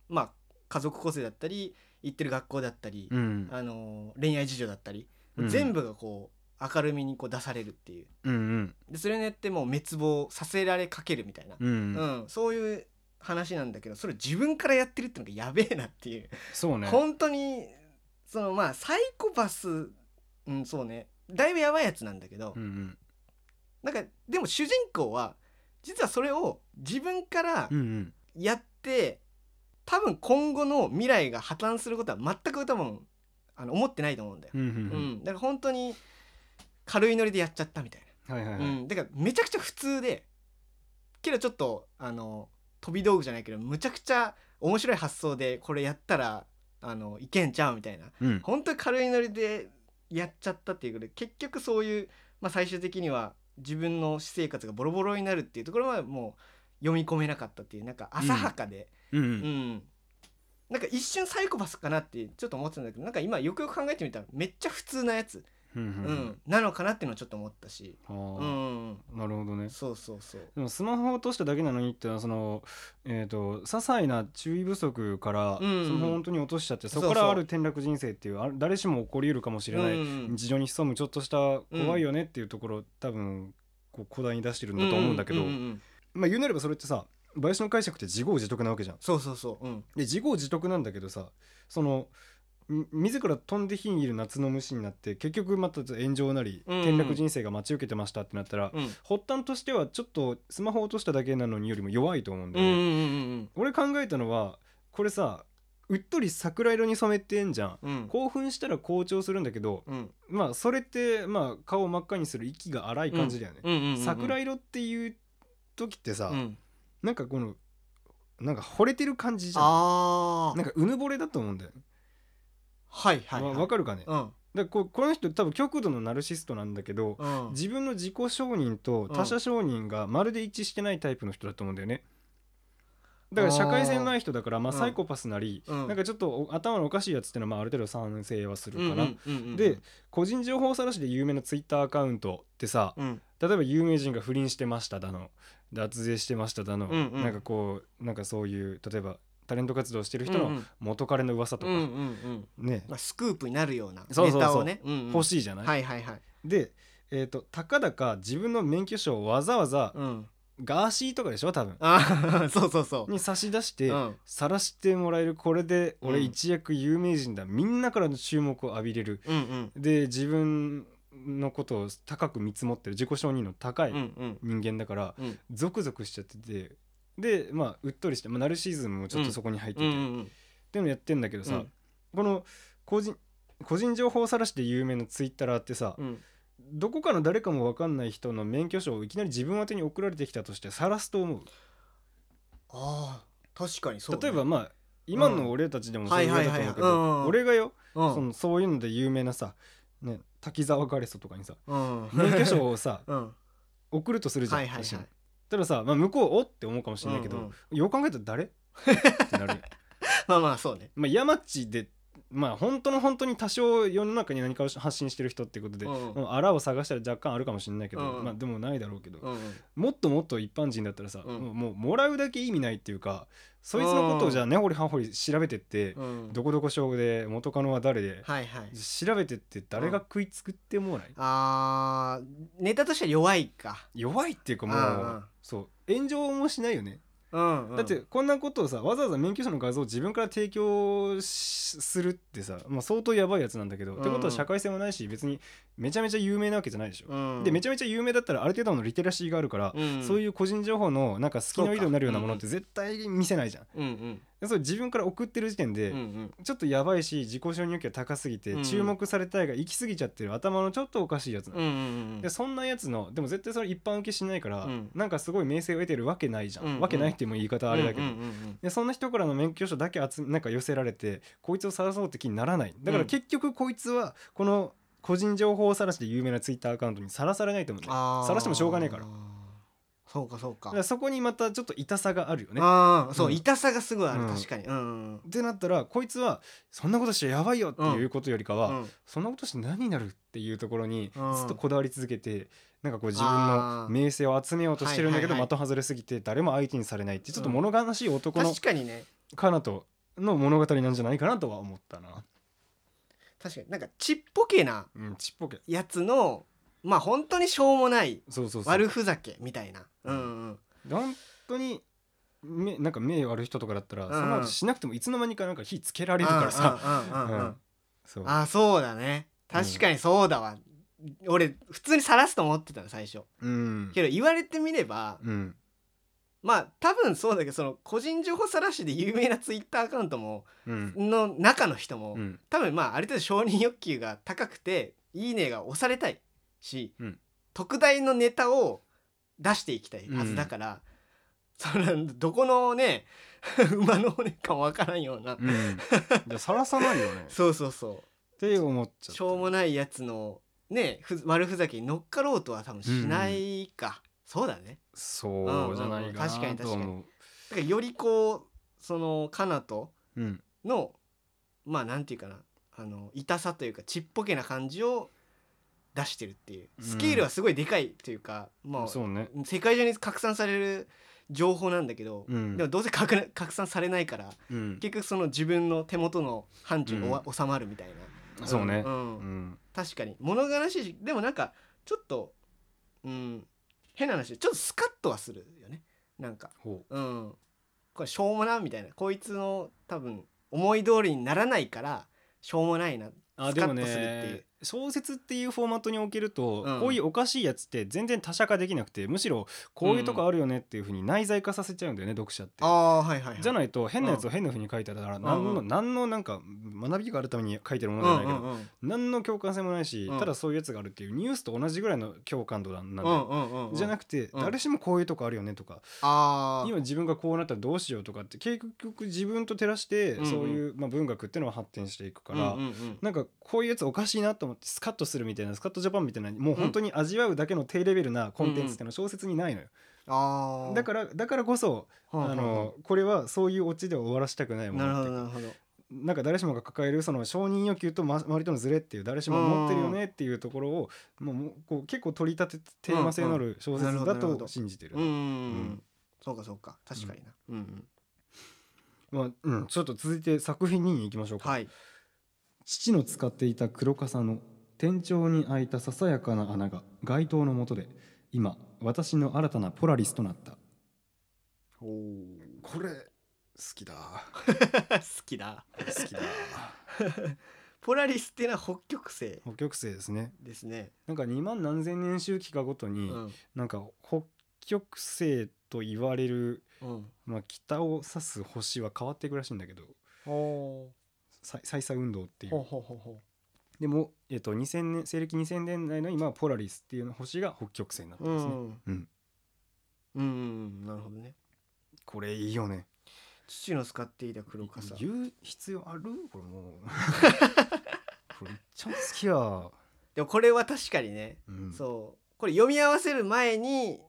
[SPEAKER 2] まあ、家族構成だったり行ってる学校だったり、
[SPEAKER 1] うん
[SPEAKER 2] あの恋愛事情だったり、
[SPEAKER 1] うん
[SPEAKER 2] 全部がこう明るみにこう出されるっていう
[SPEAKER 1] うん
[SPEAKER 2] でそれによってもう滅亡させられかけるみたいな、
[SPEAKER 1] うんうん
[SPEAKER 2] うんそういう話なんだけどそれ自分からやってるってのがやべえなっていう、
[SPEAKER 1] そうね
[SPEAKER 2] 本当にそのまあサイコパス、うん、そうねだいぶやばいやつなんだけど、
[SPEAKER 1] うんうん
[SPEAKER 2] なんかでも主人公は実はそれを自分から
[SPEAKER 1] うんうん
[SPEAKER 2] やって多分今後の未来が破綻することは全く多分あの思ってないと思うんだよ。
[SPEAKER 1] うんう
[SPEAKER 2] うんん、だから本当に軽いノリでやっちゃったみたい
[SPEAKER 1] うんはいはい
[SPEAKER 2] な、
[SPEAKER 1] は
[SPEAKER 2] う
[SPEAKER 1] い
[SPEAKER 2] ん、だからめちゃくちゃ普通でけどちょっとあの飛び道具じゃないけどむちゃくちゃ面白い発想でこれやったらあのいけんちゃうみたいな
[SPEAKER 1] うん
[SPEAKER 2] 本当に軽いノリでやっちゃったっていうことで結局そういう、まあ、最終的には自分の私生活がボロボロになるっていうところはもう読み込めなかったっていうなんか浅はかで、
[SPEAKER 1] う
[SPEAKER 2] うんん、なんか一瞬サイコパスかなってちょっと思ってたんだけどなんか今よくよく考えてみたらめっちゃ普通なやつ、
[SPEAKER 1] う
[SPEAKER 2] うんん
[SPEAKER 1] うん
[SPEAKER 2] なのかなっていうのはちょっと思ったし、う
[SPEAKER 1] あ
[SPEAKER 2] ん、
[SPEAKER 1] あなるほどね
[SPEAKER 2] そうそうそう
[SPEAKER 1] でもスマホを落としただけなのにってのはそのえっ、と些細な注意不足からス
[SPEAKER 2] うんうん
[SPEAKER 1] マホを本当に落としちゃって、
[SPEAKER 2] そう
[SPEAKER 1] そ
[SPEAKER 2] そう
[SPEAKER 1] こからある転落人生っていうあ誰しも起こりうるかもしれない、
[SPEAKER 2] うん
[SPEAKER 1] 日常に潜むちょっとした怖いよねっていうところ、多分こう古代に出してるんだと思うんだけど、
[SPEAKER 2] うんうんうん
[SPEAKER 1] まあ言うなればそれってさ林の解釈って自業自得なわけじゃん。
[SPEAKER 2] そうそうそう、うん、
[SPEAKER 1] で自業自得なんだけどさそのみ自ら飛んで火にいる夏の虫になって結局また炎上なり
[SPEAKER 2] うんうん
[SPEAKER 1] 転落人生が待ち受けてましたってなったら、
[SPEAKER 2] うん
[SPEAKER 1] 発端としてはちょっとスマホ落としただけなのによりも弱いと思うんだ
[SPEAKER 2] うんう
[SPEAKER 1] よね、
[SPEAKER 2] んうん
[SPEAKER 1] 俺考えたのはこれさうっとり桜色に染めてんじゃん
[SPEAKER 2] うんうん
[SPEAKER 1] 興奮したら好調するんだけど
[SPEAKER 2] うん
[SPEAKER 1] まあそれってまあ顔を真っ赤にする息が荒い感じだよね、
[SPEAKER 2] うんうんうん
[SPEAKER 1] 桜色っていう時ってさ、
[SPEAKER 2] うん
[SPEAKER 1] なんかこのなんか惚れてる感じじゃん
[SPEAKER 2] あー
[SPEAKER 1] なんかうぬぼれだと思うんだよ、ね
[SPEAKER 2] はいはい
[SPEAKER 1] わ
[SPEAKER 2] はい
[SPEAKER 1] わかるかね、だか
[SPEAKER 2] うん
[SPEAKER 1] らこうこの人多分極度のナルシストなんだけど、
[SPEAKER 2] うん
[SPEAKER 1] 自分の自己承認と他者承認がまるで一致してないタイプの人だと思うんだよね。だから社会性のない人だからまあ
[SPEAKER 2] うん
[SPEAKER 1] サイコパスなり、
[SPEAKER 2] うん
[SPEAKER 1] なんかちょっとお頭のおかしいやつってのはまあある程度賛成はするかな。
[SPEAKER 2] うんうんうんうん
[SPEAKER 1] で個人情報晒しで有名なツイッターアカウントってさ、
[SPEAKER 2] うん
[SPEAKER 1] 例えば有名人が不倫してましただの脱税してましただの、
[SPEAKER 2] うんうん
[SPEAKER 1] なんかこうなんかそういう例えばタレント活動してる人
[SPEAKER 2] うんう
[SPEAKER 1] の
[SPEAKER 2] ん
[SPEAKER 1] 元彼の噂と
[SPEAKER 2] う
[SPEAKER 1] か、
[SPEAKER 2] んうん
[SPEAKER 1] ね
[SPEAKER 2] うんまあスクープになるような
[SPEAKER 1] そう
[SPEAKER 2] ネ
[SPEAKER 1] そうそう
[SPEAKER 2] タをねうんうん
[SPEAKER 1] 欲しいじゃない、
[SPEAKER 2] はいはいはい
[SPEAKER 1] で、えー、とたかだか自分の免許証をわざわざ
[SPEAKER 2] うん
[SPEAKER 1] ガーシーとかでしょ多分
[SPEAKER 2] ああ [laughs] そうそうそう
[SPEAKER 1] に差し出して
[SPEAKER 2] うん
[SPEAKER 1] 晒してもらえるこれで俺
[SPEAKER 2] うん
[SPEAKER 1] 一躍有名人だ、みんなからの注目を浴びれる
[SPEAKER 2] うんうん
[SPEAKER 1] で自分のことを高く見積もってる自己承認の高い
[SPEAKER 2] うんうん
[SPEAKER 1] 人間だから、
[SPEAKER 2] うん
[SPEAKER 1] ゾクゾクしちゃっててでまあうっとりして、まあ、ナルシズムもちょっとそこに入って
[SPEAKER 2] う
[SPEAKER 1] て、っ
[SPEAKER 2] んうん
[SPEAKER 1] ていうのやってんだけどさ、
[SPEAKER 2] うん
[SPEAKER 1] この個人個人情報晒しで有名なツイッターってさ、
[SPEAKER 2] うん
[SPEAKER 1] どこかの誰かも分かんない人の免許証をいきなり自分宛てに送られてきたとして晒すと思う
[SPEAKER 2] ああ確かにそうね
[SPEAKER 1] 例えばまあ今の俺たちでもそう
[SPEAKER 2] はいいうは
[SPEAKER 1] だ
[SPEAKER 2] い
[SPEAKER 1] と
[SPEAKER 2] はい
[SPEAKER 1] 思うけ
[SPEAKER 2] うんうんう
[SPEAKER 1] ど
[SPEAKER 2] ん
[SPEAKER 1] 俺がよ
[SPEAKER 2] うん
[SPEAKER 1] そのそういうので有名なさ、ね、滝沢ガレソとかにさ
[SPEAKER 2] [laughs] うん
[SPEAKER 1] 免許証をさ
[SPEAKER 2] うん
[SPEAKER 1] 送るとするじゃん、
[SPEAKER 2] はいはいはい
[SPEAKER 1] 一緒にたださ、まあ、向こうおって思うかもしれないけど、
[SPEAKER 2] うん
[SPEAKER 1] よく考えたら
[SPEAKER 2] [laughs]
[SPEAKER 1] 誰ってなる、
[SPEAKER 2] まあまあそうね
[SPEAKER 1] まあ、山地でまあ本当の本当に多少世の中に何かを発信してる人ってことで、
[SPEAKER 2] うんうん
[SPEAKER 1] まああらを探したら若干あるかもしれないけど、
[SPEAKER 2] うんうん
[SPEAKER 1] まあでもないだろうけど、
[SPEAKER 2] うんうん
[SPEAKER 1] もっともっと一般人だったらさ、
[SPEAKER 2] うん
[SPEAKER 1] もうもうもらうだけ意味ないっていうかそいつのことをじゃあ根掘り葉掘り調べてって、
[SPEAKER 2] うん
[SPEAKER 1] どこどこ省で元カノは誰で、
[SPEAKER 2] はいはい
[SPEAKER 1] 調べてって誰が食いつくってもない、
[SPEAKER 2] あーネタとしては弱いか
[SPEAKER 1] 弱いっていうかもう、
[SPEAKER 2] うんうん
[SPEAKER 1] そう炎上もしないよね、
[SPEAKER 2] うんうん
[SPEAKER 1] だってこんなことをさわざわざ免許証の画像を自分から提供しするってさ、まあ、相当やばいやつなんだけど、
[SPEAKER 2] うん
[SPEAKER 1] ってことは社会性もないし別にめちゃめちゃ有名なわけじゃないでしょ、
[SPEAKER 2] うん
[SPEAKER 1] でめちゃめちゃ有名だったらある程度のリテラシーがあるから、
[SPEAKER 2] うん
[SPEAKER 1] そういう個人情報のなんか好きの色になるようなものって
[SPEAKER 2] そ
[SPEAKER 1] 絶対見せないじゃん。
[SPEAKER 2] うんうん
[SPEAKER 1] それ自分から送ってる時点で、
[SPEAKER 2] うんうん
[SPEAKER 1] ちょっとやばいし自己承認欲求が高すぎて、
[SPEAKER 2] うん
[SPEAKER 1] 注目されたいが行き過ぎちゃってる頭のちょっとおかしいやつなの、
[SPEAKER 2] うんうんうん
[SPEAKER 1] でそんなやつのでも絶対それ一般受けしないから、
[SPEAKER 2] うん
[SPEAKER 1] なんかすごい名声を得てるわけないじゃん、
[SPEAKER 2] うん
[SPEAKER 1] わけないっていう言い方はあれだけど、
[SPEAKER 2] うんうんうん
[SPEAKER 1] でそんな人からの免許証だけ集めなんか寄せられてこいつを晒そうって気にならないだから
[SPEAKER 2] うん
[SPEAKER 1] 結局こいつはこの個人情報晒しで有名なツイッターアカウントに晒されないと思うんだよ
[SPEAKER 2] あー
[SPEAKER 1] 晒してもしょうがねえからだ
[SPEAKER 2] そうかそうか
[SPEAKER 1] からそこにまたちょっと痛さがあるよね
[SPEAKER 2] ああそう、
[SPEAKER 1] うん
[SPEAKER 2] 痛さがすごいある、
[SPEAKER 1] うん
[SPEAKER 2] 確かにうん
[SPEAKER 1] ってなったらこいつはそんなことしてやばいよっていうことよりか
[SPEAKER 2] う
[SPEAKER 1] は、
[SPEAKER 2] ん
[SPEAKER 1] そんなことして何になるっていうところに
[SPEAKER 2] うん
[SPEAKER 1] ずっとこだわり続けてなんかこう自分の名声を集めようとしてるんだけど
[SPEAKER 2] あーはいはいはい
[SPEAKER 1] 的外れすぎて誰も相手にされないってちょっと物悲しい男の
[SPEAKER 2] 確かにね
[SPEAKER 1] かなとの物語なんじゃないかなとは思ったな。
[SPEAKER 2] 確かになんかちっぽけな
[SPEAKER 1] うん、ちっぽけ
[SPEAKER 2] やつのまあ本当にしょうもない
[SPEAKER 1] そうそうそう
[SPEAKER 2] 悪ふざけみたいなうんうん
[SPEAKER 1] 本当に目なんか目悪い人とかだったら、
[SPEAKER 2] うん
[SPEAKER 1] そんなことしなくてもいつの間にかなんか火つけられるからさ、
[SPEAKER 2] うんうんうんうん
[SPEAKER 1] うんそう
[SPEAKER 2] あーそうだね確かにそうだわ、俺普通に晒すと思ってたの最初
[SPEAKER 1] うん
[SPEAKER 2] けど言われてみれば
[SPEAKER 1] うん
[SPEAKER 2] まあ多分そうだけどその個人情報晒しで有名なツイッターアカウントも
[SPEAKER 1] うん
[SPEAKER 2] の中の人も、
[SPEAKER 1] うん
[SPEAKER 2] 多分まあある程度承認欲求が高くて「いいね」が押されたいし、
[SPEAKER 1] うん
[SPEAKER 2] 特大のネタを出していきたいはずだから、そのどこのね [laughs] 馬の骨かもわからんような、
[SPEAKER 1] うんじゃさらさないよねっ
[SPEAKER 2] [laughs] そうそうそう
[SPEAKER 1] て思っちゃった
[SPEAKER 2] しょうもないやつのねふ悪ふざけに乗っかろうとは多分しないか、そうだね
[SPEAKER 1] そううんじゃないか
[SPEAKER 2] 確か
[SPEAKER 1] な
[SPEAKER 2] に確
[SPEAKER 1] と
[SPEAKER 2] かに
[SPEAKER 1] 思う
[SPEAKER 2] だからよりこうそのかなと
[SPEAKER 1] うん
[SPEAKER 2] のまあなんていうかなあの痛さというかちっぽけな感じを出してるっていう
[SPEAKER 1] うん
[SPEAKER 2] スケールはすごいでかいというか、まあ
[SPEAKER 1] そうね
[SPEAKER 2] 世界中に拡散される情報なんだけど、
[SPEAKER 1] うん
[SPEAKER 2] でもどうせ拡な拡散されないから
[SPEAKER 1] うん
[SPEAKER 2] 結局その自分の手元の範疇がおわ、
[SPEAKER 1] う
[SPEAKER 2] 収まるみたいな
[SPEAKER 1] そうね
[SPEAKER 2] うん
[SPEAKER 1] うん
[SPEAKER 2] 確かに物悲しいしでもなんかちょっとうん変な話ちょっとスカッとはするよねなんか
[SPEAKER 1] ほ
[SPEAKER 2] うんこれしょうもなみたいなこいつの多分思い通りにならないからしょうもないな
[SPEAKER 1] あ
[SPEAKER 2] ス
[SPEAKER 1] で
[SPEAKER 2] カ
[SPEAKER 1] も
[SPEAKER 2] ッとするっていう
[SPEAKER 1] ね小説っていうフォーマットにおけると、
[SPEAKER 2] うん
[SPEAKER 1] こういうおかしいやつって全然他者化できなくてむしろこういうとこあるよねっていうふうに内在化させちゃうんだよね、読者って
[SPEAKER 2] あ。あはいはい、はい、
[SPEAKER 1] じゃ
[SPEAKER 2] い
[SPEAKER 1] ないと変なやつを変なふうに書いてたら何
[SPEAKER 2] うんう
[SPEAKER 1] の
[SPEAKER 2] ん
[SPEAKER 1] 何のなんか学びがあるために書いてるも
[SPEAKER 2] う
[SPEAKER 1] の
[SPEAKER 2] ん
[SPEAKER 1] じ
[SPEAKER 2] う
[SPEAKER 1] ゃないけ
[SPEAKER 2] ん
[SPEAKER 1] ど
[SPEAKER 2] うん
[SPEAKER 1] 何の共感性もないし
[SPEAKER 2] うん
[SPEAKER 1] ただそういうやつがあるっていうニュースと同じぐらいの共感度なんだ
[SPEAKER 2] う
[SPEAKER 1] よ
[SPEAKER 2] んうんうん
[SPEAKER 1] じゃなくて
[SPEAKER 2] うん
[SPEAKER 1] 誰しもこういうとこあるよねとか
[SPEAKER 2] あー
[SPEAKER 1] 今自分がこうなったらどうしようとかって結局自分と照らして
[SPEAKER 2] うんうん
[SPEAKER 1] そういうまあ文学っていうのは発展していくから
[SPEAKER 2] うんうんうん
[SPEAKER 1] なんかこういうやつおかしいなと思ってスカッとするみたいなスカッとジャパンみたいなもう本当に味わうだけの低レベルなコンテンツっていうのは小説にないのよ
[SPEAKER 2] あー
[SPEAKER 1] だからだからこそ
[SPEAKER 2] は
[SPEAKER 1] あ
[SPEAKER 2] はは
[SPEAKER 1] のこれはそういうオチでは終わらせたくないも
[SPEAKER 2] なる
[SPEAKER 1] の
[SPEAKER 2] ほ
[SPEAKER 1] って
[SPEAKER 2] ど
[SPEAKER 1] いう
[SPEAKER 2] なるほど
[SPEAKER 1] なんか誰しもが抱えるその承認欲求とま周りとのズレっていう誰しも持ってるよねっていうところをもうもうこう結構取り立ててテーマ性のある小説だ
[SPEAKER 2] なるほどなるほ
[SPEAKER 1] と
[SPEAKER 2] ど
[SPEAKER 1] 信じてる
[SPEAKER 2] うん、う。
[SPEAKER 1] うん
[SPEAKER 2] ん、そうかそうか確かにな、うんうん、
[SPEAKER 1] まあうん、ちょっと続いて作品2に行きましょうか。
[SPEAKER 2] [laughs] はい
[SPEAKER 1] 父の使っていた黒笠の天井に開いたささやかな穴が街灯の下で今私の新たなポラリスとなった。
[SPEAKER 2] おー
[SPEAKER 1] これ好きだ
[SPEAKER 2] 好きだ
[SPEAKER 1] 好きだ
[SPEAKER 2] ポラリスっていうのは北極星
[SPEAKER 1] [laughs] 北極星ですね
[SPEAKER 2] ですね、
[SPEAKER 1] なんか2万何千年周期かごと
[SPEAKER 2] う
[SPEAKER 1] に、
[SPEAKER 2] ん
[SPEAKER 1] なんか北極星と言われる、
[SPEAKER 2] うん、
[SPEAKER 1] まあ、北を指す星は変わっていくらしいんだけど
[SPEAKER 2] ほ
[SPEAKER 1] 再再々運動って
[SPEAKER 2] う
[SPEAKER 1] い
[SPEAKER 2] ほう
[SPEAKER 1] う
[SPEAKER 2] ほうほうほ
[SPEAKER 1] でも、えっと2000年西暦2000年代の今はポラリスっていう星が北極星になって
[SPEAKER 2] うう
[SPEAKER 1] ますね、う
[SPEAKER 2] ん
[SPEAKER 1] ん
[SPEAKER 2] うんうんなるほどね
[SPEAKER 1] これいいよね
[SPEAKER 2] 父の使っていた黒傘
[SPEAKER 1] 言う必要あるこれ
[SPEAKER 2] [laughs]
[SPEAKER 1] もうこれめっちゃ好きや、
[SPEAKER 2] でもこれは確かにね、
[SPEAKER 1] うん、
[SPEAKER 2] そうこれ読み合わせる前に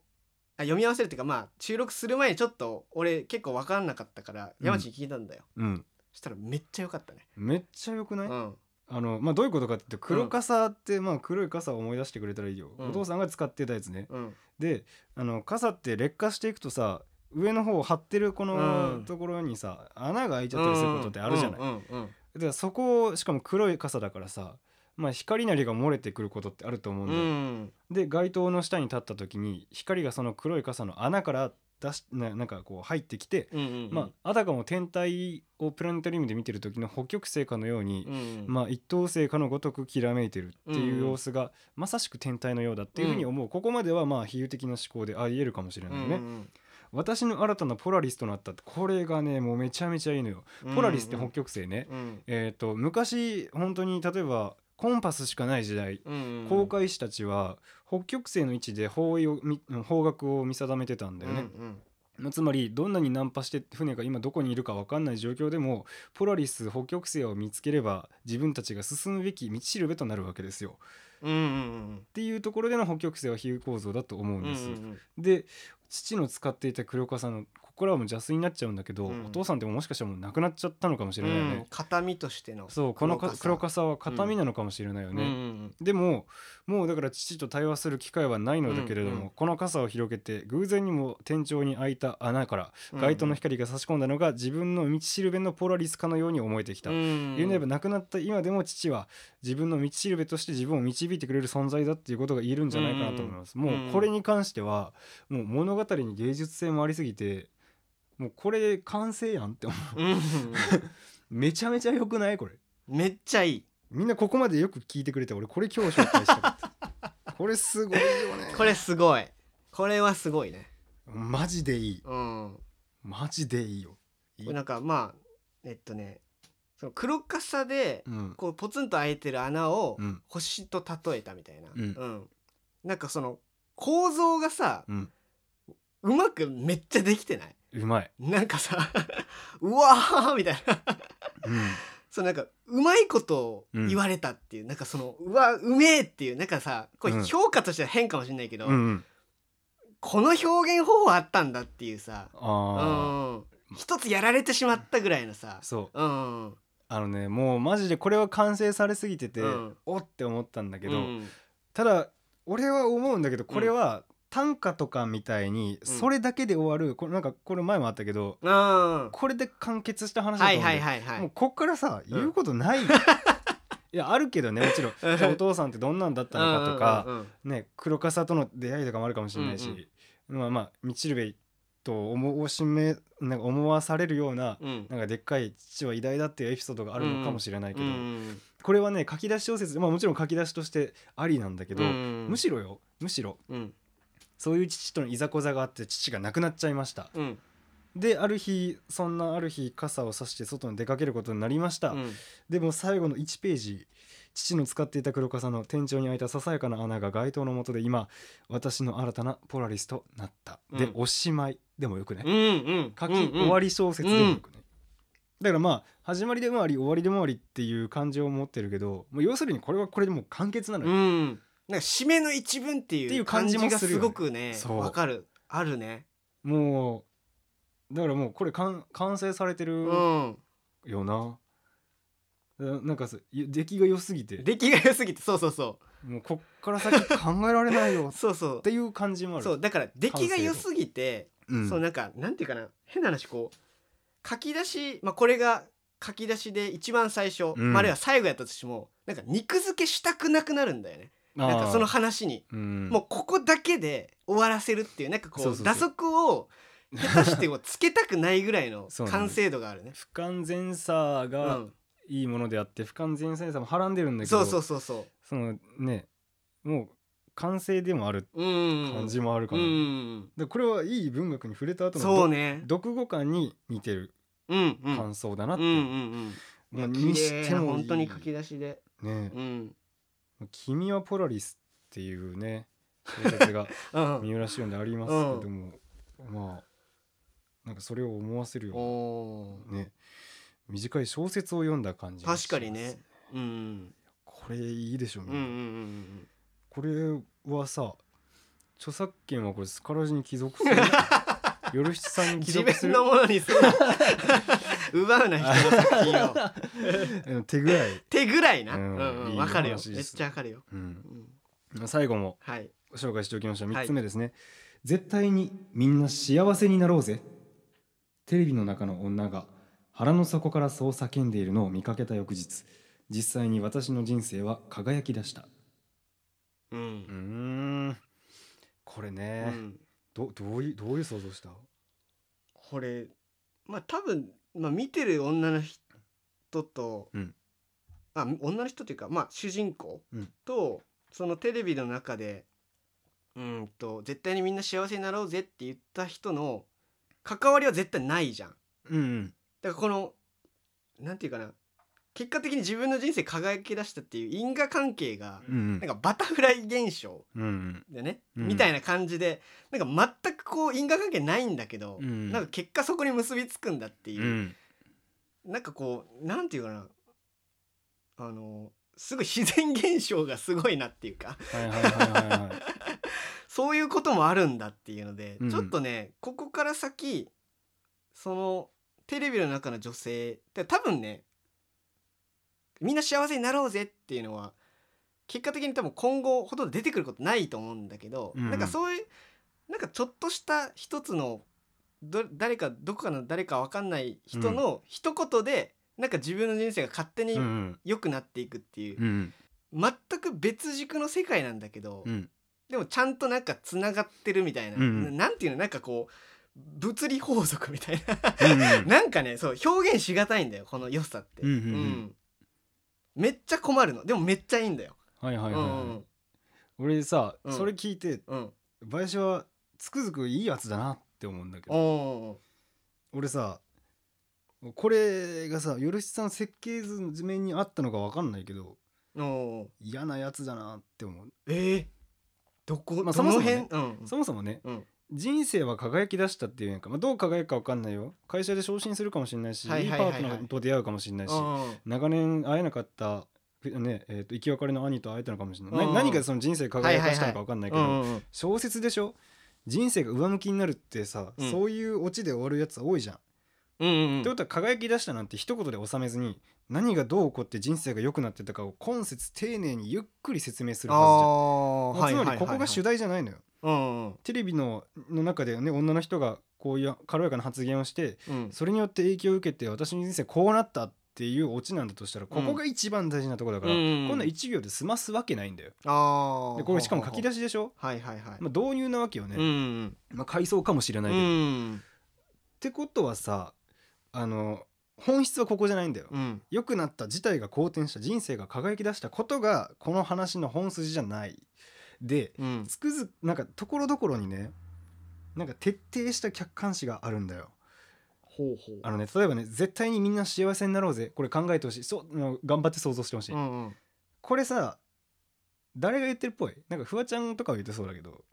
[SPEAKER 2] あ読み合わせるっていうかまあ収録する前にちょっと俺結構分かんなかったから
[SPEAKER 1] うん
[SPEAKER 2] 山地に聞いたんだよ、
[SPEAKER 1] う、ん、
[SPEAKER 2] そしたらめっちゃ良かったね、
[SPEAKER 1] めっちゃよくない、
[SPEAKER 2] うん
[SPEAKER 1] あのまあ、どういうことかって言うと黒傘って、まあ、黒い傘を思い出してくれたらいいよ、
[SPEAKER 2] うん
[SPEAKER 1] お父さんが使ってたやつね、
[SPEAKER 2] うん
[SPEAKER 1] であの傘って劣化していくとさ上の方を張ってるこ
[SPEAKER 2] う
[SPEAKER 1] の
[SPEAKER 2] ん
[SPEAKER 1] ところにさ、穴が開いちゃったりすることってあるじゃない、
[SPEAKER 2] うんうんうん
[SPEAKER 1] だからそこをしかも黒い傘だからさまあ光なりが漏れてくることってあると思うん
[SPEAKER 2] う
[SPEAKER 1] だよ、
[SPEAKER 2] ん
[SPEAKER 1] で街灯の下に立った時に光がその黒い傘の穴から出しななんかこう入ってきて、
[SPEAKER 2] うんうん
[SPEAKER 1] まああたかも天体をプラネタリウムで見てる時の北極星かのように、
[SPEAKER 2] うん
[SPEAKER 1] まあ一等星かのごとくきらめいてるっていう
[SPEAKER 2] うんうん
[SPEAKER 1] 様子が、まさしく天体のようだっていうふうに思う、ここまではまあ比喩的な思考でありえるかもしれ
[SPEAKER 2] う
[SPEAKER 1] ないよ
[SPEAKER 2] ん
[SPEAKER 1] ね、
[SPEAKER 2] うん
[SPEAKER 1] 私の新たなポラリスとなったってこれがねもうめちゃめちゃいいのよポラリスって北極星ね、
[SPEAKER 2] うん
[SPEAKER 1] えっ、と昔本当に例えばコンパスしかない時代
[SPEAKER 2] うんうん
[SPEAKER 1] 航海士たちは北極星の位置で方位を見方角を見定めてたんだよね、
[SPEAKER 2] うん
[SPEAKER 1] まあつまりどんなに難破して船が今どこにいるか分かんない状況でもポラリス北極星を見つければ自分たちが進むべき道しるべとなるわけですよ。
[SPEAKER 2] うんうん
[SPEAKER 1] っていうところでの北極星は比喩構造だと思う
[SPEAKER 2] うんん
[SPEAKER 1] です。
[SPEAKER 2] うん
[SPEAKER 1] で父の使っていた黒川さんのここからはもう邪推になっちゃうんだけど、
[SPEAKER 2] うん
[SPEAKER 1] お父さんってもしかしたらもう亡くなっちゃったのかもしれないよね。
[SPEAKER 2] うん形見としての
[SPEAKER 1] そうこのか
[SPEAKER 2] 黒
[SPEAKER 1] 黒
[SPEAKER 2] 笠
[SPEAKER 1] 笠は形見なのかもしれないよ
[SPEAKER 2] うんう
[SPEAKER 1] ね。
[SPEAKER 2] ん
[SPEAKER 1] でももうだから父と対話する機会はないのだけれども、
[SPEAKER 2] うんうん
[SPEAKER 1] この傘を広げて偶然にも天井に開いた穴から
[SPEAKER 2] うん
[SPEAKER 1] 街灯の光が差し込んだのが自分の道しるべのポラリスかのように思えてきた。
[SPEAKER 2] うんうん
[SPEAKER 1] 言うなれば亡くなった今でも父は自分の道しるべとして自分を導いてくれる存在だっていうことが言えるんじゃないかなと思います。
[SPEAKER 2] んうん
[SPEAKER 1] もうこれに関してはもう物語に芸術性もありすぎてもうこれ完成やんって思う
[SPEAKER 2] うんうん
[SPEAKER 1] めちゃめちゃ良くないこれ
[SPEAKER 2] うんめっちゃいい
[SPEAKER 1] みんなここまでよく聞いてくれて俺これ今日紹介したかったこれすごいよね
[SPEAKER 2] これすごいこれはすごいね
[SPEAKER 1] マジでいい
[SPEAKER 2] うん
[SPEAKER 1] マジでいいよいい
[SPEAKER 2] なんかまあえっとねその黒笠で
[SPEAKER 1] うん
[SPEAKER 2] こうポツンと開いてる穴を
[SPEAKER 1] うん
[SPEAKER 2] 星と例えたみたいな、
[SPEAKER 1] うん
[SPEAKER 2] なんかその構造がさ
[SPEAKER 1] うん
[SPEAKER 2] うまくめっちゃできてないう
[SPEAKER 1] まい、
[SPEAKER 2] なんかさ [laughs] うわーみたいな
[SPEAKER 1] う
[SPEAKER 2] そうなんかうまいことを言われたっていう、なんかそのうわうめえっていうなんかさこ
[SPEAKER 1] う
[SPEAKER 2] れ
[SPEAKER 1] ん
[SPEAKER 2] 評価としては変かもしれないけど、
[SPEAKER 1] ん、うんうん
[SPEAKER 2] この表現方法あったんだっていうさ、う
[SPEAKER 1] ああ、
[SPEAKER 2] ん、一つやられてしまったぐらいのさ、
[SPEAKER 1] そう
[SPEAKER 2] うん、
[SPEAKER 1] あのねもうマジでこれは完成されすぎてて、
[SPEAKER 2] うん
[SPEAKER 1] おって思ったんだけ
[SPEAKER 2] け
[SPEAKER 1] ど、ただ俺は思うんだけどこれは短歌とかみたいに
[SPEAKER 2] うん
[SPEAKER 1] それだけで終わる、これなんかこれ前もあったけど
[SPEAKER 2] うん、は
[SPEAKER 1] これで完結した話
[SPEAKER 2] い
[SPEAKER 1] だと
[SPEAKER 2] は
[SPEAKER 1] 思
[SPEAKER 2] い
[SPEAKER 1] うんだよ
[SPEAKER 2] はいはい
[SPEAKER 1] もうこっからさ言うことない、
[SPEAKER 2] [laughs]
[SPEAKER 1] いやあるけどねもちろんじゃあお父さんってどんなんだったのかとか、
[SPEAKER 2] うんうんうん
[SPEAKER 1] ね黒笠との出会いとかもあるかもしれないし、まあまあ道しるべと思おしめなんか思わされるような
[SPEAKER 2] うんうん
[SPEAKER 1] なんかでっかい父は偉大だっていうエピソードがあるのかもしれないけど、
[SPEAKER 2] うん
[SPEAKER 1] これはね書き出し小説まあもちろん書き出しとしてありなんだけど、
[SPEAKER 2] うん
[SPEAKER 1] むしろよむしろ
[SPEAKER 2] うん
[SPEAKER 1] そういう父とのいざこざがあって父が亡くなっちゃいました
[SPEAKER 2] うん
[SPEAKER 1] である日そんなある日傘を差して外に出かけることになりました、
[SPEAKER 2] うん
[SPEAKER 1] でも最後の1ページ父の使っていた黒傘の天井に開いたささやかな穴が街灯の下で今私の新たなポラリスとなった、
[SPEAKER 2] う
[SPEAKER 1] で
[SPEAKER 2] ん
[SPEAKER 1] おしまいでもよくね、
[SPEAKER 2] うんうん
[SPEAKER 1] 書き終わり小説でもよくね、だからまあ始まりでもあり終わりでもありっていう感情を持ってるけどもう要するにこれはこれでもう完結なの
[SPEAKER 2] う
[SPEAKER 1] よ、
[SPEAKER 2] んなんか締めの一文って
[SPEAKER 1] ってい
[SPEAKER 2] いうう
[SPEAKER 1] 感
[SPEAKER 2] 感
[SPEAKER 1] じ
[SPEAKER 2] じ
[SPEAKER 1] も
[SPEAKER 2] が
[SPEAKER 1] するよ
[SPEAKER 2] す
[SPEAKER 1] ね
[SPEAKER 2] ごくね
[SPEAKER 1] そう
[SPEAKER 2] わかるあるね
[SPEAKER 1] もうだからもうこれ完完成されて
[SPEAKER 2] う
[SPEAKER 1] る
[SPEAKER 2] ん
[SPEAKER 1] よな、ななんかす出来が良すぎて
[SPEAKER 2] 出来が良すぎてそうそうそ
[SPEAKER 1] もうこっから先考えられないよ
[SPEAKER 2] う
[SPEAKER 1] っ
[SPEAKER 2] そうそ
[SPEAKER 1] ていう感じもあ
[SPEAKER 2] う
[SPEAKER 1] る
[SPEAKER 2] そうだから出来が良すぎて
[SPEAKER 1] うん
[SPEAKER 2] そうなんかなんていうかな変な話こう書き出しまあこれが書き出しで一番最初
[SPEAKER 1] うん
[SPEAKER 2] まああるいは最後やったとしてもなんか肉付けしたくなくなるんだよね
[SPEAKER 1] あー
[SPEAKER 2] なんかその話に
[SPEAKER 1] うん
[SPEAKER 2] もうここだけで終わらせるっていうなんかこ
[SPEAKER 1] そうそうそう
[SPEAKER 2] う打足を下手してもつけたくないぐらい
[SPEAKER 1] [laughs]
[SPEAKER 2] の
[SPEAKER 1] そうなんだ
[SPEAKER 2] 完成度があるね。
[SPEAKER 1] 不完全さ
[SPEAKER 2] う
[SPEAKER 1] が
[SPEAKER 2] ん、
[SPEAKER 1] いいものであって、不完全さもはらんでるんだけど
[SPEAKER 2] そうそうそうそ
[SPEAKER 1] そのねもう完成でもある
[SPEAKER 2] う。うん。
[SPEAKER 1] 感じもあるか
[SPEAKER 2] う
[SPEAKER 1] ら、
[SPEAKER 2] ん。
[SPEAKER 1] でこれはいい文学に触れた後の
[SPEAKER 2] そう
[SPEAKER 1] ど
[SPEAKER 2] ね。
[SPEAKER 1] 読語感に似てる
[SPEAKER 2] うんうん。
[SPEAKER 1] 感想だなっ
[SPEAKER 2] う
[SPEAKER 1] て、
[SPEAKER 2] んうんうん。
[SPEAKER 1] まあ
[SPEAKER 2] 綺
[SPEAKER 1] にし
[SPEAKER 2] 麗
[SPEAKER 1] て
[SPEAKER 2] な
[SPEAKER 1] もいい
[SPEAKER 2] 本当に書き出しで。
[SPEAKER 1] ね
[SPEAKER 2] うん。
[SPEAKER 1] 君はポラリス」っていうね小説
[SPEAKER 2] [laughs]
[SPEAKER 1] が
[SPEAKER 2] うん。
[SPEAKER 1] 三浦紫苑でありますけども、まあなんかそれを思わせるよう
[SPEAKER 2] お
[SPEAKER 1] な
[SPEAKER 2] おー。
[SPEAKER 1] ね短い小説を読んだ感じが
[SPEAKER 2] 確かに
[SPEAKER 1] します
[SPEAKER 2] ね。うん。
[SPEAKER 1] これいいでしょみ
[SPEAKER 2] うんんうん
[SPEAKER 1] な、
[SPEAKER 2] うん
[SPEAKER 1] これはさ著作権はこれスカラジに帰属す [laughs] る夜七さん
[SPEAKER 2] うん。
[SPEAKER 1] に帰
[SPEAKER 2] 自
[SPEAKER 1] 属す
[SPEAKER 2] 分
[SPEAKER 1] る
[SPEAKER 2] のものにする。 [laughs] 奪うな人の作品
[SPEAKER 1] [laughs]
[SPEAKER 2] を。
[SPEAKER 1] うん手ぐらい、
[SPEAKER 2] 手ぐらいな。
[SPEAKER 1] う
[SPEAKER 2] うんんう
[SPEAKER 1] い
[SPEAKER 2] ん。
[SPEAKER 1] い
[SPEAKER 2] わかるよ。
[SPEAKER 1] 話
[SPEAKER 2] め
[SPEAKER 1] で
[SPEAKER 2] っ
[SPEAKER 1] す
[SPEAKER 2] ちゃわかるよ。
[SPEAKER 1] うん、
[SPEAKER 2] うん
[SPEAKER 1] 最後も
[SPEAKER 2] はい。
[SPEAKER 1] 紹介しておきましょう
[SPEAKER 2] はい
[SPEAKER 1] 3つ目ですね、絶対にみんな幸せになろうぜテレビの中の女が腹の底からそう叫んでいるのを見かけた翌日実際に私の人生は輝き出したう
[SPEAKER 2] う。
[SPEAKER 1] んんこれ
[SPEAKER 2] う
[SPEAKER 1] ね、
[SPEAKER 2] ん。
[SPEAKER 1] どどういうどういう想像した
[SPEAKER 2] これまあ多分、まあ、見てる女の人と、
[SPEAKER 1] うん
[SPEAKER 2] あ女の人というか、まあ、主人公
[SPEAKER 1] うん
[SPEAKER 2] と、そのテレビの中でうんと絶対にみんな幸せになろうぜって言った人の関わりは絶対ないじゃん
[SPEAKER 1] うんうん
[SPEAKER 2] だからこのなんていうかな結果的に自分の人生輝き出したっていう因果関係が
[SPEAKER 1] うんうん
[SPEAKER 2] なんかバタフライ現象
[SPEAKER 1] うん
[SPEAKER 2] でね、
[SPEAKER 1] うん
[SPEAKER 2] みたいな感じでなんか全くこう因果関係ないんだけど、
[SPEAKER 1] うん
[SPEAKER 2] なんか結果そこに結びつくんだって
[SPEAKER 1] う
[SPEAKER 2] いう、
[SPEAKER 1] ん
[SPEAKER 2] なんかこうなんていうかなあのすごい自然現象がすごいなっていうか
[SPEAKER 1] はいはいはいはいはい
[SPEAKER 2] [laughs] そういうこともあるんだっていうので、
[SPEAKER 1] うん
[SPEAKER 2] ちょっとねここから先そのテレビの中の女性で多分ねみんな幸せになろうぜっていうのは結果的に多分今後ほとんど出てくることないと思うんだけど、
[SPEAKER 1] うん
[SPEAKER 2] なんかそういうなんかちょっとした一つのど誰かどこかの誰かわかんない人の一言で、なんか自分の人生が勝手に
[SPEAKER 1] うんうん
[SPEAKER 2] 良くなっていくっていう
[SPEAKER 1] う、ん
[SPEAKER 2] 全く別軸の世界なんだけど、
[SPEAKER 1] うん
[SPEAKER 2] でもちゃんとなんかつながってるみたいな、
[SPEAKER 1] うん
[SPEAKER 2] ななんていうのなんかこう物理法則みたいな [laughs]
[SPEAKER 1] うん
[SPEAKER 2] なんかねそう表現しがたいんだよこの良さって、
[SPEAKER 1] うんうんうん
[SPEAKER 2] んめっちゃ困るのでもめっちゃいいんだよ、
[SPEAKER 1] はいはいはい
[SPEAKER 2] うんう
[SPEAKER 1] は
[SPEAKER 2] ん
[SPEAKER 1] い俺さ
[SPEAKER 2] うん
[SPEAKER 1] それ聞いて
[SPEAKER 2] うん
[SPEAKER 1] 林はつくづくいいやつだなって思うんだけど
[SPEAKER 2] お
[SPEAKER 1] 俺さこれがさよろしさんの設計図面にあったのか分かんないけど
[SPEAKER 2] ーおー
[SPEAKER 1] 嫌なやつだなって思う
[SPEAKER 2] えー、どこ、
[SPEAKER 1] まあ
[SPEAKER 2] どの
[SPEAKER 1] そもそも
[SPEAKER 2] 辺
[SPEAKER 1] ね
[SPEAKER 2] うん
[SPEAKER 1] そもそもね、
[SPEAKER 2] うん
[SPEAKER 1] 人生は輝き出したっていうやんか、まあ、どう輝くか分かんないよ会社で昇進するかもしれないし、
[SPEAKER 2] はい
[SPEAKER 1] い
[SPEAKER 2] はいいはいはい
[SPEAKER 1] パートナーと出会うかもしれないし、
[SPEAKER 2] うん
[SPEAKER 1] 長年会えなかった、ふねえー、と生き別れの兄と会えたのかもしれない、な
[SPEAKER 2] うん
[SPEAKER 1] 何がその人生輝かしたのか分かんないけど、
[SPEAKER 2] うんうんうん
[SPEAKER 1] 小説でしょ人生が上向きになるってさ、
[SPEAKER 2] うん
[SPEAKER 1] そういうオチで終わるやつ多いじゃん。
[SPEAKER 2] うんうん
[SPEAKER 1] ってことは輝き出したなんて一言で収めずに何がどう起こって人生が良くなってたかを今節丁寧にゆっくり説明するはず
[SPEAKER 2] あー
[SPEAKER 1] じゃん。
[SPEAKER 2] はい
[SPEAKER 1] まあつまり
[SPEAKER 2] はいはい
[SPEAKER 1] ここが主題じゃないのよ。
[SPEAKER 2] うんうん
[SPEAKER 1] テレビのの中でね女の人がこういう軽やかな発言をして
[SPEAKER 2] うん
[SPEAKER 1] それによって影響を受けて私の人生こうなったっていうオチなんだとしたらここが一番大事なところだから、
[SPEAKER 2] うん
[SPEAKER 1] こんな1秒で済ますわけないんだよ。
[SPEAKER 2] あー
[SPEAKER 1] でこれしかも書き
[SPEAKER 2] し
[SPEAKER 1] 出しでしょ、
[SPEAKER 2] はいはいはい、
[SPEAKER 1] まあ、導入なわけよね、
[SPEAKER 2] うんうん
[SPEAKER 1] まあ、回想かもしれないけど。っ
[SPEAKER 2] ん
[SPEAKER 1] てことはさあの本質はここじゃないんだよ。
[SPEAKER 2] うん
[SPEAKER 1] 良くなった自体が好転した人生が輝き出したことがこの話の本筋じゃない。で
[SPEAKER 2] うん
[SPEAKER 1] つくづくなんかところどころにねなんか徹底した客観視があるんだよ。
[SPEAKER 2] ほうほう
[SPEAKER 1] あのね例えばね絶対にみんな幸せになろうぜこれ考えてほしいそうもう頑張って想像してほしい、
[SPEAKER 2] うんうん
[SPEAKER 1] これさ誰が言ってるっぽいなんかフワちゃんとかは言ってそうだけど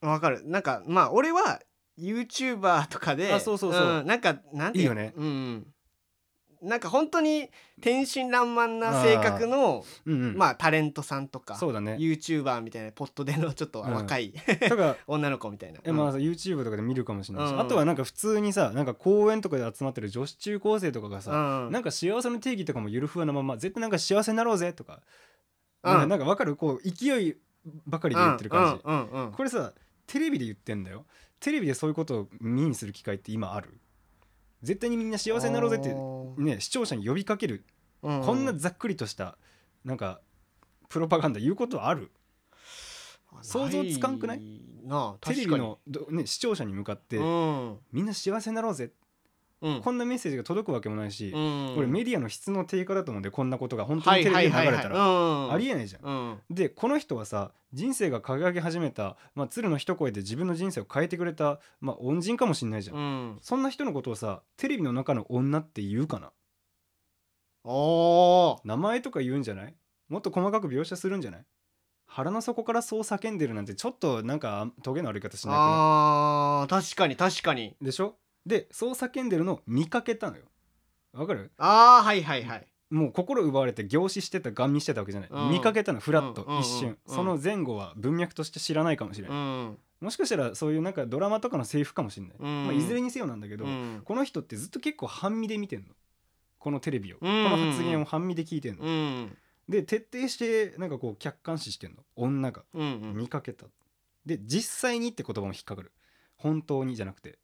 [SPEAKER 2] わかるなんかまあ俺は YouTuber とかで
[SPEAKER 1] あそうそうそうん
[SPEAKER 2] なんかなんてい
[SPEAKER 1] いういよね
[SPEAKER 2] うんうん、なんか本当に天真爛漫な性格の
[SPEAKER 1] うんうん
[SPEAKER 2] まあタレントさんと
[SPEAKER 1] あ
[SPEAKER 2] か、
[SPEAKER 1] そうだ
[SPEAKER 2] [laughs]
[SPEAKER 1] ね
[SPEAKER 2] YouTuber みたいなポットでのちょっと
[SPEAKER 1] うん
[SPEAKER 2] 若い、 [laughs]
[SPEAKER 1] とか
[SPEAKER 2] 女の子みたいな、
[SPEAKER 1] えまあ、YouTube とかで見るかもしれないし、
[SPEAKER 2] うんうん
[SPEAKER 1] あとはなんか普通にさなんか公園とかで集まってる女子中高生とかがさ、
[SPEAKER 2] うん、
[SPEAKER 1] なんか幸せの定義とかもゆるふわなまま絶対なんか幸せになろうぜとか、
[SPEAKER 2] うん
[SPEAKER 1] なんかなんかわかるこう勢いばかりで言ってる感じ、
[SPEAKER 2] うんうんうんうん
[SPEAKER 1] これさテレビで言ってんだよテレビでそういうことを耳にする機会って今ある絶対にみんな幸せになろうぜって
[SPEAKER 2] あー
[SPEAKER 1] ね視聴者に呼びかける、
[SPEAKER 2] う
[SPEAKER 1] こんなざっくりとしたなんかプロパガンダ言うことある想像つかんくない
[SPEAKER 2] なあ
[SPEAKER 1] テレビの、どね、視聴者に向かって、
[SPEAKER 2] 確かにうん
[SPEAKER 1] みんな幸せになろうぜ
[SPEAKER 2] うん
[SPEAKER 1] こんなメッセージが届くわけもないし、
[SPEAKER 2] うん
[SPEAKER 1] これメディアの質の低下だと思うんでこんなことが本当にテレビで流れたらあ
[SPEAKER 2] あ
[SPEAKER 1] りえないじゃん。
[SPEAKER 2] うん
[SPEAKER 1] でこの人はさ人生が輝き始めた、まあ、鶴の一声で自分の人生を変えてくれた、まあ、恩人かもしんないじゃん、
[SPEAKER 2] うん
[SPEAKER 1] そんな人のことをさテレビの中の女って言うかな
[SPEAKER 2] おー
[SPEAKER 1] 名前とか言うんじゃないもっと細かく描写するんじゃない腹の底からそう叫んでるなんてちょっとなんかトゲのある言い方しなくな
[SPEAKER 2] あー確かに確かに
[SPEAKER 1] いでしょでそう叫んでるのを見かけたのよわかる
[SPEAKER 2] あーはいはいはい
[SPEAKER 1] もう心奪われて凝視してたガン見してたわけじゃない、
[SPEAKER 2] うん
[SPEAKER 1] 見かけたのフラッと、
[SPEAKER 2] うん
[SPEAKER 1] 一瞬、
[SPEAKER 2] うんうん
[SPEAKER 1] その前後は文脈として知らないかもしれ
[SPEAKER 2] う
[SPEAKER 1] ない、
[SPEAKER 2] ん
[SPEAKER 1] もしかしたらそういうなんかドラマとかのセリフかもしれない、
[SPEAKER 2] うん
[SPEAKER 1] まあ、いずれにせよなんだけど、
[SPEAKER 2] うん
[SPEAKER 1] この人ってずっと結構半身で見てんのこのテレビを、
[SPEAKER 2] うんうんうん
[SPEAKER 1] この発言を半身で聞いてんの、
[SPEAKER 2] うん
[SPEAKER 1] で徹底してなんかこう客観視してんの女が
[SPEAKER 2] うんうん
[SPEAKER 1] 見かけた、で実際にって言葉も引っかかる本当にじゃなくて、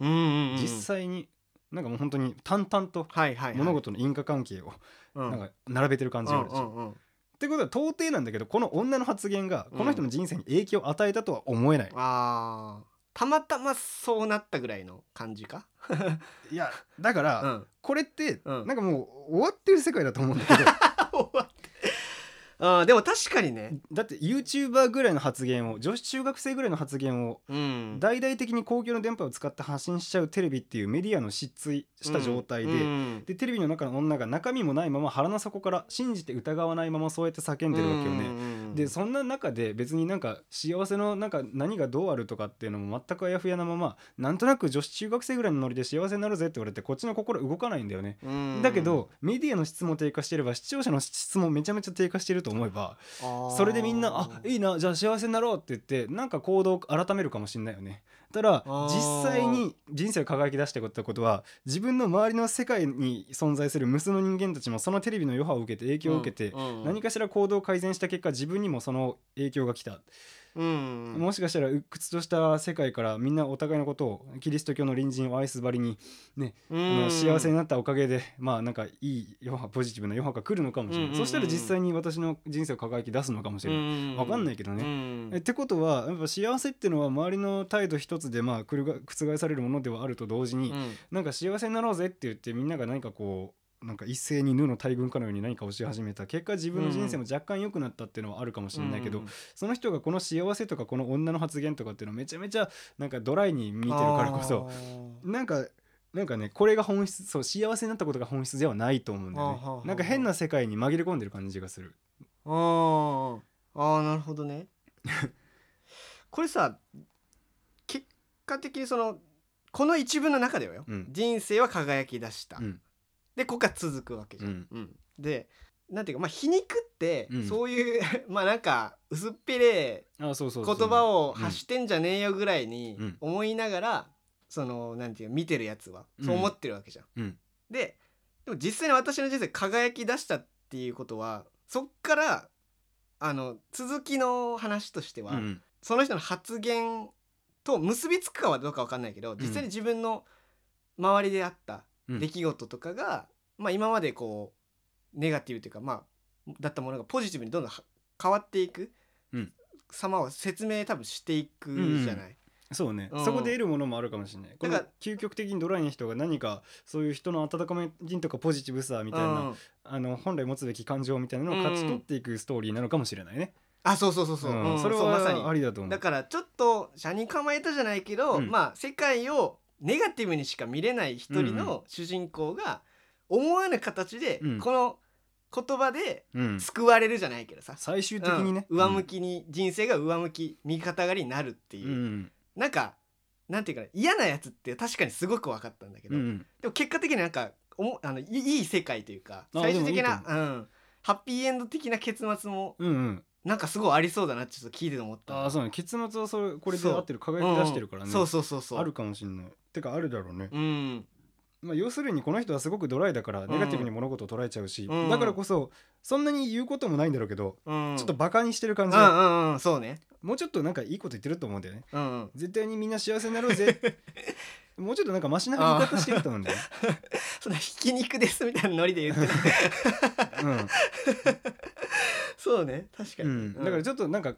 [SPEAKER 2] うんうんうん
[SPEAKER 1] 実際になんかもう本当に淡々と
[SPEAKER 2] はいはいはい
[SPEAKER 1] 物事の因果関係を
[SPEAKER 2] うん
[SPEAKER 1] なんか並べてる感じがあるでしょ、
[SPEAKER 2] うんうんうん
[SPEAKER 1] ってことは到底なんだけどこの女の発言がこの人の人生に影響を与えたとは思えない、
[SPEAKER 2] あーたまたまそうなったぐらいの感じか
[SPEAKER 1] いやだから、
[SPEAKER 2] うん [laughs]
[SPEAKER 1] これって
[SPEAKER 2] うん [laughs]
[SPEAKER 1] なんかもう終わってる世界だと思うんだけど
[SPEAKER 2] 終わってあーでも確かにね
[SPEAKER 1] だって YouTuber ぐらいの発言を女子中学生ぐらいの発言を
[SPEAKER 2] うん
[SPEAKER 1] 大々的に公共の電波を使って発信しちゃうテレビっていうメディアの失墜した状態で、
[SPEAKER 2] うん
[SPEAKER 1] でテレビの中の女が中身もないまま腹の底から信じて疑わないままそうやって叫んでるわけよね。
[SPEAKER 2] ね
[SPEAKER 1] でそんな中で別になんか幸せのなんか何がどうあるとかっていうのも全くあやふやなままなんとなく女子中学生ぐらいのノリで幸せになるぜって言われてこっちの心動かないんだよね。だけどメディアの質も低下してれば視聴者の質もめちゃめちゃ低下してると思えばそれでみんな「あいいなじゃあ幸せになろう」って言ってなんか行動を改めるかもしれないよね。ただ
[SPEAKER 2] あー
[SPEAKER 1] 実際に人生を輝き出してったことは自分の周りの世界に存在する無数の人間たちもそのテレビの余波を受けて影響を受けて何
[SPEAKER 2] か、
[SPEAKER 1] かしら行動を改善した結果自分にもその影響が来た、
[SPEAKER 2] うん
[SPEAKER 1] もしかしたら鬱屈とした世界からみんなお互いのことをキリスト教の隣人を愛すばりに、
[SPEAKER 2] う
[SPEAKER 1] あの
[SPEAKER 2] ん
[SPEAKER 1] 幸せになったおかげでまあなんかいい余波ポジティブな余波が来るのかもしれない、
[SPEAKER 2] うんうんうん
[SPEAKER 1] そしたら実際に私の人生を輝き出すのかもしれない、わかんないけどね
[SPEAKER 2] うん
[SPEAKER 1] えってことはやっぱ幸せってのは周りの態度一つでまあくるが覆されるものではあると同時に、
[SPEAKER 2] うん
[SPEAKER 1] なんか幸せになろうぜって言ってみんなが何かこうなんか一斉にヌの大群かのように何かをし始めた結果自分の人生も若干良くなったっていうのはあるかもしれないけど、
[SPEAKER 2] うん
[SPEAKER 1] その人がこの幸せとかこの女の発言とかっていうのをめちゃめちゃなんかドライに見てるからこそ
[SPEAKER 2] あ
[SPEAKER 1] なんかなんかねこれが本質そう幸せになったことが本質ではないと思うんだよ
[SPEAKER 2] あーはあは
[SPEAKER 1] ね
[SPEAKER 2] あ
[SPEAKER 1] なんか変な世界に紛れ込んでる感じがする
[SPEAKER 2] ーあーなるほどね [laughs] これさ結果的にそのこの一文の中ではよ、
[SPEAKER 1] うん
[SPEAKER 2] 人生は輝き出した、
[SPEAKER 1] うん
[SPEAKER 2] でここが続くわけじ
[SPEAKER 1] う
[SPEAKER 2] ゃん、
[SPEAKER 1] ん
[SPEAKER 2] うんでなんていうかまあ皮肉って、
[SPEAKER 1] うん
[SPEAKER 2] そういう [laughs] まあなんか薄っぺれ
[SPEAKER 1] あそうそう
[SPEAKER 2] 言
[SPEAKER 1] そう
[SPEAKER 2] 葉を発してんじゃねえよぐらいに
[SPEAKER 1] うん
[SPEAKER 2] 思いながら、そのなんていうの見てるやつはそう思ってるわけじゃん。
[SPEAKER 1] うん
[SPEAKER 2] ででも実際に私の人生輝き出したっていうことはそっからあの続きの話としては、
[SPEAKER 1] うん
[SPEAKER 2] その人の発言と結びつくかはどうかわかんないけど実際に自分の周りであった
[SPEAKER 1] うん
[SPEAKER 2] 出来事とかが、まあ、今までこうネガティブというか、まあ、だったものがポジティブにどんどんは変わっていく、
[SPEAKER 1] うん
[SPEAKER 2] 様を説明多分していくじゃない。
[SPEAKER 1] そうね、
[SPEAKER 2] うん
[SPEAKER 1] そこで得るものもあるかもしれないこの
[SPEAKER 2] だか
[SPEAKER 1] 究極的にドライな人が何かそういう人の温かみとかポジティブさみたいな、
[SPEAKER 2] うん
[SPEAKER 1] あの本来持つべき感情みたいなのを勝ち取っていくストーリーなのかもしれないね、
[SPEAKER 2] あそうそうそうそう、
[SPEAKER 1] うん
[SPEAKER 2] うん
[SPEAKER 1] それ
[SPEAKER 2] うまさ
[SPEAKER 1] はあ
[SPEAKER 2] に
[SPEAKER 1] りだと思う
[SPEAKER 2] だからちょっと車に構えたじゃないけど、
[SPEAKER 1] うん
[SPEAKER 2] まあ世界をネガティブにしか見れない一人の主人公が思わぬ形で
[SPEAKER 1] うん
[SPEAKER 2] この言葉で
[SPEAKER 1] うん、
[SPEAKER 2] 救われるじゃないけどさ、
[SPEAKER 1] 最終的にね、
[SPEAKER 2] うん上向きに、人生が上向き右肩上がりになるっていうう、
[SPEAKER 1] ん、うん
[SPEAKER 2] なんかなんていうかな嫌なやつって確かにすごく分かったんだけ
[SPEAKER 1] う
[SPEAKER 2] ど、
[SPEAKER 1] んうん
[SPEAKER 2] でも結果的になんかおもあのいいいい世界というか
[SPEAKER 1] あ
[SPEAKER 2] 最終的
[SPEAKER 1] でもいい
[SPEAKER 2] な
[SPEAKER 1] と
[SPEAKER 2] うん、ハッピーエンド的な結末も
[SPEAKER 1] うんうん
[SPEAKER 2] なんかすごいありそうだなってちょっと聞いてて思った
[SPEAKER 1] ああそうね結末はそれこれで合ってる輝き出してるからね、
[SPEAKER 2] そうそうそうそう
[SPEAKER 1] あるかもしれないてかあるだろうね、
[SPEAKER 2] うん
[SPEAKER 1] まあ、要するにこの人はすごくドライだから
[SPEAKER 2] ん
[SPEAKER 1] ネガティブに物事を捉えちゃうし、
[SPEAKER 2] うん
[SPEAKER 1] だからこそそんなに言うこともないんだろうけど、
[SPEAKER 2] うん
[SPEAKER 1] ちょっとバカにしてる感
[SPEAKER 2] うん
[SPEAKER 1] じが、
[SPEAKER 2] うんうんそうね
[SPEAKER 1] もうちょっとなんかいいこと言ってると思うんだよね
[SPEAKER 2] うんうん
[SPEAKER 1] 絶対にみんな幸せになろう
[SPEAKER 2] [laughs]
[SPEAKER 1] ぜもうちょっとなんかマシな言い方してると思うんだよね、
[SPEAKER 2] そんなひき肉ですみたいなノリで言っ
[SPEAKER 1] [laughs]
[SPEAKER 2] てない
[SPEAKER 1] うん
[SPEAKER 2] そうね確か
[SPEAKER 1] う
[SPEAKER 2] に、
[SPEAKER 1] ん、だからちょっとなんか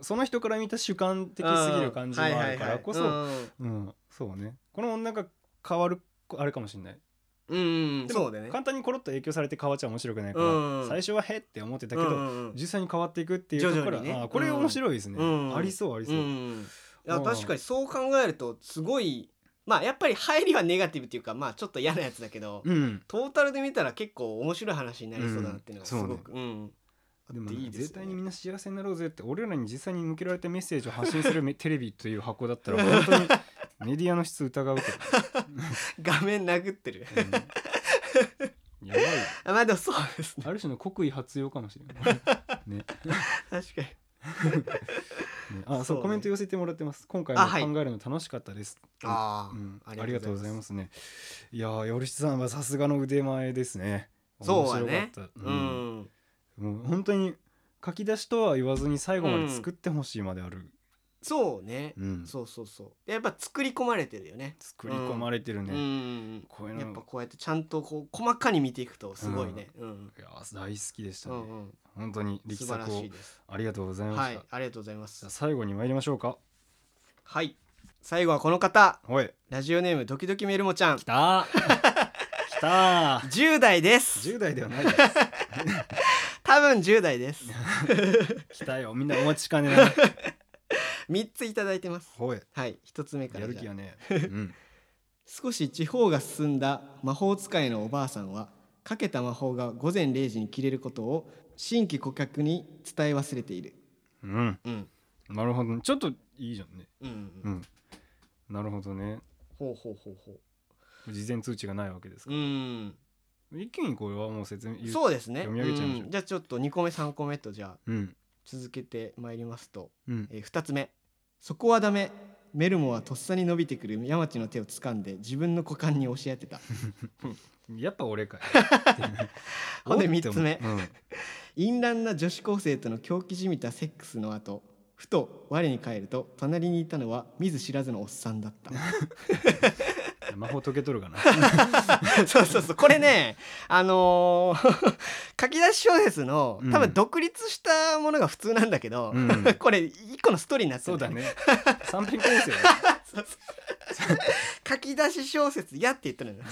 [SPEAKER 1] その人から見た主観的すぎる感じがあるからこそ、
[SPEAKER 2] うんはいはいはい
[SPEAKER 1] うん、そうねこの女が変わるあれかもしれない
[SPEAKER 2] うんうんうん
[SPEAKER 1] でも
[SPEAKER 2] そうだね
[SPEAKER 1] 簡単にコロッと影響されて変わっちゃ面白くないから、
[SPEAKER 2] うんうん
[SPEAKER 1] 最初はへって思ってたけ
[SPEAKER 2] う
[SPEAKER 1] ど、
[SPEAKER 2] んうんうん
[SPEAKER 1] 実際に変わっていくっていうとこ
[SPEAKER 2] 徐
[SPEAKER 1] ろ
[SPEAKER 2] 々にね
[SPEAKER 1] あこれ面白いですね、
[SPEAKER 2] うん
[SPEAKER 1] ありそうありそう、
[SPEAKER 2] うんうんいや
[SPEAKER 1] うん
[SPEAKER 2] 確かにそう考えるとすごいまあやっぱり入りはネガティブっていうかまあちょっと嫌なやつだけど、
[SPEAKER 1] うん
[SPEAKER 2] トータルで見たら結構面白い話になりそうだなっていうのがすごく、うん
[SPEAKER 1] でも
[SPEAKER 2] いいですね
[SPEAKER 1] 絶対にみんな幸せになろうぜって俺らに実際に向けられたメッセージを発信するめテレビという箱だったら本当にメディアの質疑うけ
[SPEAKER 2] 画面殴ってる
[SPEAKER 1] ど、うんやばいよ
[SPEAKER 2] あまあでもそうですね [laughs]
[SPEAKER 1] ある種の国威発揚かもしれないね
[SPEAKER 2] 確かに
[SPEAKER 1] ねあ、そう
[SPEAKER 2] そうね
[SPEAKER 1] コメント寄せてもらってます。今回
[SPEAKER 2] あはい
[SPEAKER 1] も考えるの楽しかったです。
[SPEAKER 2] あ
[SPEAKER 1] うん、
[SPEAKER 2] あ
[SPEAKER 1] ありがとうございますすね。いやー、よりしさんはさすがの腕前ですね。
[SPEAKER 2] そうはね
[SPEAKER 1] 面白かった
[SPEAKER 2] う
[SPEAKER 1] うん
[SPEAKER 2] ん
[SPEAKER 1] もう本当に書き出しとは言わずに最後まで作ってほしいまである。
[SPEAKER 2] そうね、
[SPEAKER 1] うん、
[SPEAKER 2] そうそうそうやっぱ作り込まれてるよね
[SPEAKER 1] 作り込まれてる
[SPEAKER 2] う
[SPEAKER 1] ね。
[SPEAKER 2] ん
[SPEAKER 1] こういうの
[SPEAKER 2] やっぱこうやってちゃんとこう細かに見ていくとすごいねうん
[SPEAKER 1] いやー大好きでした
[SPEAKER 2] う
[SPEAKER 1] ね。
[SPEAKER 2] んうん
[SPEAKER 1] 本当に力
[SPEAKER 2] 素晴ら
[SPEAKER 1] 作
[SPEAKER 2] し
[SPEAKER 1] を
[SPEAKER 2] いです
[SPEAKER 1] ありがとうございました。
[SPEAKER 2] はいありがとうございま
[SPEAKER 1] じ
[SPEAKER 2] す
[SPEAKER 1] ゃあ最後に参りましょうか。
[SPEAKER 2] はい最後はこの方
[SPEAKER 1] おい、
[SPEAKER 2] ラジオネームドキドキメルモちゃん
[SPEAKER 1] 来
[SPEAKER 2] [laughs]
[SPEAKER 1] たー。来たー。
[SPEAKER 2] 10代です
[SPEAKER 1] 10代ではないです。
[SPEAKER 2] 多分10
[SPEAKER 1] [laughs]
[SPEAKER 2] 代です
[SPEAKER 1] [laughs] 来たよみんなお待ちかねな
[SPEAKER 2] 3ついただいてます
[SPEAKER 1] ほい
[SPEAKER 2] はい1つ目か
[SPEAKER 1] や
[SPEAKER 2] ら
[SPEAKER 1] る
[SPEAKER 2] じゃ
[SPEAKER 1] 気や
[SPEAKER 2] あ [laughs]
[SPEAKER 1] ね、うん、
[SPEAKER 2] 少し地方が進んだ魔法使いのおばあさんはかけた魔法が午前0時に切れることを新規顧客に伝え忘れている
[SPEAKER 1] うん、
[SPEAKER 2] うん
[SPEAKER 1] なるほどちょっといいじゃんね
[SPEAKER 2] うん、
[SPEAKER 1] うんなるほどね
[SPEAKER 2] ほうほうほうほう
[SPEAKER 1] 事前通知がないわけですか
[SPEAKER 2] うん
[SPEAKER 1] ら一気にこれはもう説明う
[SPEAKER 2] そうですね
[SPEAKER 1] 読み上げちゃいましょう
[SPEAKER 2] うんじゃあちょっと2個目3個目とじゃあ
[SPEAKER 1] うん
[SPEAKER 2] 続けてまいりますと、
[SPEAKER 1] うん
[SPEAKER 2] えー、2つ目そこはダメメルモはとっさに伸びてくる山地の手を掴んで自分の股間に押し当てた
[SPEAKER 1] やっぱ俺かよ
[SPEAKER 2] [laughs] ほんで
[SPEAKER 1] おって思う
[SPEAKER 2] 三つ [laughs]
[SPEAKER 1] うん
[SPEAKER 2] 淫乱な女子高生との狂気じみたセックスの後ふと我に返ると隣にいたのは見ず知らずのおっさんだった
[SPEAKER 1] [laughs] 魔法解けとる
[SPEAKER 2] [laughs]
[SPEAKER 1] かな
[SPEAKER 2] そうそうそうこれねあのー [laughs] 書き出し小説の多
[SPEAKER 1] う
[SPEAKER 2] 分
[SPEAKER 1] ん
[SPEAKER 2] 独立したものが普通なんだけど、
[SPEAKER 1] うん
[SPEAKER 2] [laughs] これ一個のストーリーになって
[SPEAKER 1] そう
[SPEAKER 2] る
[SPEAKER 1] ん
[SPEAKER 2] だ
[SPEAKER 1] だ
[SPEAKER 2] よね
[SPEAKER 1] ね三編構成だ
[SPEAKER 2] [laughs] そうそう
[SPEAKER 1] [laughs]
[SPEAKER 2] 書き出し小説やって言ったのよ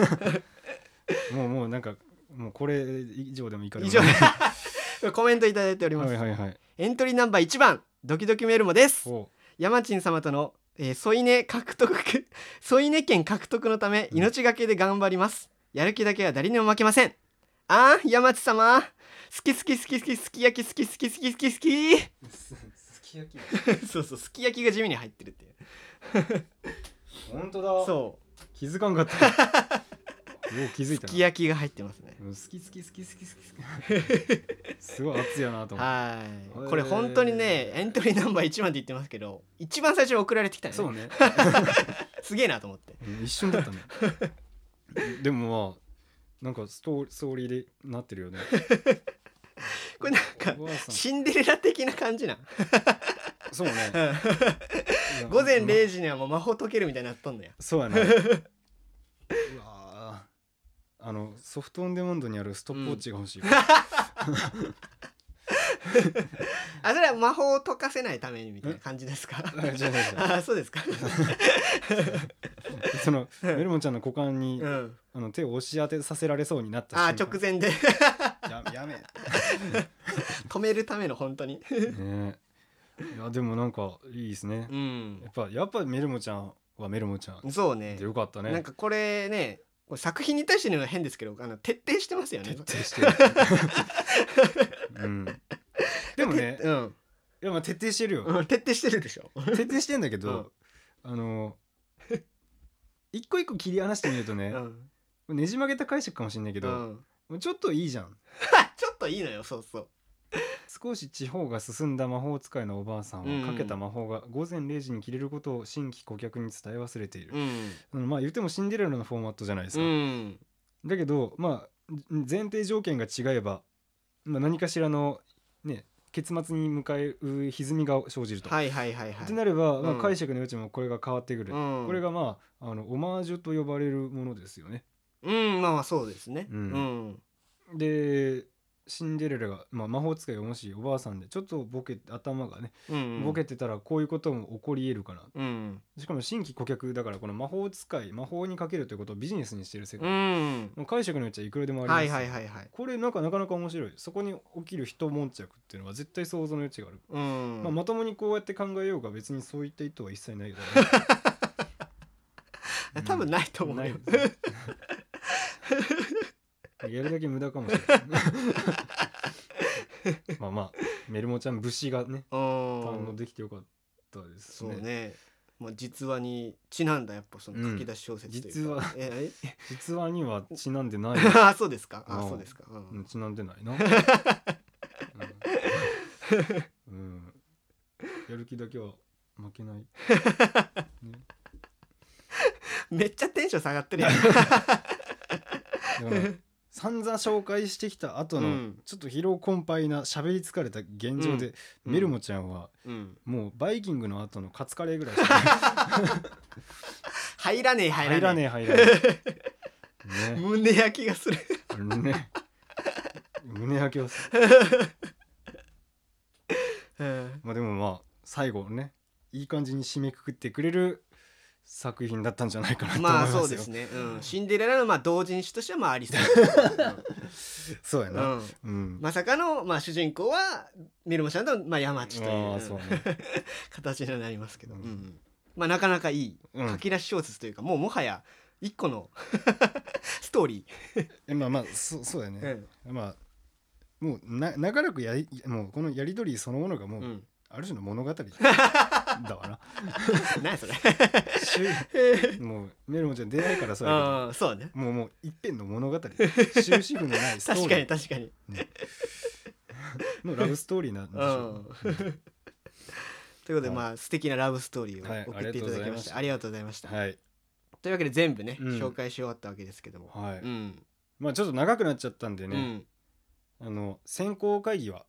[SPEAKER 1] よもうもうなんかもうこれ以上でもいいから
[SPEAKER 2] 以上 [laughs]
[SPEAKER 1] は
[SPEAKER 2] コメントいただいております、
[SPEAKER 1] いはいはい
[SPEAKER 2] エントリーナンバー1番ドキドキメルモです
[SPEAKER 1] お
[SPEAKER 2] 山珍様との、えー添い寝獲得 [laughs] 添い寝権獲得のため
[SPEAKER 1] うん
[SPEAKER 2] 命がけで頑張ります、やる気だけは誰にも負けませんあー山地様好き好き好き好き好き焼き好き好き好き好き
[SPEAKER 1] [laughs]
[SPEAKER 2] 好き
[SPEAKER 1] すき焼き
[SPEAKER 2] そうそうすき焼きが地味に入ってるっていう
[SPEAKER 1] 本当だ
[SPEAKER 2] そ
[SPEAKER 1] 気づかんかったよう気づ
[SPEAKER 2] う
[SPEAKER 1] い
[SPEAKER 2] す
[SPEAKER 1] た
[SPEAKER 2] き焼きが入ってますね
[SPEAKER 1] なうん好き好き好き好き好きすごい熱やなと思って
[SPEAKER 2] は
[SPEAKER 1] へ
[SPEAKER 2] ー
[SPEAKER 1] ー
[SPEAKER 2] いこれ本当にねエントリーナンバー1番って言ってますけど一番最初に送られてきたね
[SPEAKER 1] そうね
[SPEAKER 2] すげえなと思って
[SPEAKER 1] うん一瞬だったねでもまあなんかストーストーリーでなってるよね
[SPEAKER 2] これなんか
[SPEAKER 1] おばあさん
[SPEAKER 2] シンデレラ的な感じなん
[SPEAKER 1] そうねいや
[SPEAKER 2] 午前
[SPEAKER 1] ま
[SPEAKER 2] 0時にはもう魔法解けるみたいになっとんだよ
[SPEAKER 1] そうや
[SPEAKER 2] [laughs]
[SPEAKER 1] なうわーあのソフトオンデマンドにあるストップウォッチが欲しい、
[SPEAKER 2] あそれは魔法を解かせないためにみたいな感じですか
[SPEAKER 1] 違う違う違う
[SPEAKER 2] ああそうです
[SPEAKER 1] [laughs]
[SPEAKER 2] か
[SPEAKER 1] [laughs] そ
[SPEAKER 2] [laughs]
[SPEAKER 1] のメルモンちゃんの股間に、
[SPEAKER 2] うん
[SPEAKER 1] あの手を押し当てさせられそうになった
[SPEAKER 2] ああ
[SPEAKER 1] 瞬
[SPEAKER 2] 直前で [laughs]
[SPEAKER 1] 間ややめ、ね
[SPEAKER 2] 止めるための本当に
[SPEAKER 1] え、いやでもなんかいいですね
[SPEAKER 2] う、ん
[SPEAKER 1] やっぱやっぱメルモちゃんはメルモちゃん
[SPEAKER 2] そうね
[SPEAKER 1] でよかったね
[SPEAKER 2] なんかこれねこれ作品に対してのは変ですけどあの徹底してますよね
[SPEAKER 1] 徹底してる、
[SPEAKER 2] [laughs]
[SPEAKER 1] うん、でもね
[SPEAKER 2] てうん
[SPEAKER 1] いやまあ徹底してるよ、
[SPEAKER 2] うん徹底してるでしょ
[SPEAKER 1] 徹底してんだけど、あの一個一個切り離してみると
[SPEAKER 2] う
[SPEAKER 1] ね、
[SPEAKER 2] ん
[SPEAKER 1] ねじ曲げた解釈かもしれないけ
[SPEAKER 2] う
[SPEAKER 1] ど、
[SPEAKER 2] ん
[SPEAKER 1] ちょっといいじゃん
[SPEAKER 2] [laughs] ちょっといいのよそうそう
[SPEAKER 1] 少し地方が進んだ魔法使いのおばあさん
[SPEAKER 2] うん
[SPEAKER 1] はかけた魔法が午前0時に切れることを新規顧客に伝え忘れている
[SPEAKER 2] う、ん
[SPEAKER 1] うんまあ言ってもシンデレラのフォーマットじゃないです
[SPEAKER 2] う
[SPEAKER 1] か、
[SPEAKER 2] ん
[SPEAKER 1] だけどまあ前提条件が違えば、まあ、何かしらのね結末に向かう歪みが生じると。
[SPEAKER 2] はいはいはいはい
[SPEAKER 1] ってなれば、まあ、
[SPEAKER 2] うん
[SPEAKER 1] 解釈の余地もこれが変わってくる、
[SPEAKER 2] うん
[SPEAKER 1] これがまああのオマージュと呼ばれるものですよね。
[SPEAKER 2] うんまあまあそうですね
[SPEAKER 1] う
[SPEAKER 2] うんん
[SPEAKER 1] でシンデレラが、まあ、魔法使いがもしおばあさんでちょっとボケ頭がね、
[SPEAKER 2] うん
[SPEAKER 1] ボケてたらこういうことも起こりえるかな
[SPEAKER 2] うん
[SPEAKER 1] しかも新規顧客だからこの魔法使い魔法にかけるということをビジネスにしてる世
[SPEAKER 2] う
[SPEAKER 1] 界、
[SPEAKER 2] ん
[SPEAKER 1] もう解釈の余地はいくらでもあります、
[SPEAKER 2] はいはいはいはい
[SPEAKER 1] これなんかなかなか面白いそこに起きる一悶着っていうのは絶対想像の余地がある、
[SPEAKER 2] うん、
[SPEAKER 1] まあ、まともにこうやって考えようが別にそういった意図は一切ないから、ね
[SPEAKER 2] [laughs] 多分ないと [laughs] 思う
[SPEAKER 1] ない
[SPEAKER 2] よ
[SPEAKER 1] ですねやるだけ無駄かもしれない [laughs] まあまあメルモちゃん節がね
[SPEAKER 2] う
[SPEAKER 1] 堪能
[SPEAKER 2] ん
[SPEAKER 1] できてよかったです
[SPEAKER 2] そう
[SPEAKER 1] ね
[SPEAKER 2] ねもう実話にちなんだやっぱその書き出し小説というか、
[SPEAKER 1] うん実話
[SPEAKER 2] ええ
[SPEAKER 1] 実話にはちなんで
[SPEAKER 2] [laughs]
[SPEAKER 1] ない
[SPEAKER 2] あそうですかあ
[SPEAKER 1] うん
[SPEAKER 2] そうですか、うん
[SPEAKER 1] うんちなんで
[SPEAKER 2] [laughs]
[SPEAKER 1] ないな、うんうんやる気だけは負けない、ね
[SPEAKER 2] めっちゃテンション下がってる
[SPEAKER 1] [laughs]
[SPEAKER 2] やん
[SPEAKER 1] だから散々紹介してきた後の、
[SPEAKER 2] うん
[SPEAKER 1] ちょっと疲労困憊な喋り疲れた現状で、
[SPEAKER 2] うん
[SPEAKER 1] メルモちゃんは
[SPEAKER 2] うん
[SPEAKER 1] もうバイキングの後のカツカレーぐらいしか
[SPEAKER 2] 入らねえ入らねえ
[SPEAKER 1] 入らねえ入らね
[SPEAKER 2] [laughs]
[SPEAKER 1] えね
[SPEAKER 2] 胸焼き
[SPEAKER 1] [laughs]
[SPEAKER 2] がする
[SPEAKER 1] ね胸焼けをする
[SPEAKER 2] うん
[SPEAKER 1] まあでもまあ最後ねいい感じに締めくくってくれる作品だったんじゃないかなと思い
[SPEAKER 2] ま
[SPEAKER 1] ま
[SPEAKER 2] あ
[SPEAKER 1] すよ。
[SPEAKER 2] そうですね、うん、シンデレラのまあ同人誌としてはまああ
[SPEAKER 1] [laughs]
[SPEAKER 2] りそう、
[SPEAKER 1] [laughs] そうや
[SPEAKER 2] う
[SPEAKER 1] な。
[SPEAKER 2] ん、
[SPEAKER 1] うん。
[SPEAKER 2] まさかの、まあ、主人公はメルモちゃんと、まあ、山地という
[SPEAKER 1] ああそうね
[SPEAKER 2] 形になりますけど、
[SPEAKER 1] うん
[SPEAKER 2] うんまあ、なかなかいい
[SPEAKER 1] うん
[SPEAKER 2] 書き出し小説というか、もうもはや一個の [laughs] ストーリ
[SPEAKER 1] えまあまあそうそうや
[SPEAKER 2] ー、
[SPEAKER 1] ね。まあもうな長らくやりもうこのやり取りそのものがも
[SPEAKER 2] う
[SPEAKER 1] うん
[SPEAKER 2] うん
[SPEAKER 1] ある種の物
[SPEAKER 2] [laughs]
[SPEAKER 1] 語だわ
[SPEAKER 2] 何
[SPEAKER 1] [laughs]
[SPEAKER 2] やそれ
[SPEAKER 1] なしゅ。もうメルモちゃん出会いからそうやけど。
[SPEAKER 2] うんそうね
[SPEAKER 1] もうもう一遍の物
[SPEAKER 2] [laughs]
[SPEAKER 1] 語終止符のないストー
[SPEAKER 2] 確
[SPEAKER 1] リ
[SPEAKER 2] かに
[SPEAKER 1] ー
[SPEAKER 2] 確かに
[SPEAKER 1] のラブストーリーなんでし
[SPEAKER 2] う
[SPEAKER 1] ょ
[SPEAKER 2] ん [laughs] ということで、
[SPEAKER 1] はい
[SPEAKER 2] まあ素敵なラブストーリ
[SPEAKER 1] はい
[SPEAKER 2] ーを送っていただきまして、
[SPEAKER 1] あ
[SPEAKER 2] ありがとうございました
[SPEAKER 1] う
[SPEAKER 2] と
[SPEAKER 1] はい
[SPEAKER 2] いうわけで全部ね、
[SPEAKER 1] うん
[SPEAKER 2] 紹介し終わったわけですけども、
[SPEAKER 1] はい、
[SPEAKER 2] うん
[SPEAKER 1] まあちょっと長くなっちゃったんで
[SPEAKER 2] う
[SPEAKER 1] ね、
[SPEAKER 2] ん、
[SPEAKER 1] あの選考会議は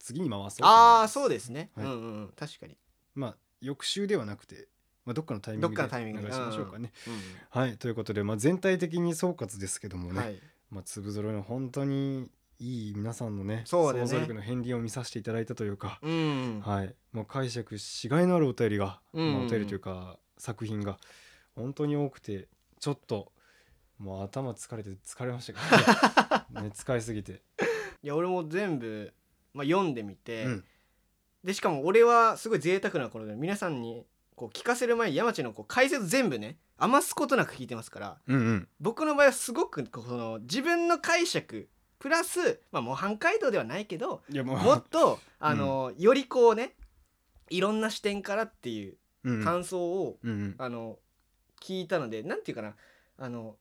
[SPEAKER 1] 次に回そうと思い
[SPEAKER 2] あ
[SPEAKER 1] ま
[SPEAKER 2] あそうですね、
[SPEAKER 1] はい
[SPEAKER 2] うんうんうん確かに、
[SPEAKER 1] まあ翌週ではなくて、まあ、どっかのタイミングで
[SPEAKER 2] どっかのタイミングで
[SPEAKER 1] 流しましょうかね、
[SPEAKER 2] うん
[SPEAKER 1] はいということで、まあ、全体的に総括ですけどもね、
[SPEAKER 2] はい、
[SPEAKER 1] まあ、粒ぞろいの本当にいい皆さんのね
[SPEAKER 2] そうだね
[SPEAKER 1] 想像力の片鱗を見させていただいたというか、
[SPEAKER 2] うん、
[SPEAKER 1] はい、もう解釈しがいのあるお便りが、
[SPEAKER 2] うん
[SPEAKER 1] まあ、お便りというか作品が本当に多くてちょっともう頭疲れて疲れましたからね
[SPEAKER 2] [laughs]
[SPEAKER 1] ね疲れすぎて、
[SPEAKER 2] いや俺も全部、まあ、読んでみて、
[SPEAKER 1] うん
[SPEAKER 2] でしかも俺はすごい贅沢な頃で皆さんにこう聞かせる前に山地のこう解説全部ね余すことなく聞いてますから
[SPEAKER 1] うんうん
[SPEAKER 2] 僕の場合はすごくこうその自分の解釈プラス、まあ、模範解答ではないけど
[SPEAKER 1] いや [laughs] もう
[SPEAKER 2] もっとあの、よりこうねいろんな視点からっていう
[SPEAKER 1] うんうん
[SPEAKER 2] 感想を、
[SPEAKER 1] うんうん
[SPEAKER 2] あの聞いたのでなんていうかなあの、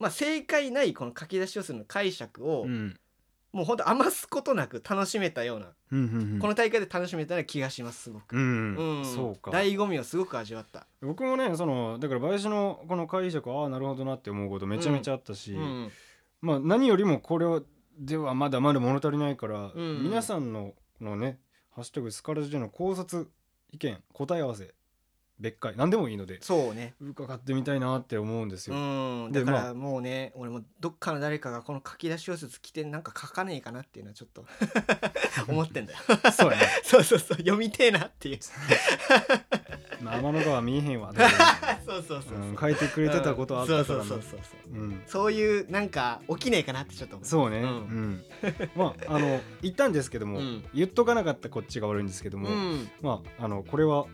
[SPEAKER 2] まあ、正解ないこの書き出しをするの解釈を、
[SPEAKER 1] うん
[SPEAKER 2] もうほんと余すことなく楽しめたような、
[SPEAKER 1] うんうんうん
[SPEAKER 2] この大会で楽しめたような気がしますすごく、
[SPEAKER 1] うん
[SPEAKER 2] ん
[SPEAKER 1] そうか
[SPEAKER 2] 醍醐味をすごく味わった、
[SPEAKER 1] 僕もねそのだから林のこの解釈ああなるほどなって思うことめちゃめちゃあったし、
[SPEAKER 2] うん
[SPEAKER 1] まあ何よりもこれではまだまだ物足りないから、
[SPEAKER 2] うんうん
[SPEAKER 1] 皆さんのこのね「ハッシュタグスカラジ」での考察意見答え合わせ別解何でもいいので
[SPEAKER 2] そうね
[SPEAKER 1] 伺ってみたいなって思うんです
[SPEAKER 2] う
[SPEAKER 1] よ。
[SPEAKER 2] ん
[SPEAKER 1] で
[SPEAKER 2] だか
[SPEAKER 1] ま
[SPEAKER 2] らもうね、俺もどっかの誰かがこの書き出し小説来てなんか書かねえかなっていうのはちょっと [laughs] 思ってんだよ
[SPEAKER 1] [laughs] そうやね
[SPEAKER 2] [laughs] そうそうそう読みてえなっていう [laughs]
[SPEAKER 1] 天の川見えへんわ、
[SPEAKER 2] そうそうそうそう、
[SPEAKER 1] うん、書いてくれてたことあったからな
[SPEAKER 2] そうそうそうそうそう
[SPEAKER 1] うん
[SPEAKER 2] そういうなんか起きねえかなってちょっと思う
[SPEAKER 1] そうね、う
[SPEAKER 2] うん
[SPEAKER 1] んまああの言ったんですけども、
[SPEAKER 2] うん
[SPEAKER 1] 言っとかなかったこっちが悪いんですけども、
[SPEAKER 2] うん
[SPEAKER 1] まああのこれは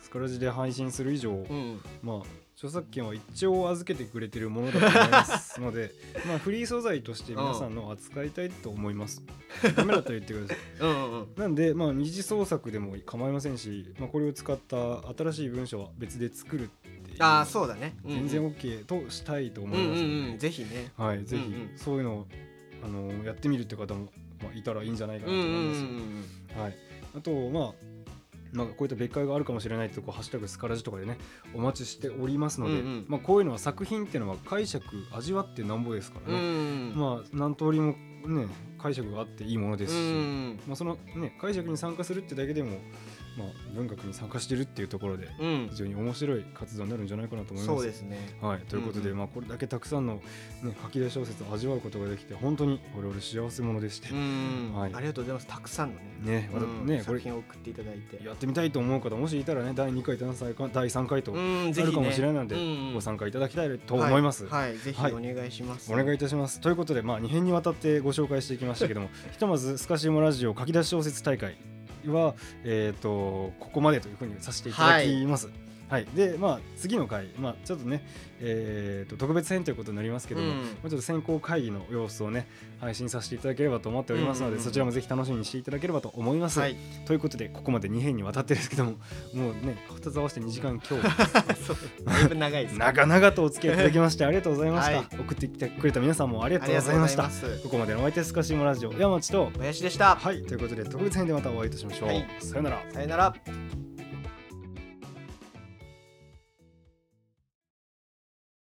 [SPEAKER 1] スカラジで配信する以上、
[SPEAKER 2] うん
[SPEAKER 1] まあ著作権は一応預けてくれてるものだと思いますの
[SPEAKER 2] [laughs]
[SPEAKER 1] でまあフリー素材として皆さんのを扱いたいと思います、ダメだったら言ってください [laughs]
[SPEAKER 2] うんうん
[SPEAKER 1] なんでまあ二次創作でも構いませんし、まあ、これを使った新しい文章は別で作るっていう
[SPEAKER 2] ああそうだね、うんうん
[SPEAKER 1] 全然 OK としたいと思
[SPEAKER 2] う
[SPEAKER 1] い
[SPEAKER 2] ん
[SPEAKER 1] ますので、
[SPEAKER 2] うんうんぜひね
[SPEAKER 1] はい、ぜひ
[SPEAKER 2] うんうん
[SPEAKER 1] そういうのを、あのやってみるって方も、まあ、いたらいいんじゃないか
[SPEAKER 2] う
[SPEAKER 1] なんと
[SPEAKER 2] うん
[SPEAKER 1] 思います。
[SPEAKER 2] うん
[SPEAKER 1] はい、あと、まあまあ、こういった別会があるかもしれないってこうハッシュタグスカラジとかでねお待ちしておりますので、
[SPEAKER 2] うんうん
[SPEAKER 1] まあ、こういうのは作品っていうのは解釈味わってなんぼですから
[SPEAKER 2] うんう
[SPEAKER 1] ね、
[SPEAKER 2] ん
[SPEAKER 1] まあ、何通りも、ね、解釈があっていいものですし、
[SPEAKER 2] うん
[SPEAKER 1] まあ、その、ね、解釈に参加するってだけでも、まあ、文学に参加してるっていうところで
[SPEAKER 2] うん
[SPEAKER 1] 非常に面白い活動になるんじゃないかなと思います。
[SPEAKER 2] そうですね
[SPEAKER 1] はい、ということで、
[SPEAKER 2] うんうん
[SPEAKER 1] まあ、これだけたくさんの、ね、書き出し小説を味わうことができて本当に我々幸せ者でして、
[SPEAKER 2] うん、
[SPEAKER 1] はい
[SPEAKER 2] ありがとうございますたくさんのね
[SPEAKER 1] ね,、また
[SPEAKER 2] うん
[SPEAKER 1] ねこ
[SPEAKER 2] 作
[SPEAKER 1] れ
[SPEAKER 2] 品を送っていただいて
[SPEAKER 1] やってみたいと思う方もしいたらね第2回第3回第3回と
[SPEAKER 2] うん
[SPEAKER 1] あるかもしれないので、
[SPEAKER 2] うん
[SPEAKER 1] ご参加いただきたいと思います。
[SPEAKER 2] はい、はいぜひ
[SPEAKER 1] はい
[SPEAKER 2] お願いします、
[SPEAKER 1] お願いいたしますということで、まあ、2編にわたってご紹介していきましたけど
[SPEAKER 2] [laughs]
[SPEAKER 1] もひとまず「スカシウムラジオ書き出し小説大会は」えー、とここまでというふうにさせていただきます。はいでまあ、次の回、まあ、ちょっとね、えーと特別編ということになりますけども、
[SPEAKER 2] うん
[SPEAKER 1] もうちょっと選考会議の様子をね配信させていただければと思っておりますので、
[SPEAKER 2] うんうんうん
[SPEAKER 1] そちらもぜひ楽しみにしていただければと思い [laughs] ます。
[SPEAKER 2] はい、
[SPEAKER 1] ということでここまで2編にわたってですけどももうね2つ合わせて2時間強
[SPEAKER 2] そうだいぶ長いで
[SPEAKER 1] [laughs]
[SPEAKER 2] す
[SPEAKER 1] 長々とお付き合いいただきましてありがとうございました、
[SPEAKER 2] は
[SPEAKER 1] 送ってきてくれた皆さんもありが
[SPEAKER 2] あ
[SPEAKER 1] と
[SPEAKER 2] り
[SPEAKER 1] う
[SPEAKER 2] が
[SPEAKER 1] ござ
[SPEAKER 2] と
[SPEAKER 1] い
[SPEAKER 2] うご
[SPEAKER 1] ま
[SPEAKER 2] ざ
[SPEAKER 1] し
[SPEAKER 2] い
[SPEAKER 1] た
[SPEAKER 2] ます
[SPEAKER 1] ここまでのお相手スカシウムラジオ山内と
[SPEAKER 2] 林でした、
[SPEAKER 1] はいということで特別編でまたお会いいたしましょう、
[SPEAKER 2] はい
[SPEAKER 1] さよなら
[SPEAKER 2] さよなら